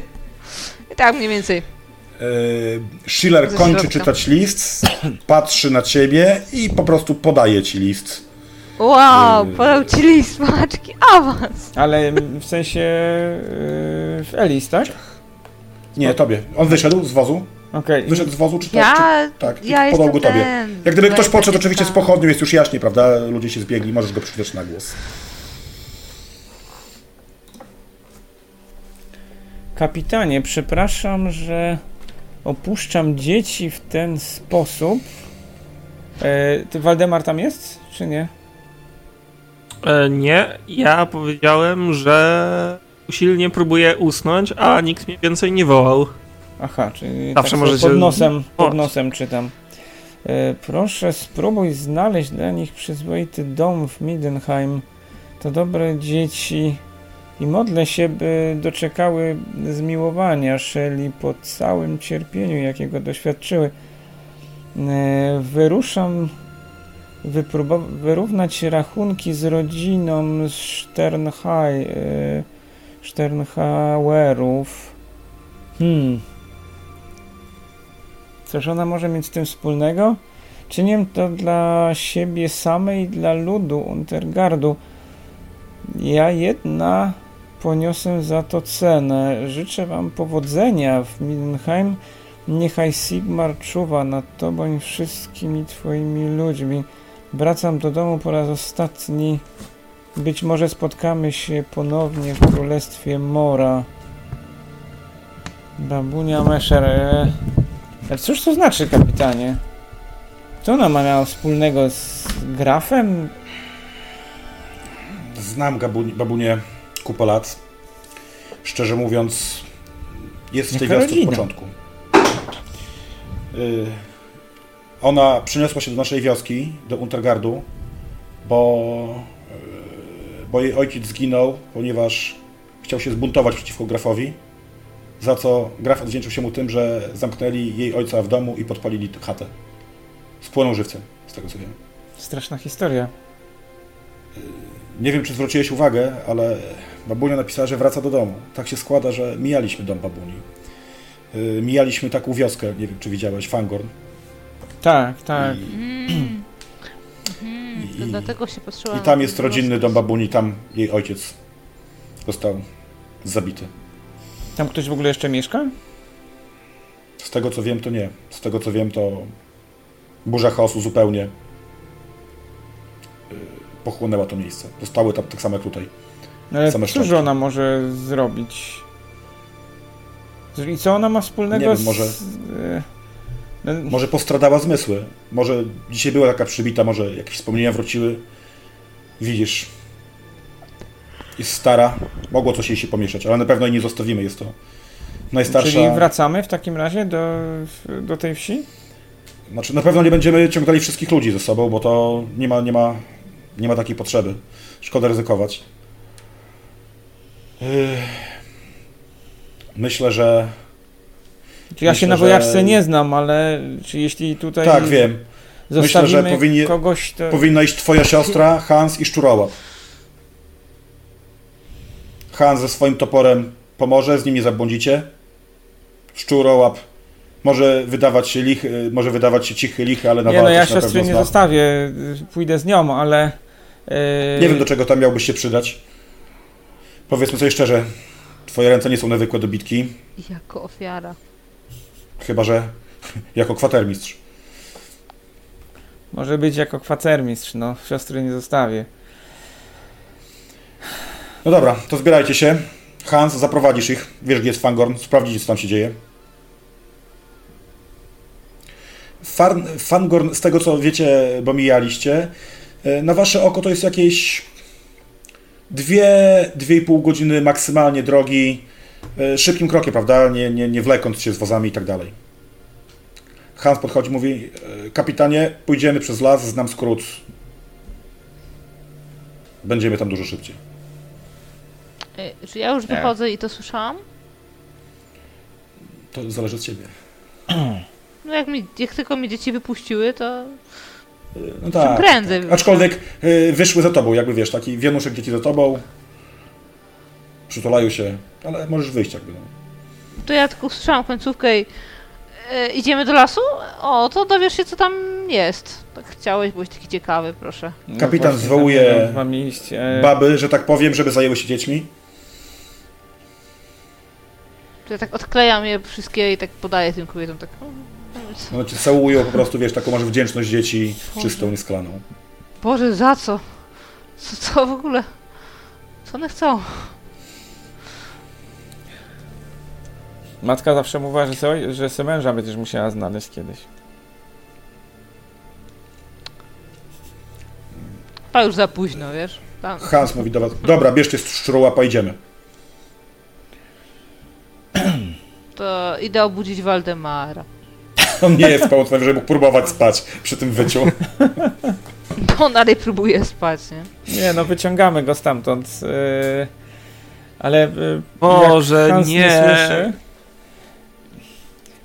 I tak mniej więcej. Yy, Schiller Ze kończy środka. czytać list, patrzy na ciebie i po prostu podaje ci list. Wow, Yy. podał ci list, maczki, awans! Ale w sensie e, w Elis, tak? Nie, tobie. On wyszedł z wozu? Okej. Wyszedł z wozu, czy tak? czy... Ja, No, tak, ja podał jestem go tobie. ten... Jak gdyby ktoś jestem podszedł oczywiście z dziecka. pochodnią, jest już jaśnie, prawda? Ludzie się zbiegli, możesz go przeczytać na głos. Kapitanie, przepraszam, że opuszczam dzieci w ten sposób. E, ty Waldemar tam jest, czy nie? E, nie, ja powiedziałem, że usilnie próbuję usnąć, a nikt mnie więcej nie wołał. Aha, czyli Zawsze tak sobie możecie- pod nosem, pod Chodź. nosem czytam. E, proszę, spróbuj znaleźć dla nich przyzwoity dom w Midenheim. To dobre dzieci i modlę się, by doczekały zmiłowania Shelley po całym cierpieniu, jakiego doświadczyły. E, Wyruszam wypróbo- wyrównać rachunki z rodziną z Sternhai, e, Sternhauerów. Hmm. Cóż ona może mieć z tym wspólnego? Czynię to dla siebie samej i dla ludu Untergardu. Ja jedna poniosę za to cenę. Życzę wam powodzenia w Mindenheim. Niechaj Sigmar czuwa nad tobą i wszystkimi twoimi ludźmi. Wracam do domu po raz ostatni. Być może spotkamy się ponownie w Królestwie Mora. Babunia Meszer. e, a Cóż to znaczy, kapitanie? Co ona ma miała wspólnego z grafem? Znam gabuni- babunię kupę lat. Szczerze mówiąc, jest w tej Jaka wiosce od rodzina. początku. Y, Ona przyniosła się do naszej wioski, do Untergardu, bo, y, bo jej ojciec zginął, ponieważ chciał się zbuntować przeciwko grafowi, za co graf odwdzięczył się mu tym, że zamknęli jej ojca w domu i podpalili chatę. Spłonął żywcem, z tego co wiem. Straszna historia. Nie wiem, czy zwróciłeś uwagę, ale babunia napisała, że wraca do domu. Tak się składa, że mijaliśmy dom babuni. Yy, Mijaliśmy taką wioskę, nie wiem, czy widziałeś, Fangorn. Tak, tak. I, Mm. Mhm, to I- dlatego się patrzyłam. I tam na jest ten rodzinny głos. dom babuni, tam jej ojciec został zabity. Tam ktoś w ogóle jeszcze mieszka? Z tego, co wiem, to nie. Z tego, co wiem, to burza chaosu zupełnie yy, pochłonęła to miejsce. Zostały tam tak samo jak tutaj. No ale Same cóż szczątki. ona może zrobić? Z- I co ona ma wspólnego Nie wiem, z... może- e, no, Może postradała zmysły. Może dzisiaj była taka przybita, może jakieś wspomnienia wróciły. Widzisz. Jest stara. Mogło coś jej się pomieszać, ale na pewno jej nie zostawimy. Jest to najstarsza. Czyli wracamy w takim razie do, do tej wsi? Znaczy, na pewno nie będziemy ciągnęli wszystkich ludzi ze sobą, bo to nie ma, nie ma, nie ma takiej potrzeby. Szkoda ryzykować. Ech. Myślę, że Czy ja Myślę, się na że- wojaczce nie znam, ale czy jeśli tutaj tak, wiem. zostawimy Myślę, że powinni- kogoś, to... Powinna iść twoja siostra, Hans i Szczurołap. Hans ze swoim toporem pomoże, z nim nie zabłądzicie. Szczurołap może wydawać się lichy, może wydawać się cichy, lichy, ale na Nie no, ja na pewno siostry nie zna. zostawię, y, pójdę z nią, ale... e, Nie wiem, do czego tam miałbyś się przydać. Powiedzmy sobie szczerze, twoje ręce nie są na zwykłe dobitki, Jako ofiara. chyba że jako kwatermistrz. Może być jako kwatermistrz, no. Siostry nie zostawię. No dobra, to zbierajcie się. Hans, zaprowadzisz ich. Wiesz, gdzie jest Fangorn. Sprawdzicie, co tam się dzieje. Farn, Fangorn, z tego co wiecie, bo mijaliście, e, na wasze oko to jest jakieś 2-2,5 godziny maksymalnie drogi. e, Szybkim krokiem, prawda? Nie, nie, nie wlekąc się z wozami i tak dalej. Hans podchodzi, mówi: e, Kapitanie, pójdziemy przez las, znam skrót. Będziemy tam dużo szybciej. E, Czy ja już Nie. wychodzę i to słyszałam? To zależy od ciebie. No jak, mi, jak tylko mnie dzieci wypuściły, to No czym tak. prędzej. Aczkolwiek y, wyszły za tobą, jakby wiesz, taki wianuszek dzieci za tobą. Przytulają się, ale możesz wyjść jakby. No. To ja tylko słyszałam końcówkę i e, idziemy do lasu? O, to dowiesz się, co tam jest. Tak chciałeś, byłeś taki ciekawy, proszę. no Kapitan właśnie, zwołuje zamierzam wam iść. E, Baby, że tak powiem, żeby zajęły się dziećmi. To ja tak odklejam je wszystkie i tak podaję tym kobietom, tak... mm, No cię całują po prostu, wiesz, taką masz wdzięczność dzieci czystą, nieskalaną. Boże, za co? Co, co w ogóle? Co one chcą? Matka zawsze mówiła, że se, że se męża będziesz musiała znaleźć kiedyś. A już za późno, wiesz? Tam. Hans mówi do was, dobra, bierzcie szczurołapa, idziemy. To idę obudzić Waldemara. On nie jest pełnosprawny, żeby mógł próbować spać przy tym wyciu. Bo on dalej próbuje spać, nie? Nie, no wyciągamy go stamtąd. e, ale e, Boże, jak Hans nie, nie. słyszy,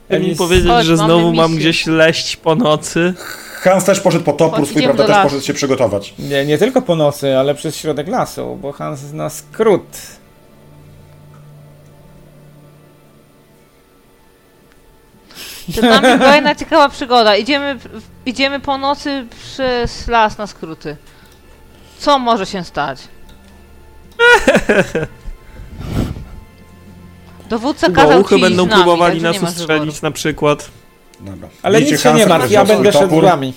Chcę mi Elis- powiedzieć, Chodź, że mamy znowu mam misję. gdzieś leść po nocy. Hans też poszedł po topór Chodź, swój, idziemy prawda, do też lasu. poszedł się przygotować. nie, nie tylko po nocy, ale przez środek lasu, bo Hans zna skrót. To tam jest kolejna ciekawa przygoda. Idziemy, w- idziemy po nocy przez las na skróty. Co może się stać? Dowódca kazał ci Gołuchy iść będą z nami, próbowali także nie nas masz wyboru. ustrzelić na przykład. Dobra. Ale Widzicie nic się nie Hansa, martw, który ja wziął swój będę szedł z topór, wami.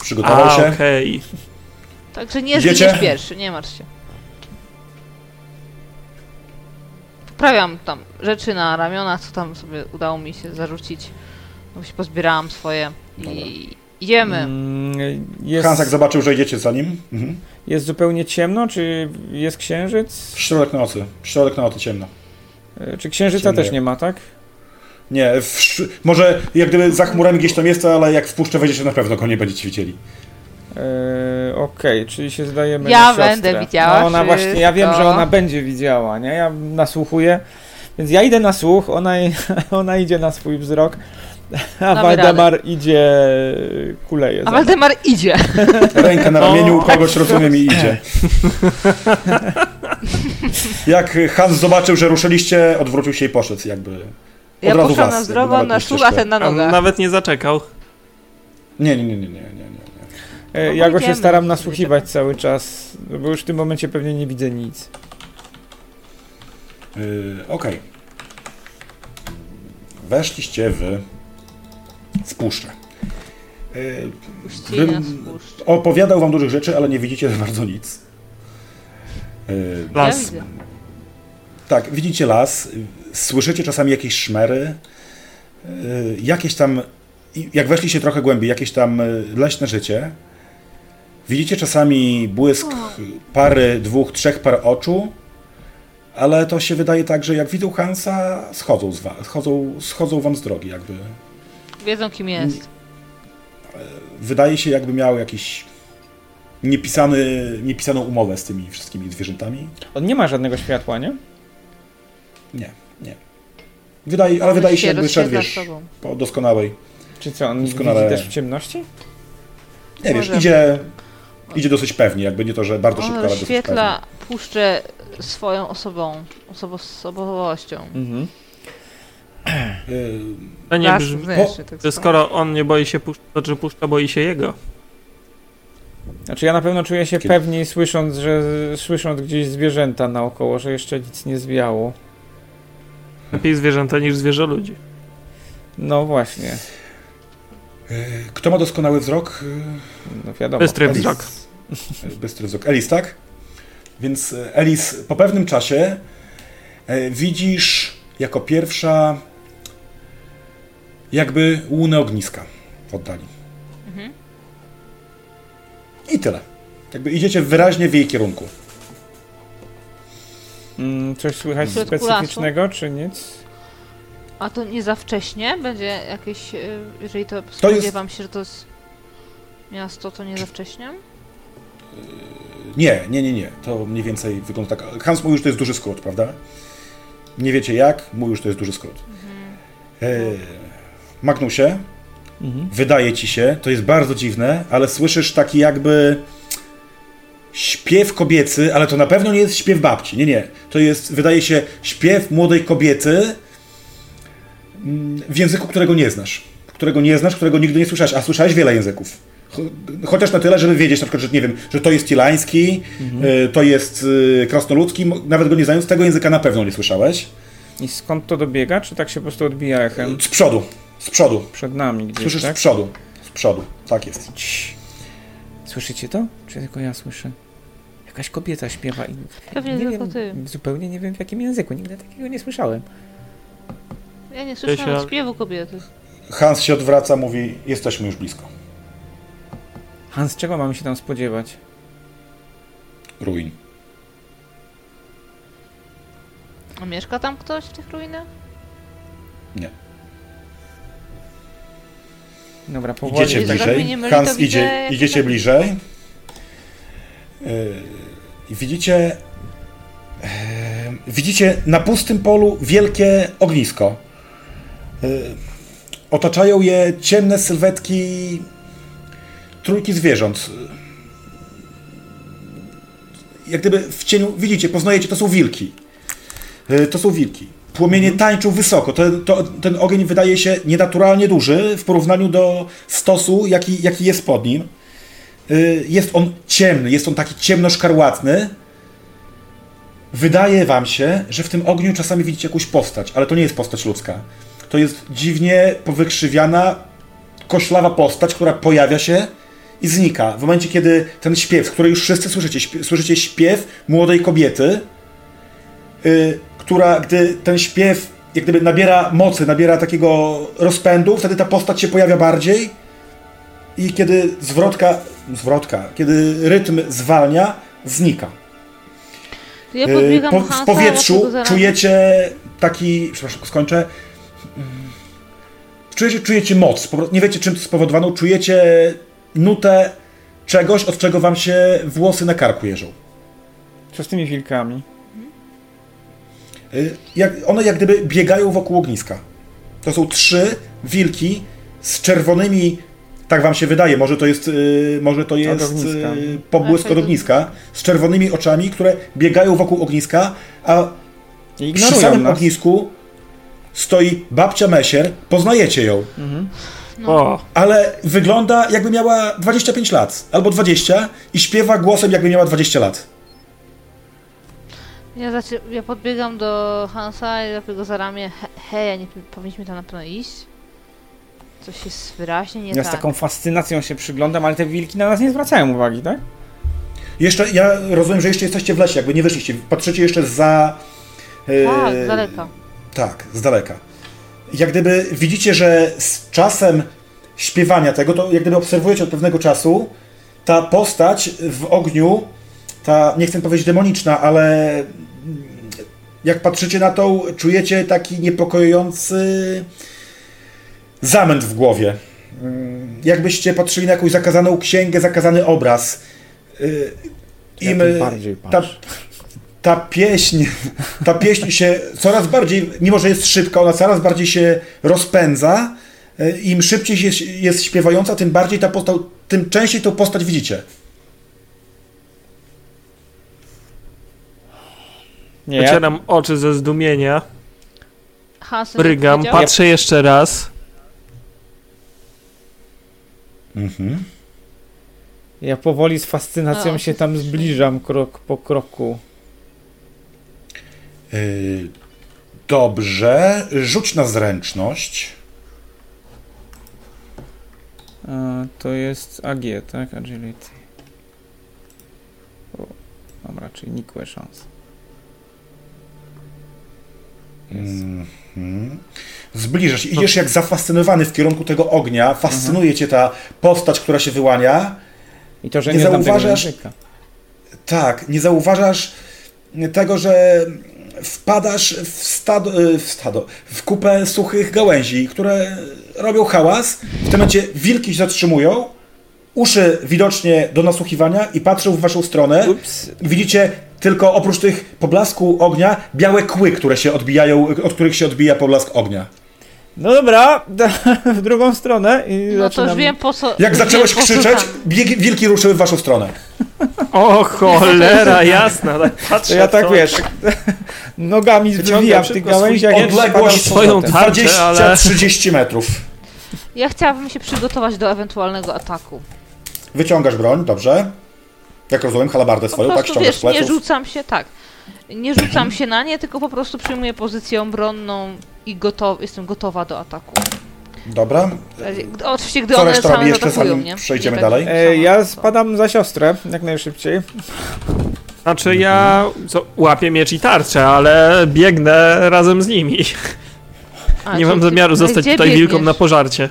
Przygotował A, się. okej. Także nie Idziecie? zginiesz pierwszy, nie martw się. Poprawiam tam rzeczy na ramiona, co tam sobie udało mi się zarzucić. Bo się pozbierałam swoje i idziemy. Mm, Jest, Hans jak zobaczył, że idziecie za nim. Mhm. jest zupełnie ciemno, czy jest księżyc? Środek nocy. Środek nocy ciemno. E, Czy księżyca Ciemno. też nie ma, tak? Nie, w, szczy- może jak gdyby za chmurami gdzieś tam jest, ale jak w puszczę wejdziecie, na pewno go nie będziecie widzieli. Eee, Okej, czyli się zdajemy Ja na siostrę. będę widziała No ona właśnie, ja wiem, że wszystko. ona będzie widziała, nie? Ja nasłuchuję, więc ja idę na słuch, ona, ona idzie na swój wzrok, a Damy Waldemar idzie, kuleje A za mną. Waldemar idzie. Rękę na ramieniu, O, kogoś rozumiem i idzie. jak Hans zobaczył, że ruszyliście, odwrócił się i poszedł jakby. Ja razu poszłam was, na jakby zdrowo, nawet na nie słuch, a ścieżkę. ten na A nogach. Nawet nie zaczekał. Nie, nie, nie, nie, nie, nie, nie. E, No Ja go się idziemy, staram idziemy. nasłuchiwać cały czas, no bo już w tym momencie pewnie nie widzę nic. Yy, Okej. Weszliście w, w puszczę. Yy, Puścili nas Bym- puszczę. opowiadał wam dużych rzeczy, ale nie widzicie za bardzo nic. Yy, Ja Las. widzę. Tak, widzicie las, słyszycie czasami jakieś szmery, yy, jakieś tam, i- jak weszli się trochę głębiej, jakieś tam yy, leśne życie. Widzicie czasami błysk pary, dwóch, trzech par oczu, ale to się wydaje tak, że jak widzą Hansa, schodzą, z wa- schodzą, schodzą wam z drogi, jakby. Wiedzą kim Mm. jest. Wydaje się, jakby miał jakiś niepisany, niepisaną umowę z tymi wszystkimi zwierzętami. On nie ma żadnego światła, nie? Nie, nie. Wydaje, ale wydaje się, jakby szedł, rozświetla wiesz, sobą. po doskonałej. Czy co, on Doskonale. widzi też w ciemności? Nie wiesz, Możemy. idzie, idzie dosyć pewnie, jakby nie to, że bardzo On szybko, ale dosyć pewnie. rozświetla puszczę swoją osobą, osobo- osobowością. Mhm. Y, To nie Las brzmi. wnętrzny, tak Że skoro on nie boi się puszczy, to czy puszcza boi się jego? Znaczy ja na pewno czuję się Kiedy- pewniej słysząc, że słysząc gdzieś zwierzęta naokoło, że jeszcze nic nie zwiało. Lepiej zwierzęta niż zwierzę ludzi. No właśnie. e, Kto ma doskonały wzrok? E, No wiadomo. Bystry wzrok. Bystry wzrok. Elis, tak? Więc e, Elis, po pewnym czasie e, widzisz jako pierwsza jakby łunę ogniska w oddali. I tyle. Jakby idziecie wyraźnie w jej kierunku. Mm, Coś słychać Wśród specyficznego, czy nic? A to nie za wcześnie? Będzie jakieś, y, jeżeli to, jest- spodziewam się, że to jest miasto, to nie za wcześnie? Nie, nie, nie, nie. To mniej więcej wygląda tak. Hans mówił, że to jest duży skrót, prawda? Nie wiecie jak, mówił, że to jest duży skrót. Eee, Magnusie, Mhm. wydaje ci się, to jest bardzo dziwne, ale słyszysz taki jakby śpiew kobiecy, ale to na pewno nie jest śpiew babci. Nie, nie. To jest, wydaje się, śpiew młodej kobiety mm, w języku, którego nie znasz. Którego nie znasz, którego nigdy nie słyszałeś, a słyszałeś wiele języków. Cho- Chociaż na tyle, żeby wiedzieć, na przykład, że nie wiem, że to jest tilański, Mhm. y, to jest y, krasnoludzki, mo- nawet go nie znając, tego języka na pewno nie słyszałeś. I skąd to dobiega? Czy tak się po prostu odbija echem? Z przodu, z przodu. Przed nami gdzieś, Słyszysz z tak? przodu, z przodu, tak jest. Cii. Słyszycie to? Czy tylko ja słyszę? Jakaś kobieta śpiewa i Pewnie nie tylko wiem, ty. zupełnie nie wiem w jakim języku, nigdy takiego nie słyszałem. Ja nie słyszę się- nawet śpiewu kobiety. Hans się odwraca, mówi, jesteśmy już blisko. Hans, czego mamy się tam spodziewać? Ruin. A mieszka tam ktoś w tych ruinach? Dobra, powoli. Idziecie Jeżeli tak mnie bliżej. nie myli, to Hans widzę idzie, jakieś idziecie tam- bliżej. Yy, i widzicie. yy, Widzicie na pustym polu wielkie ognisko. Yy, Otaczają je ciemne sylwetki trójki zwierząt. E, Yy, Jak gdyby w cieniu widzicie, poznajecie, to są wilki. E, To są wilki. Płomienie tańczą wysoko. Ten, to, ten ogień wydaje się nienaturalnie duży w porównaniu do stosu, jaki, jaki jest pod nim. Y, Jest on ciemny, jest on taki ciemnoszkarłatny. Wydaje wam się, że w tym ogniu czasami widzicie jakąś postać, ale to nie jest postać ludzka. To jest dziwnie powykrzywiana, koślawa postać, która pojawia się i znika. W momencie, kiedy ten śpiew, który już wszyscy słyszycie, śpiew, słyszycie śpiew młodej kobiety, y, która, gdy ten śpiew jak gdyby nabiera mocy, nabiera takiego rozpędu, wtedy ta postać się pojawia bardziej i kiedy zwrotka, zwrotka, kiedy rytm zwalnia, znika. To ja Y, podbiegam po, po, w Hansa, powietrzu łapię go za ramię. czujecie taki. Przepraszam, skończę. Mm. Czujecie, czujecie moc. Po prostu nie wiecie, czym to spowodowaną. Czujecie nutę czegoś, od czego wam się włosy na karku jeżą. Co z tymi wilkami? Y, Jak, one jak gdyby biegają wokół ogniska. To są trzy wilki z czerwonymi. Tak wam się wydaje, może to jest, y, może to jest ogniska. y, pobłysk Ale od to- ogniska, z czerwonymi oczami, które biegają wokół ogniska, a I Przy Ignorują samym nas. ognisku stoi babcia Mesier, poznajecie ją, No. O, ale wygląda jakby miała 25 lat, albo 20 i śpiewa głosem jakby miała 20 lat. Ja, zaczy... ja podbiegam do Hansa i łapię go za ramię. He, hej, a nie powinniśmy tam na pewno iść? Coś jest wyraźnie nie Ja z tak. taką fascynacją się przyglądam, ale te wilki na nas nie zwracają uwagi, tak? Jeszcze, ja rozumiem, że jeszcze jesteście w lesie, jakby nie wyszliście, patrzycie jeszcze za... e, Tak, z daleka. Tak, z daleka. Jak gdyby widzicie, że z czasem śpiewania tego, to jak gdyby obserwujecie od pewnego czasu, ta postać w ogniu, ta, nie chcę powiedzieć demoniczna, ale mm, jak patrzycie na tą, czujecie taki niepokojący zamęt w głowie. Mm, Jakbyście patrzyli na jakąś zakazaną księgę, zakazany obraz. Y, Im ta, ta pieśń, ta pieśń się coraz bardziej, mimo że jest szybka, ona coraz bardziej się rozpędza. Y, Im szybciej jest, jest śpiewająca, tym bardziej ta postać, tym częściej tą postać widzicie. Nie, ja, wycieram oczy ze zdumienia, Hans nie brygam, powiedział? patrzę jeszcze raz. Mhm. ja powoli z fascynacją A, się tam zbliżam krok po kroku. E, Yy, dobrze, rzuć na zręczność. A, E, to jest AG, tak? Agility. O, mam raczej nikłe szanse. Mm. Mhm. Zbliżasz, się, idziesz jak zafascynowany w kierunku tego ognia, fascynuje cię ta postać, która się wyłania. I to, że Nie nie, znam tego zauważasz- języka. Tak, nie zauważasz tego, że wpadasz w stado, e, w stado, w kupę suchych gałęzi, które robią hałas. W tym momencie wilki się zatrzymują, uszy widocznie do nasłuchiwania i patrzą w waszą stronę. Ups. Widzicie tylko oprócz tych poblasku ognia białe kły, które się odbijają, od których się odbija poblask ognia. No dobra, w drugą stronę i No to zaczynam. już wiem po co. Jak już zacząłeś wiem, po co krzyczeć, tam. bieg, wilki ruszyły w waszą stronę. O cholera, jasna, tak To patrzę ja tak co- wiesz, nogami Wyciągam wywijam w tych szybko swój gałęziach i odległość spadam z swoją powrotem. Tarczę, ale- 20-30 metrów. Ja chciałabym się przygotować do ewentualnego ataku. Wyciągasz broń, dobrze. Jak rozumiem, halabardę Po swoją, tak? prostu Ściągasz wiesz, z nie pleców. rzucam się, tak. Nie rzucam się na nie, tylko po prostu przyjmuję pozycję obronną i gotow, jestem gotowa do ataku. Dobra. W razie- gdy- Oczywiście, gdy Co one reszta same robi jeszcze, zaatakują, zanim nie? przejdziemy Nie dalej? będę E, sama. ja spadam za siostrę, jak najszybciej. Znaczy ja co, łapię miecz i tarczę, ale biegnę razem z nimi. A, nie czyli mam ty- zamiaru ale zostać gdzie tutaj wilkom na biegniesz? pożarcie.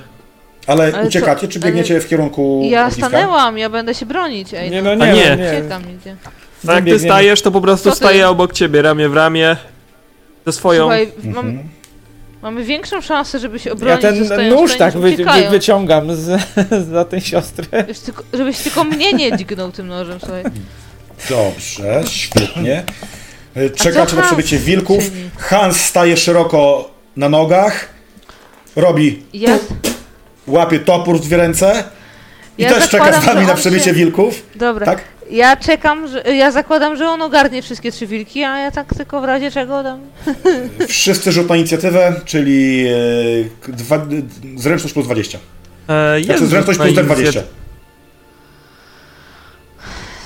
Ale, Ale uciekacie, co- czy biegniecie w kierunku Ja ogniska? stanęłam, ja będę się bronić. Ej, Nie, no A nie, nie. nie. Uciekam nigdzie. No jak ty biegniemy. stajesz, to po prostu Co ty? staję obok ciebie, ramię w ramię. Ze swoją. Słuchaj, mam, Mhm. mamy większą szansę, żeby się Ja obronić. ten zostając nóż tutaj, tak niż wy, wy, uciekając. wyciągam z, za tej siostry. Żebyś tylko, żebyś tylko mnie nie dźgnął tym nożem, słuchaj. Dobrze, świetnie. Y, Czekacie na Hans przybycie wilków. czyni? Hans staje szeroko na nogach, robi, Ja, Tak? łapie topór w dwie ręce i Ja też czeka zakładam, z wami że na on przybycie się- wilków. dobra. Tak? Ja czekam, że, ja zakładam, że on ogarnie wszystkie trzy wilki, a ja tak tylko w razie czego dam. Wszyscy rzut na inicjatywę, czyli y, dwa, y, zręczność plus 20. E, Znaczy jest zręczność na plus inicjatyw- D20.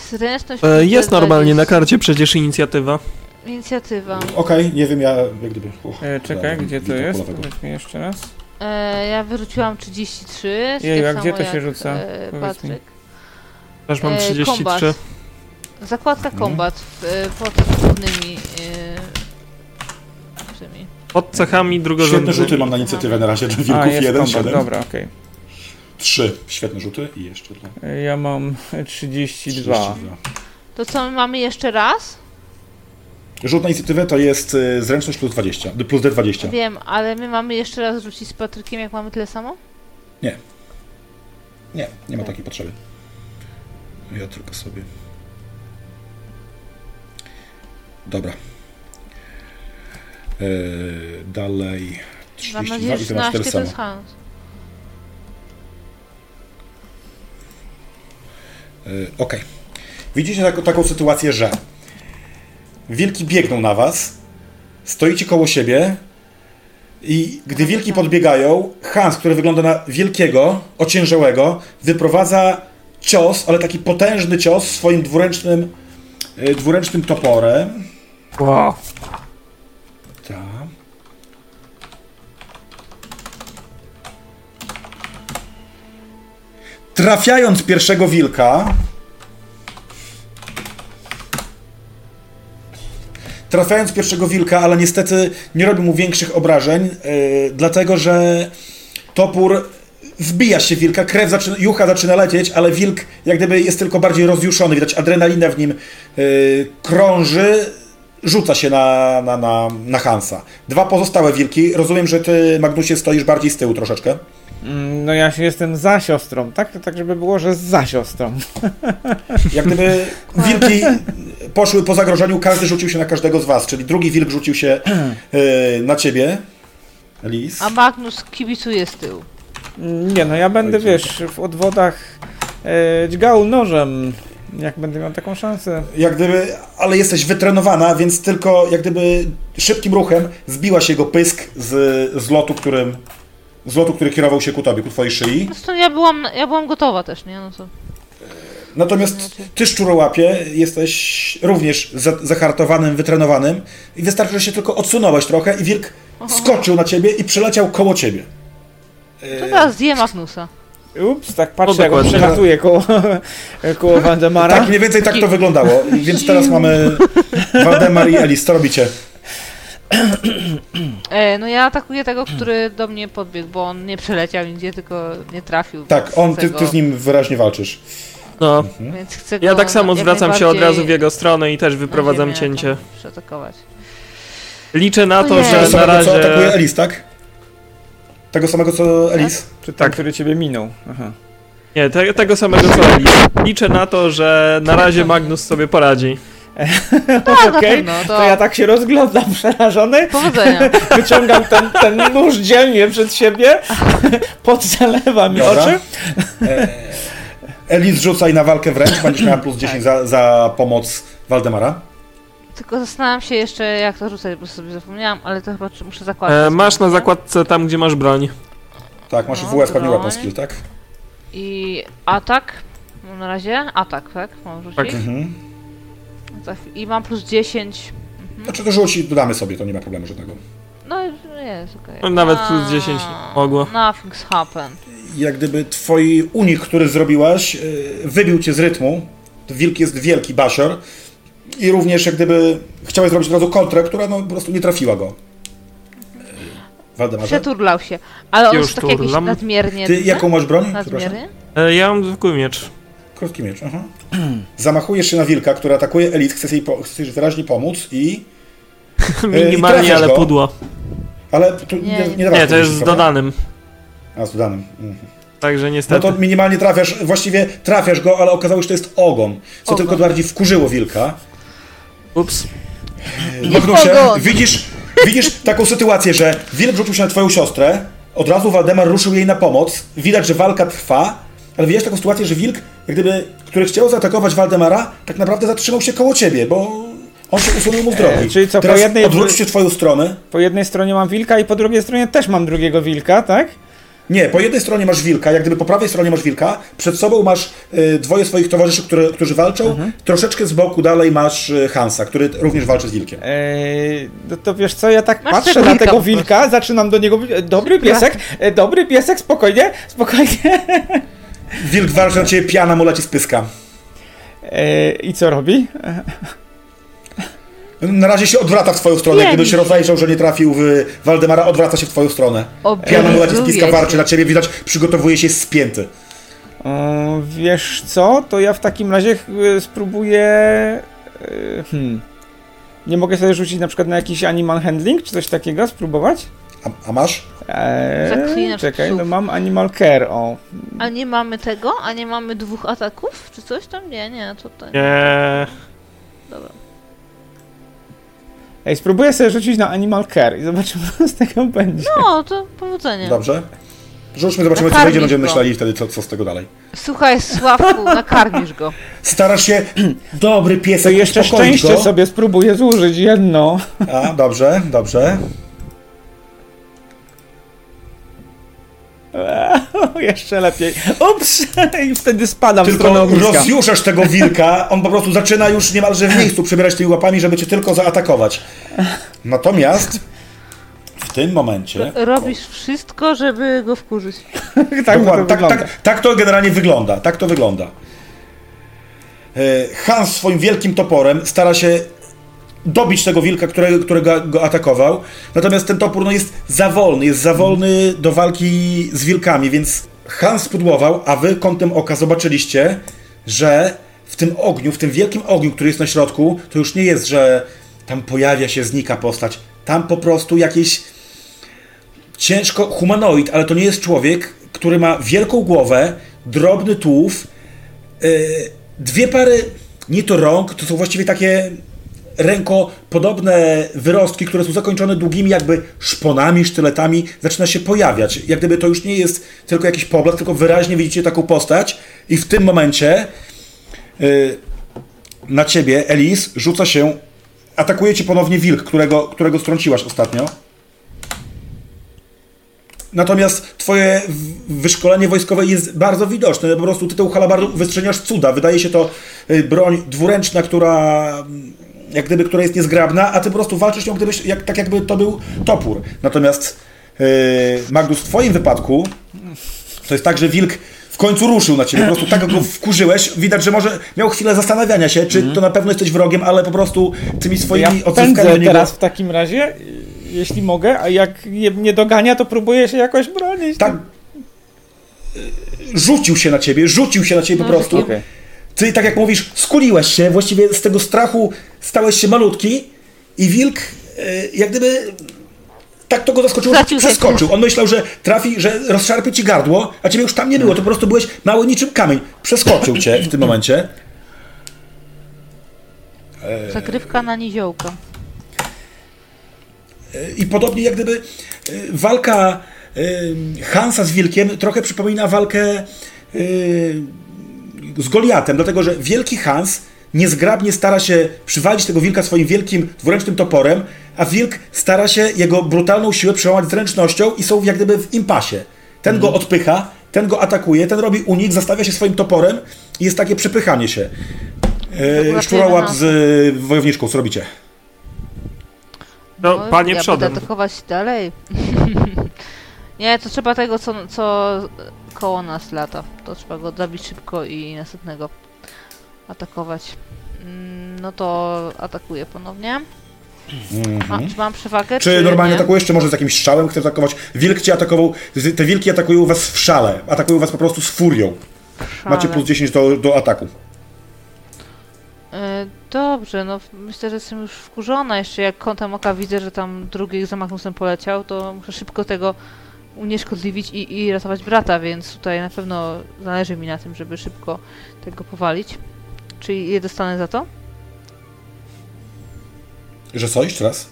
Zręczność. plus E, jest 20. normalnie na karcie przecież inicjatywa. Inicjatywa. Okej, nie wiem, ja jak gdyby... uch, E, czekaj, dałem gdzie to wilka jest? polowego. Powiedz mi jeszcze raz. E, ja wyrzuciłam 33. czyli Jeju, tak a samo gdzie to się jak, rzuca? E, Powiedz Patryk. Też mam Mhm. E, 33. Kombat. Zakładka kombat w, e, pod trudnymi. E, tymi. Pod cechami Świetne rzuty drugorzędnymi. mam na inicjatywę na razie dla A, wilków. jest 1, kombat, 7, dobra, okej. 3. Świetne rzuty i jeszcze dla E, Ja mam 32. 32. To co my mamy jeszcze raz? Rzut na inicjatywę to jest y, zręczność plus 20, d- plus Tak. D20. Wiem, ale my mamy jeszcze raz rzucić z Patrykiem, jak mamy tyle samo? Nie, nie ma takiej potrzeby. Ja tylko sobie... Dobra. Yy, dalej... Mam 32 nadzieję, i że to masz 13 tyle to samo. jest Hans. Y, Okej. Widzicie taką, taką sytuację, że wilki biegną na was, stoicie koło siebie i gdy wilki podbiegają, Hans, który wygląda na wielkiego, ociężałego, wyprowadza cios, ale taki potężny cios swoim dwuręcznym, y, dwuręcznym toporem. Wow. Tak. Trafiając pierwszego wilka. Trafiając pierwszego wilka, ale niestety nie robi mu większych obrażeń, yy, dlatego że topór wbija się w wilka, krew zaczyna, jucha zaczyna lecieć, ale wilk jak gdyby jest tylko bardziej rozjuszony, widać adrenalina w nim yy, krąży, rzuca się na, na, na, na Hansa. Dwa pozostałe wilki, rozumiem, że ty Magnusie stoisz bardziej z tyłu troszeczkę. Mm, No ja się jestem za siostrą, tak? To Tak, żeby było, że za siostrą. Jak gdyby wilki poszły po zagrożeniu, każdy rzucił się na każdego z was, czyli drugi wilk rzucił się yy, na ciebie, Lis. A Magnus kibicuje z tyłu. Mm, Nie, no ja będę, Oj, wiesz, w odwodach e, dźgał nożem, jak będę miał taką szansę. Jak gdyby, ale jesteś wytrenowana, więc tylko jak gdyby szybkim ruchem zbiłaś jego pysk z, z lotu, którym z lotu, który kierował się ku tobie, ku twojej szyi. Zresztą ja byłam, ja byłam gotowa też, nie? No to. Natomiast ty, szczurołapie, jesteś również za, zahartowanym, wytrenowanym i wystarczy, że się tylko odsunąłeś trochę i wilk skoczył na ciebie i przeleciał koło ciebie. To teraz zje Magnusa. Ups, tak patrzę, jak on dokładnie. przelatuje koło, koło Waldemara. Tak, mniej więcej tak to wyglądało. Więc teraz mamy Waldemar i Elis. Co robicie? E, no ja atakuję tego, Hmm. który do mnie podbiegł, bo on nie przeleciał nigdzie, tylko nie trafił. Tak, więc on, ty, chcę ty z nim wyraźnie walczysz. No, Go, więc chcę ja go tak samo No, jak zwracam się od najbardziej No, razu w jego stronę i też na wyprowadzam ziemię cięcie. tam Przeatakować. Liczę na No to, nie. Tego że na samego, co atakuje razie... Elis, tak? Tego samego, co Elis? Czy ten, Tak. który ciebie minął? Aha. Nie, te, tego samego co Elis. Liczę na to, że na razie Magnus sobie poradzi. E, No, Tak, na Okej, pewno, to, To ja tak się rozglądam przerażony, powodzenia. wyciągam ten, ten nóż dzielnie przed siebie, pot zalewa mi Dobra. E, oczy. Elis rzucaj na walkę wręcz, będziesz miała plus 10 za, za pomoc Waldemara. Tylko zastanawiam się jeszcze, jak to rzucać, bo sobie zapomniałam, ale to chyba czy- muszę zakładać. E, masz na Nie? zakładce tam, gdzie masz broń. Tak, masz No, WF pewnie broń. weapon skill, tak? I atak. Mam na razie atak, tak? Mam rzucić. Tak. Mhm. Za chwil- I mam plus 10. Znaczy to rzuci, dodamy sobie, to nie ma problemu żadnego. No jest okej. No, nawet plus A, 10 nie mogło. Nothing's happen. Jak gdyby twój unik, który zrobiłaś, yy, wybił cię z rytmu. Wilk jest wielki basior. I również jak gdyby chciałeś zrobić od razu kontrę, która no, po prostu nie trafiła go. Yy, Waldemarze, Przeturlał się. Ale on Już jest taki jakiś turlam. nadmiernie. ty nie? jaką masz broń? Przepraszam. Nadmiernie? E, ja mam zwykły miecz. Krótki miecz, aha. Zamachujesz się na wilka, który atakuje elit, chcesz jej, po, chcesz jej wyraźnie pomóc i... Minimalnie, trafiasz ale E, go. pudło. Ale tu nie, Nie, nie, nie. dawasz Nie, to tego jest z rzucić, prawda? dodanym. A, z dodanym. Mhm. Także No niestety. to minimalnie trafiasz, właściwie trafiasz go, ale okazało się, że to jest ogon, co Ogon. tylko bardziej wkurzyło wilka. Ups. Magnusie, ogon. widzisz, widzisz taką sytuację, że wilk rzucił się na twoją siostrę, od razu Waldemar ruszył jej na pomoc, widać, że walka trwa, ale widzisz taką sytuację, że wilk, jak gdyby, który chciał zaatakować Waldemara, tak naprawdę zatrzymał się koło ciebie, bo on się usunął mu z drogi. Eee, czyli co, po Teraz jednej- odwrócił się w twoją stronę. Po jednej stronie mam wilka i po drugiej stronie też mam drugiego wilka, tak? Nie, po jednej stronie masz wilka, jak gdyby po prawej stronie masz wilka, przed sobą masz y, dwoje swoich towarzyszy, które, którzy walczą, Mhm. troszeczkę z boku dalej masz y, Hansa, który t- również walczy z wilkiem. Eee, no to wiesz co, ja tak Masz patrzę tego na wilka tego po prostu. wilka, zaczynam do niego mówić, e, dobry piesek, e, dobry piesek, spokojnie, spokojnie. Wilk walczy na ciebie, piana mu leci z pyska. Eee, I co robi? E, Na razie się odwraca w twoją stronę, Nie, jak gdyby się nie. rozejrzał, że nie trafił w Waldemara, odwraca się w twoją stronę. Piana mu leci z Obiecuję pyska, warczy się. na ciebie, widać, przygotowuje się spięty. o, wiesz co, to ja w takim razie e, spróbuję... e, Hmm. Nie mogę sobie rzucić na przykład na jakiś animal handling, czy coś takiego, spróbować? A, a masz? Eee, Zaklinasz czekaj, psów. no mam animal care, o. A nie mamy tego? A nie mamy dwóch ataków? Czy coś tam? Nie, nie, tutaj. Nie. Dobra. Ej, spróbuję sobie rzucić na animal care i zobaczymy, co z tego będzie. No, to powodzenia. Dobrze? Rzućmy, zobaczymy, co Nakarmisz wyjdzie, będziemy go. myśleli wtedy, co, co z tego dalej. Słuchaj, Sławku, nakarmisz go. Starasz się, dobry piesek, To jeszcze uspokoić szczęście go. sobie spróbuję złożyć jedno. A, dobrze, dobrze. Jeszcze lepiej. Ups! I wtedy spadam w stronę Tylko ogniska. rozjuszasz tego wilka, on po prostu zaczyna już niemalże w miejscu przebierać tymi łapami, żeby cię tylko zaatakować. Natomiast w tym momencie... Robisz wszystko, żeby go wkurzyć. tak, to Dokładnie, tak, wygląda. tak, tak to generalnie wygląda, tak to wygląda. E, Hans swoim wielkim toporem stara się dobić tego wilka, którego, którego go atakował, natomiast ten topór no, jest za wolny, jest za wolny do walki z wilkami, więc Hans spudłował, a wy kątem oka zobaczyliście, że w tym ogniu, w tym wielkim ogniu, który jest na środku, to już nie jest, że tam pojawia się, znika postać. Tam po prostu jakieś ciężko humanoid, ale to nie jest człowiek, który ma wielką głowę, drobny tułów, yy, dwie pary, nie to rąk, to są właściwie takie rękopodobne wyrostki, które są zakończone długimi jakby szponami, sztyletami, zaczyna się pojawiać. Jak gdyby to już nie jest tylko jakiś poblask, tylko wyraźnie widzicie taką postać i w tym momencie yy, na ciebie, Elis, rzuca się, atakuje cię ponownie wilk, którego, którego strąciłaś ostatnio. Natomiast twoje w- wyszkolenie wojskowe jest bardzo widoczne. Po prostu ty tą halabardą wystrzeniasz cuda. Wydaje się to y, broń dwuręczna, która mm, jak gdyby, która jest niezgrabna, a ty po prostu walczysz nią, gdybyś, jak, tak jakby to był y, topór. Natomiast yy, Magnus, w twoim wypadku to jest tak, że wilk końcu ruszył na ciebie. Po prostu tak go wkurzyłeś. Widać, że może miał chwilę zastanawiania się, czy to na pewno jesteś wrogiem, ale po prostu tymi Ja swoimi pędzę odsłówkami teraz w takim razie, jeśli mogę, a jak je mnie dogania, to próbuję się jakoś bronić. tak rzucił się na ciebie, rzucił się na ciebie po No, prostu. Okej. Ty, tak jak mówisz, skuliłeś się, właściwie z tego strachu stałeś się malutki i wilk e, jak gdyby tak to go zaskoczyło, że Stracił się. przeskoczył. On myślał, że trafi, że rozszarpie ci gardło, a ciebie już tam nie było, to po prostu byłeś mały niczym kamień. Przeskoczył cię w tym momencie. Zakrywka na niziołka. I podobnie jak gdyby e, walka e, Hansa z Wilkiem trochę przypomina walkę e, z Goliatem, dlatego że wielki Hans niezgrabnie stara się przywalić tego wilka swoim wielkim dwuręcznym toporem, a wilk stara się jego brutalną siłę przełamać zręcznością i są jak gdyby w impasie. Ten go odpycha, ten go atakuje, ten robi unik, zastawia się swoim toporem i jest takie przepychanie się. E, Dokładnie Szczurołap na- z e, wojowniczką, co robicie? No, panie ja przodem. będę atakować dalej. nie, to trzeba tego, co, co koło nas lata. To trzeba go zabić szybko i następnego atakować. Mm, No to atakuję ponownie. Ma, czy mam przewagę? Czy normalnie Znaczy, nie? atakujesz, czy może z jakimś strzałem chcesz atakować? Wilk cię atakował, z- te wilki atakują was w szale, atakują was po prostu z furią. Szale. Macie plus 10 do, do ataku. E, Dobrze, no w- myślę, że jestem już wkurzona. Jeszcze jak kątem oka widzę, że tam drugi za Magnusem poleciał, to muszę szybko tego unieszkodliwić i, i ratować brata, więc tutaj na pewno zależy mi na tym, żeby szybko tego powalić. Czyli je dostanę za to? Że co? Jeszcze raz?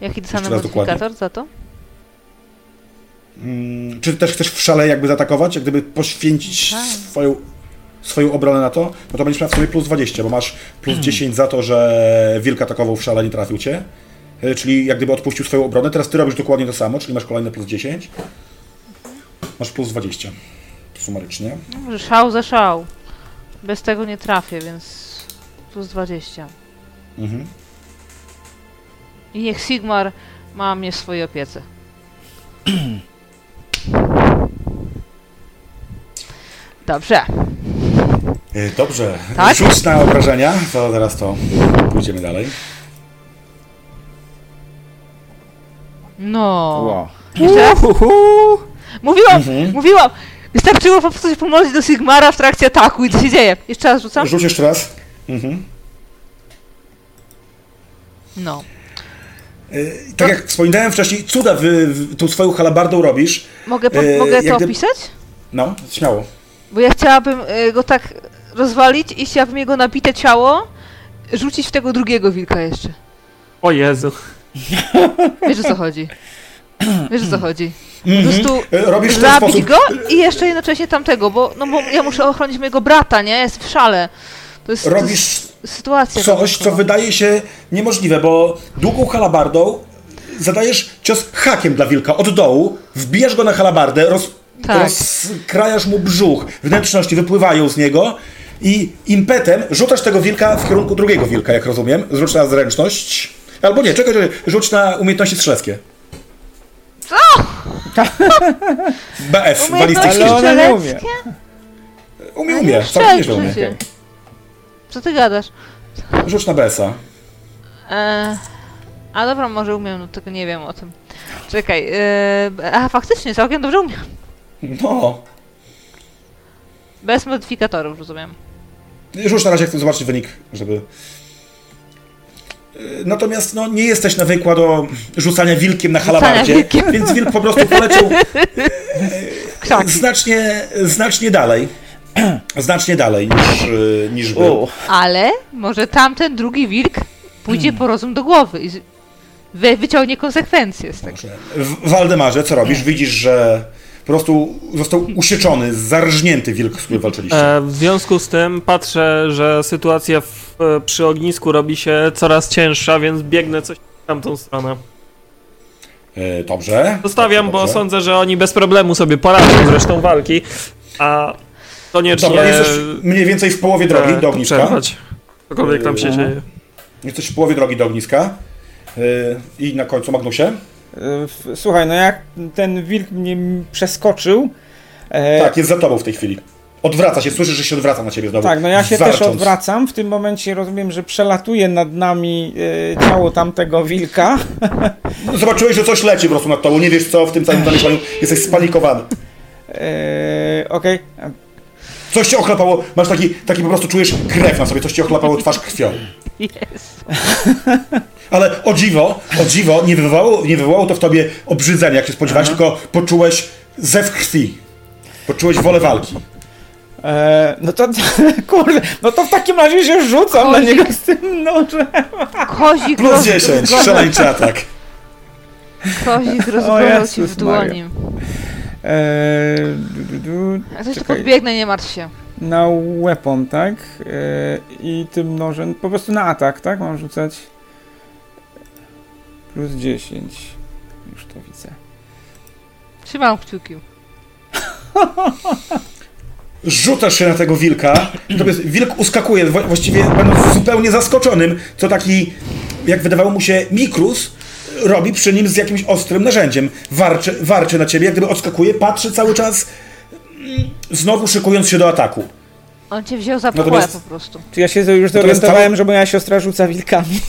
Jaki dostanę Jeszcze raz dokładnie. modyfikator za to? Mm, Czy też chcesz w szale jakby zaatakować? Jak gdyby poświęcić Tak. swoją, swoją obronę na to? No to będziesz miał w sobie plus 20, bo masz plus 10 za to, że wilk atakował w szale, nie trafił cię. E, Czyli jak gdyby odpuścił swoją obronę. Teraz ty robisz dokładnie to samo, czyli masz kolejne plus 10. Masz plus 20. Sumarycznie. No, Może szał za szał. Bez tego nie trafię, więc plus 20. Mhm. I niech Sigmar ma mnie w swojej opiece. Dobrze. Y, Dobrze. Tak? Rzuć na obrażenia, to teraz to pójdziemy dalej. No. Wow. Jeszcze raz? Mówiłam, Mhm. mówiłam! Wystarczyło po prostu się pomodlić do Sigmara w trakcie ataku i co się dzieje. Jeszcze raz rzucam? Rzuć jeszcze raz. Mhm. No. Y, Tak jak wspominałem wcześniej, cuda wy, w, tą swoją halabardą robisz. Mogę, po, E, mogę jak to gdyby- opisać? No, śmiało. Bo ja chciałabym e, go tak rozwalić i chciałabym jego nabite ciało rzucić w tego drugiego wilka jeszcze. O Jezu. Wiesz o co chodzi. Wiesz o co chodzi. Po Mhm. prostu Y, Robisz w ten zabić sposób. go i jeszcze jednocześnie tamtego, bo, no, bo ja muszę ochronić mojego brata, nie? Ja Jest w szale. To jest, to Robisz jest sytuacja. no. coś, co wyjątkowa. wydaje się niemożliwe, bo długą halabardą zadajesz cios hakiem dla wilka od dołu, wbijasz go na halabardę, roz, Tak. rozkrajasz mu brzuch, wnętrzności wypływają z niego i impetem rzucasz tego wilka w kierunku drugiego wilka, jak rozumiem. Zrzuć na zręczność. Albo nie, czekaj, czekaj, rzuć na umiejętności strzeleckie. Co? BF, Umiejętności balistyczny. Ale ona nie umie. strzeleckie? Umie, umie, Strzelaj całkiem nieźle umie. przecież. Co ty gadasz? Rzuć na BS-a. E, a dobra, może umiem, no tylko nie wiem o tym. Czekaj, e, a faktycznie, całkiem dobrze umiem. No, Bez modyfikatorów, rozumiem. Rzuć na razie, chcę zobaczyć wynik, żeby... Yy, Natomiast no, nie jesteś nawykła do rzucania wilkiem na Rzucania halabardzie, wilkiem. Tak. więc wilk po prostu poleciał Krzak. Tak. znacznie, znacznie dalej. Znacznie dalej niż, yy, niż był. U. Ale może tamten drugi wilk pójdzie po rozum do głowy i z- wy, wyciągnie konsekwencje z tego. W Waldemarze, co robisz? Widzisz, że po prostu został usieczony, zarżnięty wilk, z którym walczyliście. E, w związku z tym patrzę, że sytuacja w, e, przy ognisku robi się coraz cięższa, więc biegnę coś w tamtą stronę. Yy, Dobrze. Zostawiam, Dobrze, bo dobrze. sądzę, że oni bez problemu sobie poradzą zresztą walki, a koniecznie... Dobra, jesteś mniej więcej w połowie drogi e, do ogniska. Przerwać. Cokolwiek tam się Yy. dzieje. Jesteś w połowie drogi do ogniska. Yy, I na końcu Magnusie. E, f- Słuchaj, no jak ten wilk mnie m- przeskoczył, e, Tak, jest za tobą w tej chwili. Odwraca się, słyszysz, że się odwraca na ciebie znowu. Tak, no ja się warcząc. też odwracam. W tym momencie rozumiem, że przelatuje nad nami e, ciało tamtego wilka. No Zobaczyłeś, że coś leci po prostu nad tobą, nie wiesz co w tym całym zamieszaniu, jesteś spanikowany. E, Okej. Coś cię ochlapało, masz taki, taki po prostu czujesz krew na sobie, coś cię ochlapało twarz krwią. Jest. Ale o dziwo, o dziwo, nie wywołało, nie wywołało to w tobie obrzydzenia, jak się spodziewałeś, tylko poczułeś zew krwi. Poczułeś wolę walki. E, No to kurde, no to w takim razie się rzucam na niego z tym nożem. Kozik, Plus roz... 10, szaleńczy atak. Kozik rozgorał ci w Jezus Maria. dłoni. E, du, du, du. Jak ktoś tu Czekaj. podbiegnie, nie martw się. Na weapon, tak? E, I tym nożem, po prostu na atak, tak? Mam rzucać. Plus 10. Już to widzę. Trzymam kciuki. Rzucasz się na tego wilka, natomiast wilk uskakuje, wa- właściwie będąc zupełnie zaskoczonym, co taki, jak wydawało mu się, mikrus robi przy nim z jakimś ostrym narzędziem. Warczy, warczy na ciebie, jak gdyby odskakuje, patrzy cały czas, mm, znowu szykując się do ataku. On cię wziął za pole Natomiast- po prostu. Czy ja się już zorientowałem, że moja siostra rzuca wilkami?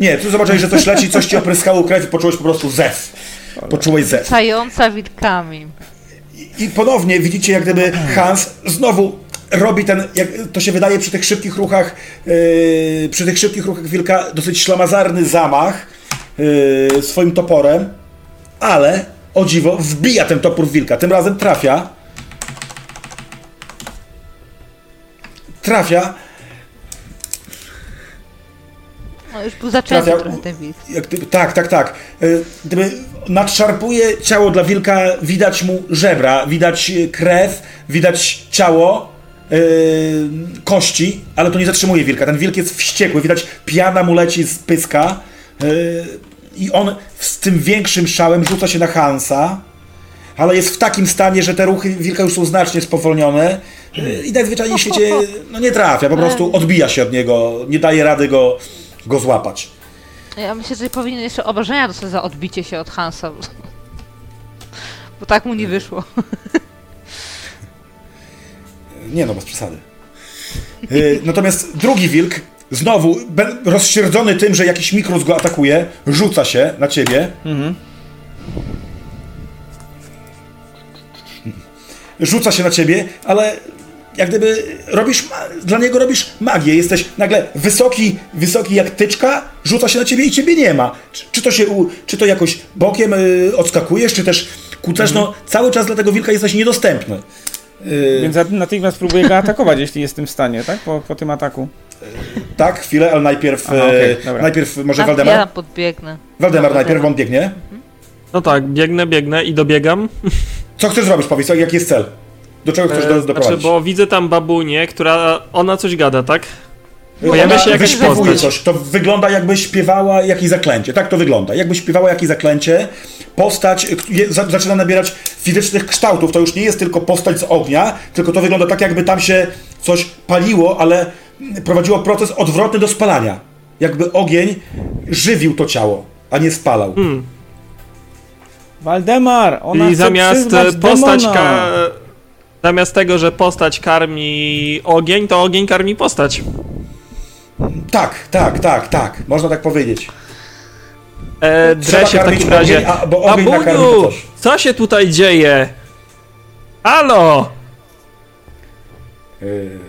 Nie, tu zobaczyłeś, że coś leci, coś ci opryskało krew i poczułeś po prostu zew. Poczułeś zew. Cająca wilkami. I ponownie widzicie, jak gdyby Hans znowu robi ten, jak to się wydaje przy tych szybkich ruchach, yy, przy tych szybkich ruchach wilka, dosyć ślamazarny zamach yy, swoim toporem, ale o dziwo wbija ten topór w wilka. Tym razem trafia. Trafia, No już był zaczęty Trafia- trochę ten wilk. jak gdyby, tak, tak, tak. Y, Gdyby nadszarpuje ciało dla wilka, widać mu żebra, widać y, krew, widać ciało, y, kości, ale to nie zatrzymuje wilka. Ten wilk jest wściekły, widać piana mu leci z pyska y, i on z tym większym szałem rzuca się na Hansa, ale jest w takim stanie, że te ruchy wilka już są znacznie spowolnione y, i najzwyczajniej w świecie no, nie trafia, po prostu odbija się od niego, nie daje rady go, go złapać. Ja myślę, że powinien jeszcze obrażenia dostać za odbicie się od Hansa. bo- Bo tak mu nie wyszło. Nie no, bez przesady. Y, Natomiast drugi wilk, znowu be- rozsierdzony tym, że jakiś mikrus go atakuje, rzuca się na ciebie. Rzuca się na ciebie, ale jak gdyby robisz, ma- dla niego robisz magię. Jesteś nagle wysoki, wysoki jak tyczka, rzuca się na ciebie i ciebie nie ma. Czy, czy to się, u, czy to jakoś bokiem y, odskakujesz, czy też kucasz, no cały czas dla tego wilka jesteś niedostępny. Y, Więc zat- natychmiast próbuję go atakować, jeśli jestem w stanie, tak? Po, po tym ataku. Tak, chwilę, ale najpierw, Aha, okej, e, dobra. najpierw może Tam Waldemar? Ja tam podbiegnę. Waldemar najpierw, on biegnie. No tak, biegnę, biegnę i dobiegam. Co chcesz zrobić, powiedz, jaki jest cel? Do czego chcesz do, Znaczy, doprowadzić? bo widzę tam babunię, która... Ona coś gada, tak? Ona pojawia się jakaś wyśpiewuje postać. coś, to wygląda jakby śpiewała jakieś zaklęcie, tak to wygląda, jakby śpiewała jakieś zaklęcie, postać e, k- je, za, zaczyna nabierać fizycznych kształtów, to już nie jest tylko postać z ognia, tylko to wygląda tak, jakby tam się coś paliło, ale mm, prowadziło proces odwrotny do spalania. Jakby ogień żywił to ciało, a nie spalał. Hmm. Waldemar! Ona I chce zamiast e, y, przyzwać postać demona. ka... Zamiast tego, że postać karmi ogień, to ogień karmi postać. Tak, tak, tak, tak, można tak powiedzieć. E, Trzeba drę się w karmić takim razie. ogień, a- bo ogień nakarmi to Babuniu, coś. co się tutaj dzieje? Halo!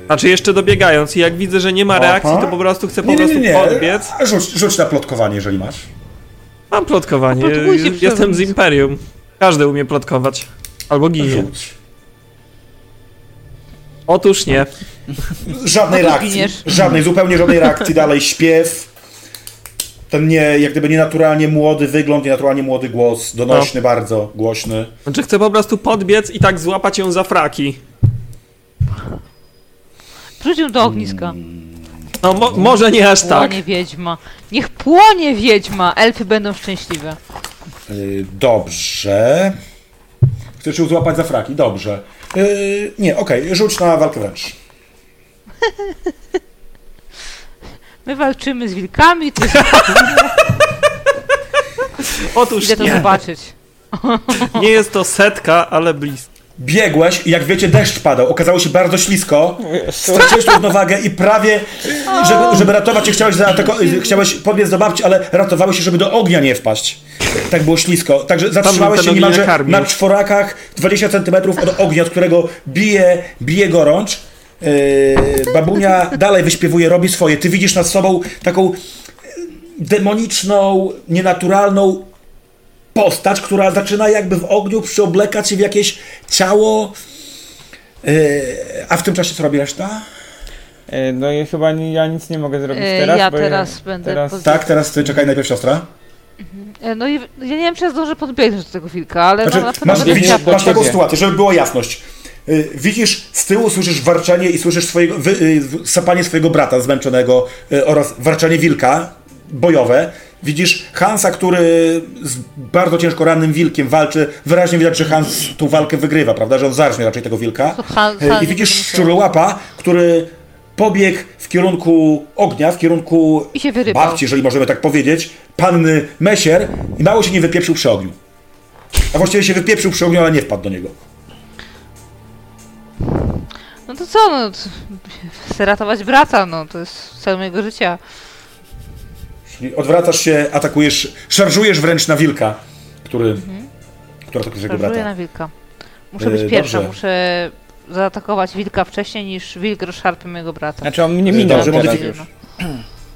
Znaczy jeszcze dobiegając i jak widzę, że nie ma reakcji, Aha. to po prostu chcę po Nie, nie, prostu nie, nie. podbiec. A Rzuć, rzuć na plotkowanie, jeżeli masz. Mam plotkowanie, Oplotkujcie Jest- przez jestem z nic. Imperium. Każdy umie plotkować. Albo ginie. Rzuć. Otóż nie. Żadnej No to reakcji. zginiesz. Żadnej, zupełnie żadnej reakcji. Dalej śpiew. Ten nie, jak gdyby nienaturalnie młody wygląd, nienaturalnie młody głos, donośny bardzo, głośny. Znaczy chcę po prostu podbiec i tak złapać ją za fraki. Wrzuć ją do ogniska. No mo może nie aż tak. Płonie wiedźma. Niech płonie wiedźma! Elfy będą szczęśliwe. Yy, dobrze. Chcesz się złapać za fraki? Dobrze. Yy, nie, okej, rzuć na walkę wręcz. My walczymy z wilkami, ty Otóż idę to nie. zobaczyć. nie jest to setka, ale blisko. Biegłeś i jak wiecie, deszcz padał. Okazało się bardzo ślisko. Straciłeś równowagę i prawie, żeby, żeby ratować się, chciałeś, zaatako- chciałeś podbiec do babci, ale ratowałeś się, żeby do ognia nie wpaść. Tak było ślisko. Także zatrzymałeś ten się ogień niemalże nakarmił. na czworakach 20 cm od ognia, od którego bije, bije gorącz. Yy, babunia dalej wyśpiewuje, robi swoje. Ty widzisz nad sobą taką e, demoniczną, nienaturalną postać, która zaczyna jakby w ogniu przyoblekać się w jakieś ciało. Yy, a w tym czasie co robi reszta? E, No i chyba ni- ja nic nie mogę zrobić E, teraz. ja bo teraz będę teraz- poz- Tak, teraz ty czekaj najpierw siostra. E, No i ja nie wiem, czy ja zdążę podbiegnąć do tego wilka, ale Znaczy, no, na pewno masz, będę biegnie widzisz, chciała... do masz taką ciebie. sytuację, żeby była jasność. Yy, Widzisz, z tyłu słyszysz warczenie i słyszysz swojego, wy, yy, w- sapanie swojego brata zmęczonego yy, oraz warczenie wilka bojowe. Widzisz Hansa, który z bardzo ciężko rannym wilkiem walczy. Wyraźnie widać, że Hans tą walkę wygrywa, prawda? Że on zarżnie raczej tego wilka. Han- E, Han- I widzisz szczurołapa, który pobiegł w kierunku ognia, w kierunku I się wyrybał. babci, jeżeli możemy tak powiedzieć, panny Mesier i mało się nie wypieprzył przy ogniu. A właściwie się wypieprzył przy ogniu, ale nie wpadł do niego. No to co, no... To... Chcę ratować brata, no. To jest cel mojego życia. Czyli odwracasz się, atakujesz, szarżujesz wręcz na wilka, który, Mhm. który atakuje swojego Szarżuję brata. na wilka. Muszę E, być pierwsza, dobrze. muszę zaatakować wilka wcześniej niż wilk rozszarpie mojego brata. Znaczy on mnie E, minął dobrze, teraz modyfik- już.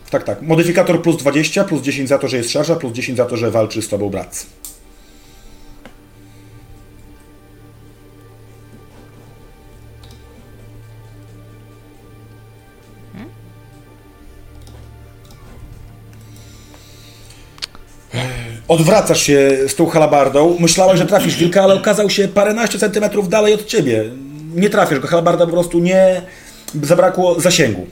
Tak, tak. Modyfikator plus 20, plus 10 za to, że jest szarża, plus 10 za to, że walczy z tobą brat. Odwracasz się z tą halabardą. Myślałeś, że trafisz wilka, ale okazał się paręnaście centymetrów dalej od ciebie. Nie trafisz go. Halabarda po prostu nie... Zabrakło zasięgu.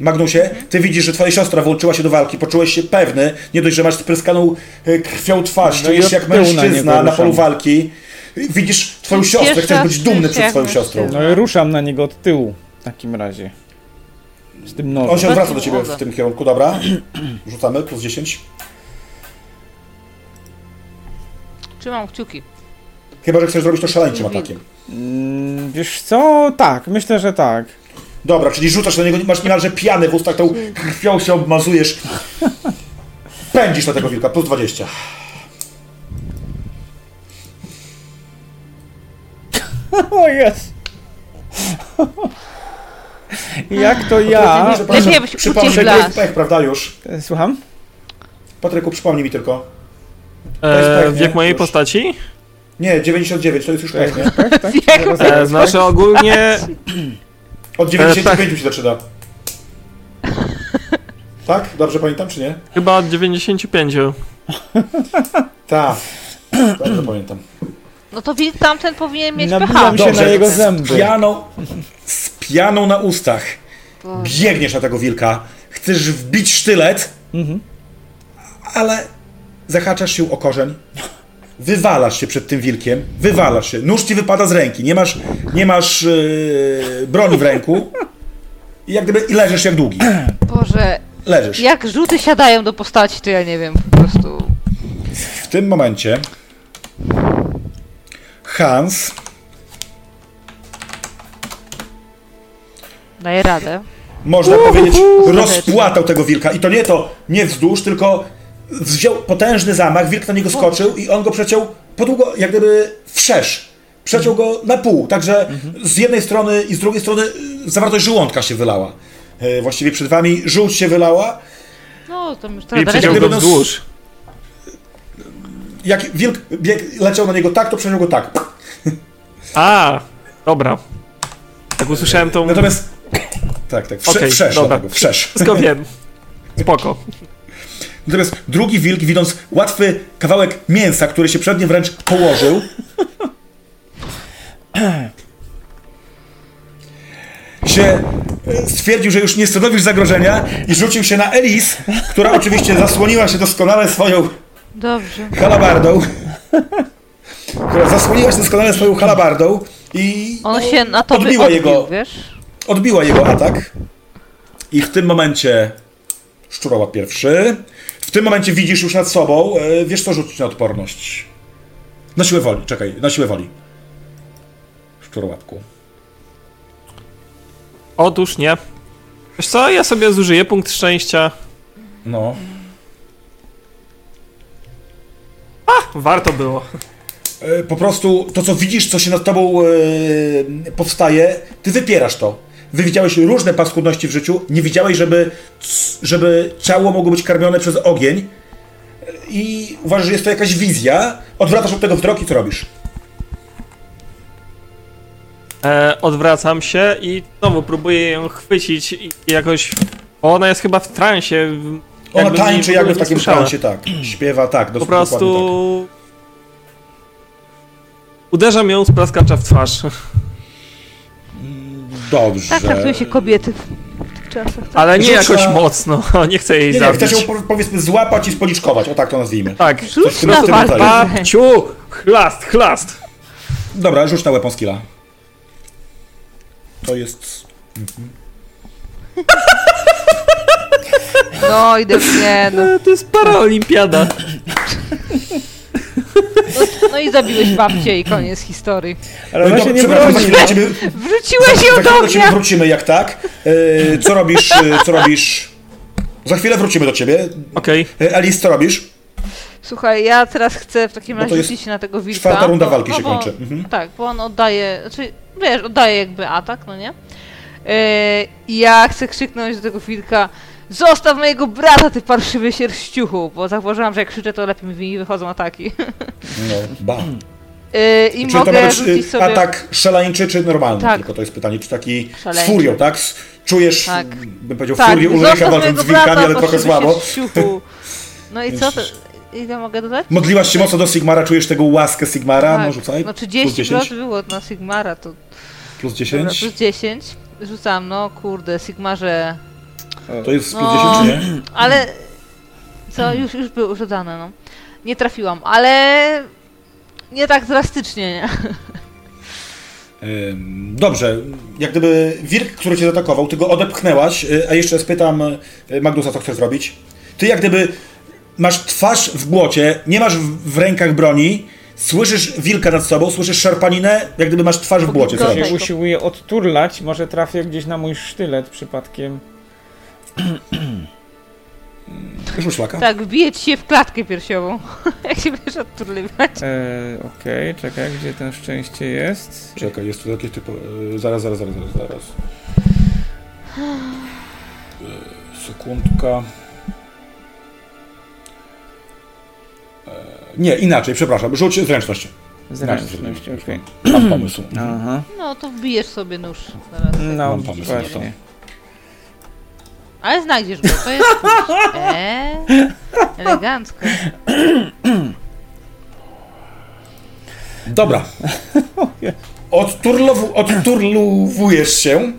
Magnusie, ty widzisz, że twoja siostra włączyła się do walki, poczułeś się pewny, nie dość, że masz spryskaną e, krwią twarz, No i czujesz od się jak tyłu na mężczyzna niego na, polu ruszam. walki, widzisz twoją Pierwszy siostrę, chcesz raz być dumny czuję się przed jak swoją siostrą. mężczyzna. No i ruszam na niego od tyłu w takim razie. Z tym On nożem. się odwraca do ciebie w Bardzo tym kierunku, dobra, rzucamy, plus 10. Trzymam kciuki. Chyba, że chcesz zrobić to szaleńczym atakiem. Mm, Wiesz co? Tak, myślę, że tak. Dobra, czyli rzucasz na niego, masz niemalże pijany w ustach, tą krwią się obmazujesz. Pędzisz na tego wilka, plus 20. O jest! Jak to ja? E, Że, Lepiej, abyś przypomnij, uciekł to las. jest pech, prawda, już? Słucham? Patryku, przypomnij mi tylko. jest E, tak, nie? wiek mojej Już. postaci? Nie, 99, to jest już pech, nie? Tak, E, znaczy ogólnie Od 95 mi się zaczyna. Tak? Dobrze pamiętam, czy nie? chyba od 95. Tak. Dobrze pamiętam. No to wilk tamten powinien mieć pecha. Nabijam się na Dobrze. jego zęby. Piano, z pianą na ustach biegniesz na tego wilka, chcesz wbić sztylet, Mhm. ale zahaczasz się o korzeń, wywalasz się przed tym wilkiem, wywalasz się, nóż ci wypada z ręki, nie masz, nie masz yy, broni w ręku i jak gdyby i leżysz jak długi. Boże, Leżysz. jak rzuty siadają do postaci, to ja nie wiem, po prostu... W tym momencie Hans Daję radę. można powiedzieć, rozpłatał tego wilka. I to nie to, nie wzdłuż, tylko wziął potężny zamach, wilk na niego skoczył i on go przeciął podługo, jak gdyby wszerz. Przeciął go na pół, także Mhm. z jednej strony i z drugiej strony y, zawartość żołądka się wylała. Y, Właściwie przed wami żółć się wylała. No, to już I teraz przeciął gdyby go nas- wzdłuż. Jak wilk bieg, leciał na niego tak, to przeciął go tak. A, dobra. Jak usłyszałem tą... Natomiast... Tak, tak, wszerz, Okej, wszerz, dobra. dlatego, wszerz. Wszystko wiem. Spoko. Natomiast drugi wilk, widząc łatwy kawałek mięsa, który się przed nim wręcz położył, się e, stwierdził, że już nie stanowisz zagrożenia i rzucił się na Elis, która oczywiście zasłoniła się doskonale swoją Dobrze. halabardą. Która zasłoniła się doskonale swoją halabardą i On no, się na to odbiła odbił, jego, wiesz? odbiła jego atak. I w tym momencie szczuroła pierwszy. W tym momencie widzisz już nad sobą, e, wiesz co rzucić na odporność. Na siłę woli, czekaj, na siłę woli. Szczurłapku? Otóż nie. Wiesz co, ja sobie zużyję punkt szczęścia. No, Warto było. E, po prostu to, co widzisz, co się nad tobą e, powstaje, ty wypierasz to. Wy widziałeś różne paskudności w życiu, nie widziałeś, żeby, c- żeby ciało mogło być karmione przez ogień E, i uważasz, że jest to jakaś wizja, odwracasz od tego wzrok i co robisz? E, odwracam się i znowu próbuję ją chwycić i jakoś... Bo ona jest chyba w transie. w- Ona jakby mnie tańczy w ogóle jakby w nie takim słyszała. szansie, tak, śpiewa, tak, Po dos- dokładnie tak. prostu... Uderzam ją z plaskacza w twarz. Tak. Dobrze. Tak traktuje się kobiety w tych czasach. Tak? Ale nie Rzuca- jakoś mocno, nie chcę jej Nie, nie, zabić. chcesz ją po- powiedzmy złapać i spoliczkować, o tak to nazwijmy. Tak. Rzuć tym- w na tym walkę. rodzaju. Ciu! Chlast, chlast! Dobra, rzuć na weapon skilla. To jest... No i do mnie, no. To jest paraolimpiada. No, no i zabiłeś babcię i koniec historii. Ale No, ona się dobra, nie przepraszam, broni. za ciebie- Wrzuciłeś ją Za chwilę do do ciebie ognia! wrócimy, jak tak. E, co robisz? e, co robisz? Za chwilę wrócimy do ciebie. Okej. E, Alice, co robisz? Słuchaj, ja teraz chcę w takim Bo to razie jest rzucić na tego wilka. Czwarta runda bo- walki no się bo- kończy. Mhm. Tak, bo on oddaje, znaczy, wiesz, oddaje jakby atak, no nie? Yy, I ja chcę krzyknąć do tego wilka, zostaw mojego brata, ty parszywy sierściuchu, bo zauważyłam, że jak krzyczę, to lepiej mi wychodzą ataki. No, ba. Yy, I Czyli to ma mogę być rzucić e, sobie... atak szaleńczy czy normalny? Tak. Tylko to jest pytanie, czy taki z Szaleńczy. furią, tak? S- Czujesz, Tak. bym powiedział, Tak, furię Ulryka zostaw walcząc mojego z wilkami, brata, ale trochę parszywy słabo. sierściuchu. No i co to... Jeszcze- Ile mogę dodać? Modliłaś się mocno do Sigmara, czujesz tego łaskę Sigmara? Tak. No rzucaj. No plus 30 10, plus było na Sigmara, to plus dobra, 10. plus 10. Rzucam, no kurde, Sigmarze... To jest plus No. 10, czy nie? Ale. Co, już, już były używane, no. Nie trafiłam, ale. Nie tak drastycznie, nie? Ym, Dobrze, jak gdyby Wirk, który cię zaatakował, ty go odepchnęłaś, y, a jeszcze spytam y, Magnusa, co chcesz zrobić. Ty jak gdyby masz twarz w błocie, nie masz w, w rękach broni, słyszysz wilka nad sobą, słyszysz szarpaninę, jak gdyby masz twarz w błocie. Co Gorzej. robisz? Się usiłuję odturlać, może trafię gdzieś na mój sztylet przypadkiem. Rzuć szlaka. Tak, wbije ci się w klatkę piersiową. Jak się będziesz odturliwać. Eee, Okej, czekaj, gdzie ten szczęście jest? Czekaj, jest tu jakieś typu... y, Zaraz, zaraz, zaraz, zaraz, zaraz. Y, Sekundka. Y, Nie, inaczej, przepraszam, rzuć zręczność. Zręczność, tak, okej. Mam pomysł. Aha. No to wbijesz sobie nóż. Zaraz. No Mam pomysł na to. właśnie. Ale znajdziesz go, to jest. Eee, elegancko. Dobra. Odturlowu, odturlowujesz się,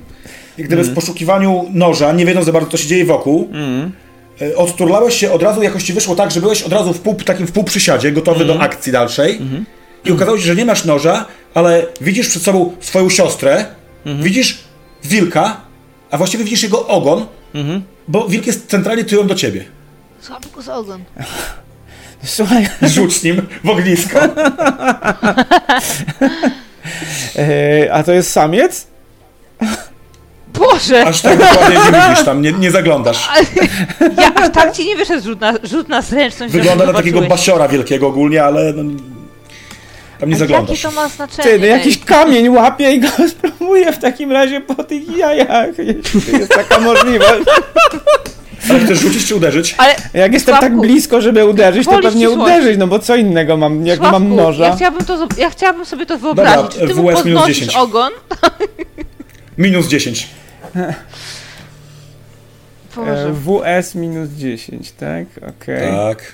jak gdyby w poszukiwaniu noża, nie wiedząc za bardzo, co się dzieje wokół. E, Odturlałeś się od razu, jakoś ci wyszło tak, że byłeś od razu w pół, takim w pół przysiadzie, gotowy do akcji dalszej. I okazało się, że nie masz noża, ale widzisz przed sobą swoją siostrę, widzisz wilka, a właściwie widzisz jego ogon, bo wilk jest centralnie tyłem do ciebie. Złap go za ogon. Słuchaj, Rzuć nim w ognisko. eee, a to jest samiec? Boże! Aż tak dokładnie nie widzisz tam, nie, nie zaglądasz. Ja aż tak ci nie wyszedł rzut na, rzut na zręczność. że Wygląda na zobaczyłeś. takiego basiora wielkiego ogólnie, ale no, tam nie Ale zaglądasz. Jakie to ma znaczenie? Ty, no ej? jakiś kamień łapie i go spróbuję w takim razie po tych jajach. jeśli Jest taka możliwość. Ale chcesz rzucić czy uderzyć? Ale Jak jestem tak Sławku, blisko, żeby uderzyć, to woli pewnie ścisłości. uderzyć, no bo co innego mam, jak Sławku, mam Ja noża. chciałabym, to, zo- ja chciałabym sobie to wyobrazić. Czy ty mu WS minus podnosisz 10. ogon? Minus 10. E, E, Boże. WS E, minus 10, tak? Okej. Tak.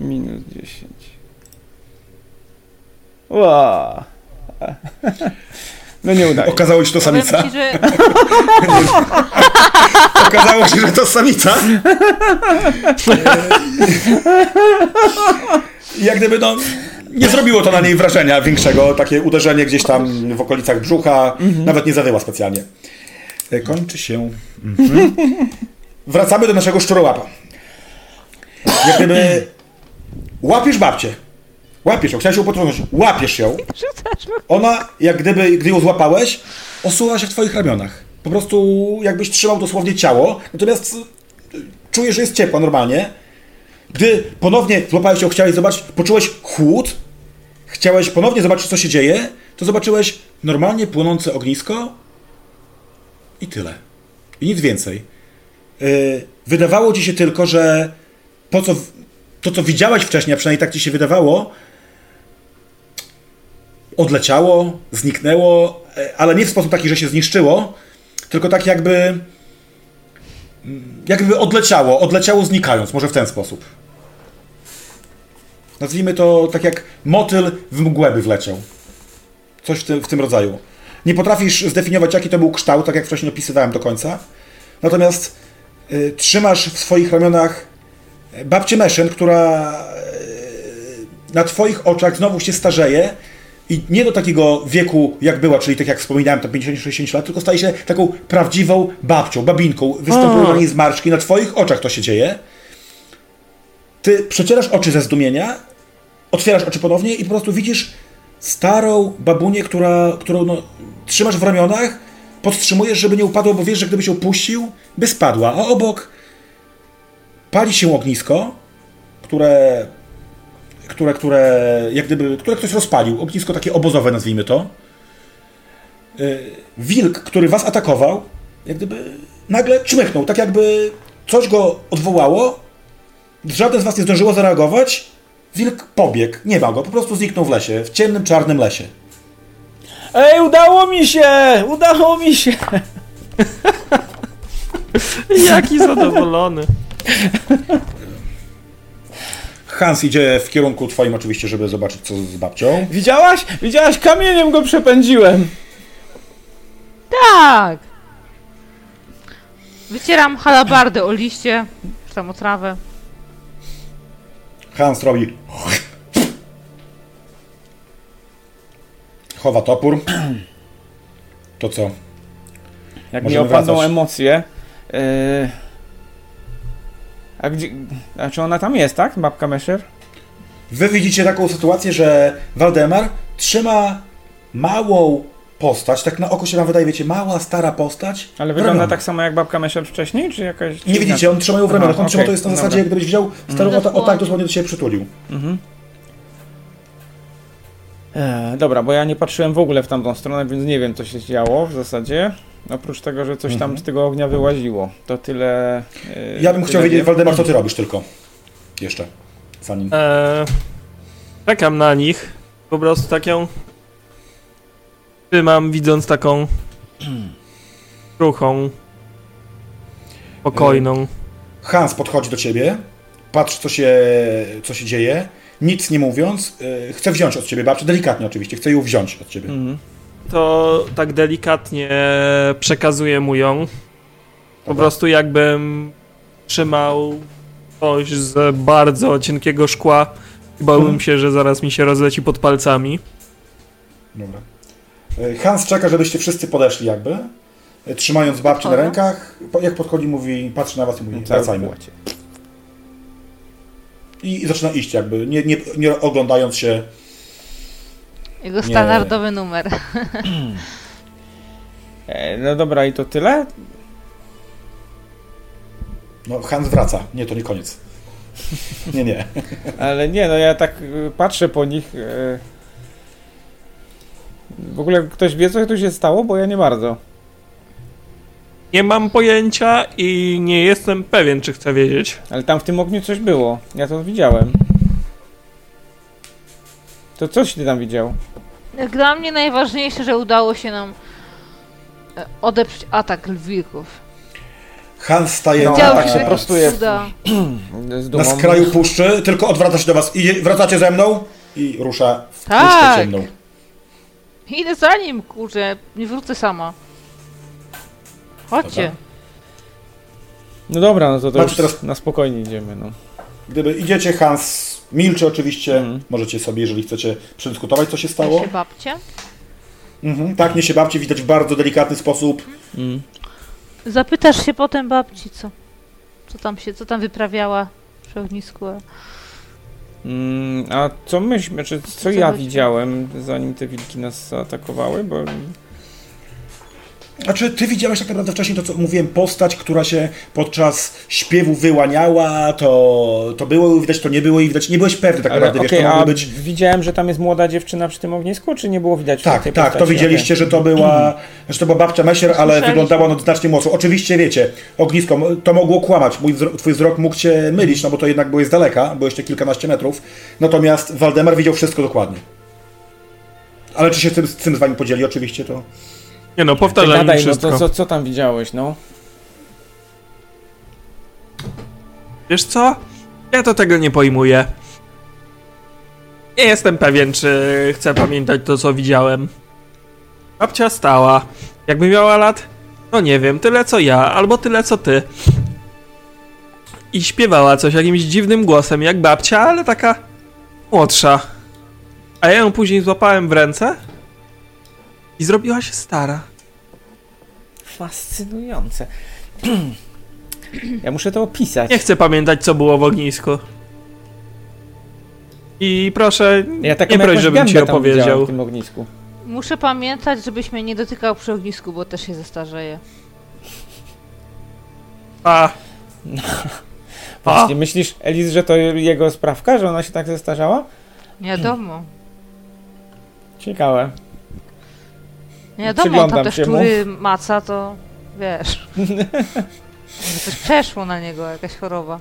Minus 10. Ła. No nie udaje. Okazało się to Powiem samica. ci, że Okazało się, że to tak? samica. I Jak gdyby no, nie zrobiło to na niej wrażenia większego, takie uderzenie gdzieś tam w okolicach brzucha, nawet nie zawyła specjalnie. E, Kończy się. mhm. Wracamy do naszego szczurołapa. Jak gdyby łapiesz babcię, Łapiesz ją, chciałeś ją potrącić, łapiesz ją. Rzucasz mu. Ona, jak gdyby, gdy ją złapałeś, osuwa się w twoich ramionach. Po prostu jakbyś trzymał dosłownie ciało, natomiast y, czujesz, że jest ciepła normalnie. Gdy ponownie złapałeś ją, chciałeś zobaczyć, poczułeś chłód, chciałeś ponownie zobaczyć, co się dzieje, to zobaczyłeś normalnie płonące ognisko i tyle. I nic więcej. Y, wydawało ci się tylko, że po co, w- to, co widziałeś wcześniej, a przynajmniej tak ci się wydawało, odleciało, zniknęło, e, ale nie w sposób taki, że się zniszczyło, tylko tak jakby mm, jakby odleciało, odleciało znikając, może w ten sposób. Nazwijmy to tak jak motyl w mgłę by wleciał. Coś w tym, w tym rodzaju. Nie potrafisz zdefiniować, jaki to był kształt, tak jak wcześniej opisywałem do końca. Natomiast y, trzymasz w swoich ramionach e, babcię Meszyn, która y, na twoich oczach znowu się starzeje i nie do takiego wieku, jak była, czyli tak jak wspominałem, tam 50-60 lat, tylko staje się taką prawdziwą babcią, babinką. Występują na niej zmarszczki, na twoich oczach to się dzieje. Ty przecierasz oczy ze zdumienia, otwierasz oczy ponownie i po prostu widzisz starą babunię, która, którą no, trzymasz w ramionach, podtrzymujesz, żeby nie upadła, bo wiesz, że gdybyś ją puścił, by spadła. A obok pali się ognisko, które, które, które, jak gdyby, które ktoś rozpalił. Ognisko takie obozowe, nazwijmy to. Y, Wilk, który was atakował, jak gdyby nagle czmychnął, tak jakby coś go odwołało, żaden z was nie zdążyło zareagować, wilk pobiegł, nie ma go, po prostu zniknął w lesie, w ciemnym, czarnym lesie. Ej, udało mi się! Udało mi się! Jaki zadowolony. Hans idzie w kierunku twoim oczywiście, żeby zobaczyć, co z babcią. Widziałaś? Widziałaś? Kamieniem go przepędziłem. Tak! Wycieram halabardę o liście, czy tam o trawę. Hans robi. Chowa topór. To co? Jak Możemy mi opadną wracać. emocje. Yy... E, A gdzie. Znaczy ona tam jest, tak? Babka Mesher? Wy widzicie taką sytuację, że Waldemar trzyma małą postać, tak na oko się wam wydaje, wiecie, mała, stara postać. Ale w wygląda ramionach. tak samo jak babka Mesher wcześniej, czy jakaś. Nie widzicie, on trzyma ją w ramionach, on Aha, trzyma to okej, jest na dobra. Mm. zasadzie, jak gdybyś wziął starą o, ta, o tak dosłownie do siebie przytulił. Mhm. E, dobra, bo ja nie patrzyłem w ogóle w tamtą stronę, więc nie wiem, co się działo w zasadzie. Oprócz tego, że coś tam z tego ognia wyłaziło. To tyle. yy, Mhm. Ja bym tyle chciał wiedzieć, wiem. Waldemar, co ty robisz tylko. Jeszcze. Zanim. Eee, czekam na nich. Po prostu taką. Trzymam, widząc taką. Eee, ruchą. Spokojną. Hans podchodzi do ciebie, patrzy, co się, co się dzieje, nic nie mówiąc, y, chce wziąć od ciebie babcię, delikatnie oczywiście, chce ją wziąć od ciebie. Mhm. To tak delikatnie przekazuję mu ją. Po Dobra. prostu jakbym trzymał coś z bardzo cienkiego szkła. i Bałbym się, że zaraz mi się rozleci pod palcami. Dobra. Y, Hans czeka, żebyście wszyscy podeszli jakby, y, trzymając babcię na Podchodzę. rękach, Po- jak podchodzi, mówi, patrzy na was i mówi, Cały Mhm. wracajmy. płacie. I, I zaczyna iść jakby, nie, nie, nie oglądając się. Jego standardowy numer. E, no dobra, i to tyle? No, Hans wraca. Nie, to nie koniec. Nie, nie. Ale nie, no ja tak y, patrzę po nich. y, W ogóle ktoś wie, co tu się stało, bo ja nie bardzo. Nie mam pojęcia i nie jestem pewien, czy chcę wiedzieć. Ale tam w tym ogniu coś było. Ja to widziałem. To coś ty tam widział? Jak Dla mnie najważniejsze, że udało się nam e, odeprzeć atak wilków. No, Hans staje No, Działo tak się że prostuje. cuda. Z na dumą. skraju puszczy, tylko odwraca się do was. Idzie, wracacie ze mną? I rusza w puszczę Tak. ciemną. Idę za nim, kurczę, nie wrócę sama. Chodźcie. No dobra, no to, to Macie już teraz- na spokojnie idziemy, no. Gdyby idziecie, Hans milczy oczywiście. Mhm. Możecie sobie, jeżeli chcecie, przedyskutować, co się Ja stało. się babcie. Mhm. Tak, nie się bawcie, widać w bardzo delikatny sposób. Mm. Zapytasz się potem babci, co? Co tam się, co tam wyprawiała przy ognisku? a- Mm, a co myśmy, czy co, Co ja myśmy? widziałem, zanim te wilki nas zaatakowały, bo Tak Znaczy, ty widziałeś tak naprawdę wcześniej to, co mówiłem, postać, która się podczas śpiewu wyłaniała, to, to było widać, to nie było i widać, nie byłeś pewny tak Ale naprawdę, wiesz, okej, to mogło a być... widziałem, że tam jest młoda dziewczyna przy tym ognisku, czy nie było widać Tak, tej tak, to postaci? Mhm. widzieliście, że to była, że to była babcia Mesier, ale Słyszeliśmy. wyglądała no znacznie mocno. Oczywiście wiecie, ognisko, m- to mogło kłamać, mój wzro- twój wzrok mógł cię mylić, no bo to jednak byłeś z daleka, byłeś jeszcze kilkanaście metrów, natomiast Waldemar widział wszystko dokładnie. Ale czy się z tym, z tym z wami podzieli, oczywiście to... Nie no, Ty powtarzam mi gadaj, no wszystko. to co, co tam widziałeś, no? Wiesz co? Ja to tego nie pojmuję. Nie jestem pewien, czy chcę pamiętać to, co widziałem. Babcia stała. Jakby miała lat? No nie wiem, tyle co ja, albo tyle co ty. I śpiewała coś jakimś dziwnym głosem, jak babcia, ale taka młodsza. A ja ją później złapałem w ręce i zrobiła się stara. Fascynujące. Ja muszę to opisać. Nie chcę pamiętać, co było w ognisku. I proszę, Ja taką nie proś, jakąś żebym ci gębę tam opowiedział. widziałem w tym ognisku. Muszę pamiętać, żebyś mnie nie dotykał przy ognisku, bo też się zestarzeję. A. A. Właśnie, myślisz, Elis, że to jego sprawka, że ona się tak zestarzała? Nie wiadomo. Ciekawe. Nie wiadomo, Przyglądam tam te się mu. szczury maca, to wiesz. Może Coś przeszło na niego, jakaś choroba.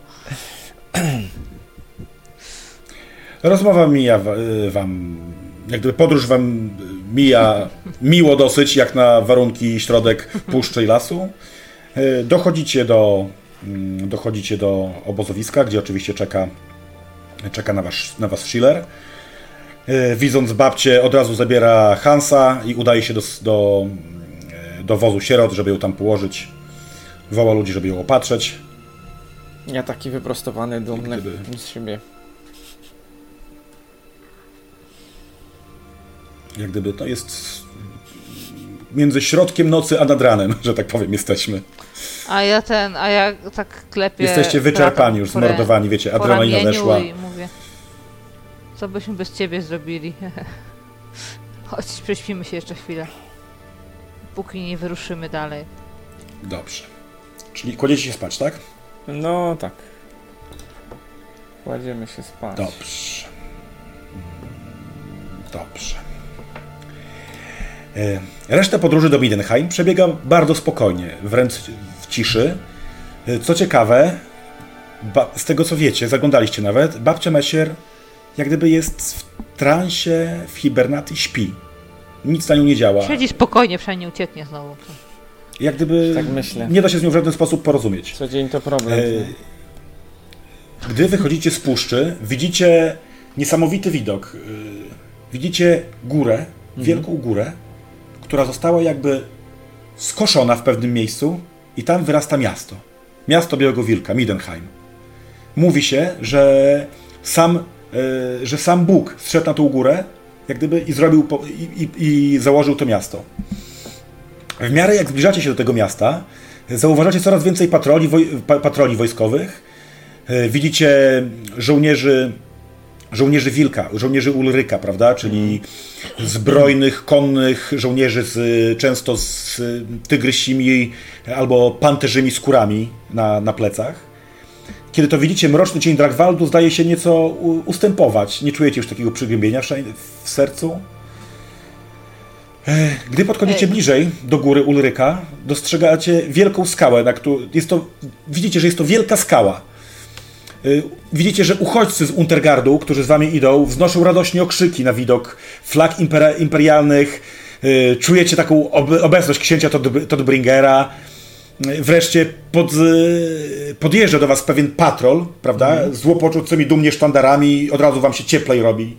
Rozmowa mija w- y, wam, jak gdyby podróż wam y, mija miło dosyć, jak na warunki środek puszczy i lasu. Y, Dochodzicie do, mm, dochodzicie do obozowiska, gdzie oczywiście czeka, czeka na, was, na was Schiller. Y, Widząc babcię, od razu zabiera Hansa i udaje się do, s- do, y, do wozu sierot, żeby ją tam położyć. Woła ludzi, żeby ją opatrzeć. Ja taki wyprostowany, dumny Gdyby. z siebie. Jak gdyby to jest między środkiem nocy a nad ranem, że tak powiem, jesteśmy. A ja ten, a ja tak klepię. Jesteście wyczerpani bratem już, po rę- zmordowani, wiecie, po adrenalina ramieniu weszła. I mówię, co byśmy bez ciebie zrobili? Chodź, prześpimy się jeszcze chwilę. Póki nie wyruszymy dalej. Dobrze. Czyli kładziecie się spać, tak? No tak. Kładziemy się spać. Dobrze. Dobrze. E, Reszta podróży do Midenheim przebiega bardzo spokojnie, wręcz w ciszy. E, Co ciekawe, ba- z tego co wiecie, zaglądaliście nawet, babcia Mesier jak gdyby jest w transie, w hibernacji, śpi. Nic na nią nie działa. Siedzi spokojnie, przynajmniej nie ucieknie znowu. Jak gdyby Tak myślę. nie da się z nią w żaden sposób porozumieć. Co dzień to E, problem. Gdy wychodzicie z puszczy, widzicie niesamowity widok. E, Widzicie górę, wielką górę, która została jakby skoszona w pewnym miejscu i tam wyrasta miasto. Miasto Białego Wilka, Midenheim. Mówi się, że sam, e, że sam Bóg zszedł na tą górę jak gdyby i zrobił po, i, i, i założył to miasto. W miarę jak zbliżacie się do tego miasta, zauważacie coraz więcej patroli, woj, pa, patroli wojskowych. E, Widzicie żołnierzy, żołnierzy Wilka, żołnierzy Ulryka, prawda? Czyli zbrojnych, konnych żołnierzy z, często z y, tygrysimi albo panterzymi skórami na, na plecach. Kiedy to widzicie, mroczny cień Dragwaldu zdaje się nieco u- ustępować. Nie czujecie już takiego przygnębienia w szaj- w sercu. E, Gdy podchodzicie Ej. bliżej do góry Ulryka, dostrzegacie wielką skałę, na którą jest to, widzicie, że jest to wielka skała. Y, Widzicie, że uchodźcy z Untergardu, którzy z wami idą, wznoszą radośnie okrzyki na widok flag impera- imperialnych. Y, Czujecie taką ob- obecność księcia Todd- Toddbringera. Y, Wreszcie pod, y, podjeżdża do was pewien patrol, prawda? Z łopoczącymi dumnie sztandarami, od razu wam się cieplej robi.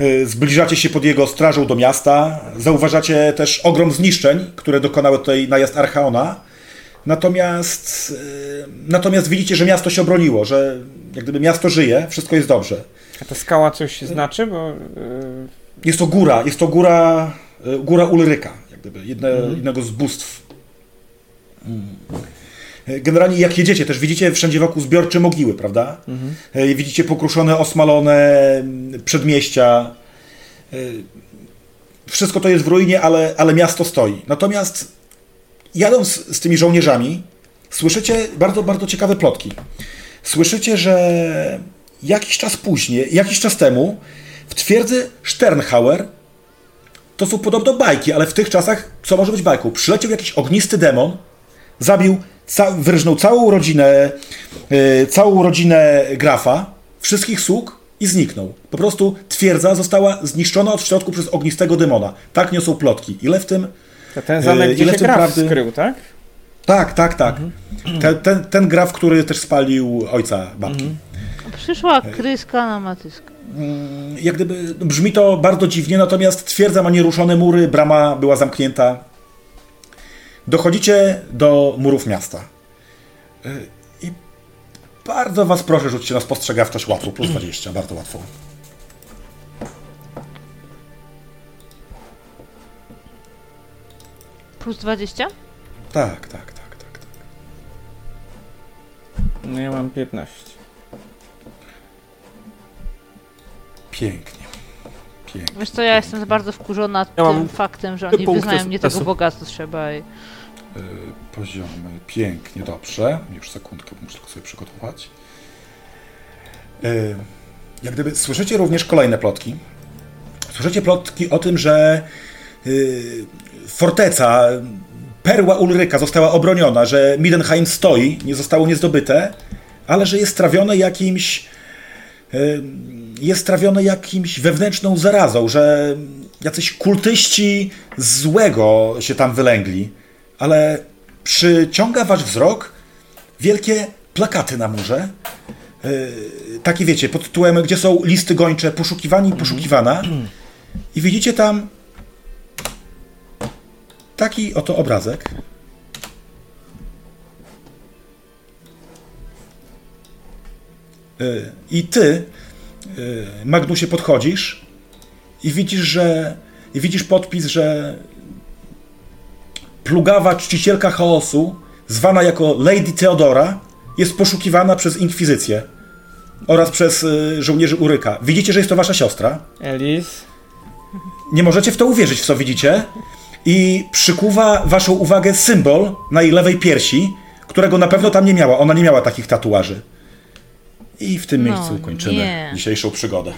Y, Zbliżacie się pod jego strażą do miasta. Zauważacie też ogrom zniszczeń, które dokonały tutaj najazd Archaona. Natomiast, y, natomiast widzicie, że miasto się obroniło, że jak gdyby miasto żyje, wszystko jest dobrze. A ta skała coś znaczy, bo... y, Jest to góra, jest to góra, y, góra Ulryka, jak gdyby, jedne, jednego z bóstw. Mm. Generalnie jak jedziecie, też widzicie wszędzie wokół zbiorcze mogiły, prawda? E, Widzicie pokruszone, osmalone mm, przedmieścia. E, Wszystko to jest w ruinie, ale, ale miasto stoi. Natomiast jadąc z tymi żołnierzami, słyszycie bardzo, bardzo ciekawe plotki. Słyszycie, że jakiś czas później, jakiś czas temu w twierdzy Sternhauer to są podobno bajki, ale w tych czasach co może być bajką? Przyleciał jakiś ognisty demon, zabił, ca- wyrżnął całą rodzinę, yy, całą rodzinę grafa, wszystkich sług i zniknął. Po prostu twierdza została zniszczona od środku przez ognistego demona. Tak niosą plotki. Ile w tym To ten zamek, Yy, gdzie ile się w tym graf prawdy? skrył, tak? tak, tak, tak. Ten, ten, ten graf, który też spalił ojca babki. No, Przyszła kryska na matyskę. Jak gdyby brzmi to bardzo dziwnie, natomiast twierdza ma nieruszone mury, brama była zamknięta. Dochodzicie do murów miasta. Y, I bardzo was proszę, rzućcie na spostrzegawczość łatwo, plus 20, bardzo łatwo. Plus 20? Tak, tak, tak, tak. tak. No ja mam 15. Pięknie. Pięknie. Wiesz co, ja jestem za bardzo wkurzona Ja mam tym faktem, że trzy oni punkty wyznają mnie sukcesu. tego bogactwa. I... Y, poziomy, pięknie, dobrze. Już sekundkę, bo muszę tylko sobie przygotować. Y, jak gdyby słyszycie również kolejne plotki. Słyszycie plotki o tym, że y, forteca, perła Ulryka została obroniona, że Midenheim stoi, nie zostało niezdobyte, ale że jest trawione jakimś y, jest trawione jakimś wewnętrzną zarazą, że jacyś kultyści złego się tam wylęgli, ale przyciąga wasz wzrok wielkie plakaty na murze, y, takie wiecie, pod tytułem, gdzie są listy gończe, poszukiwani, poszukiwana i widzicie tam taki oto obrazek. Y, I ty, y, Magnusie, podchodzisz i widzisz, że i widzisz podpis, że plugawa czcicielka chaosu, zwana jako Lady Theodora, jest poszukiwana przez inkwizycję oraz przez y, żołnierzy Uryka. Widzicie, że jest to wasza siostra. Elis, Nie możecie w to uwierzyć, w co widzicie. I przykuwa waszą uwagę symbol na jej lewej piersi, którego na pewno tam nie miała. Ona nie miała takich tatuaży. I w tym No miejscu kończymy nie. dzisiejszą przygodę.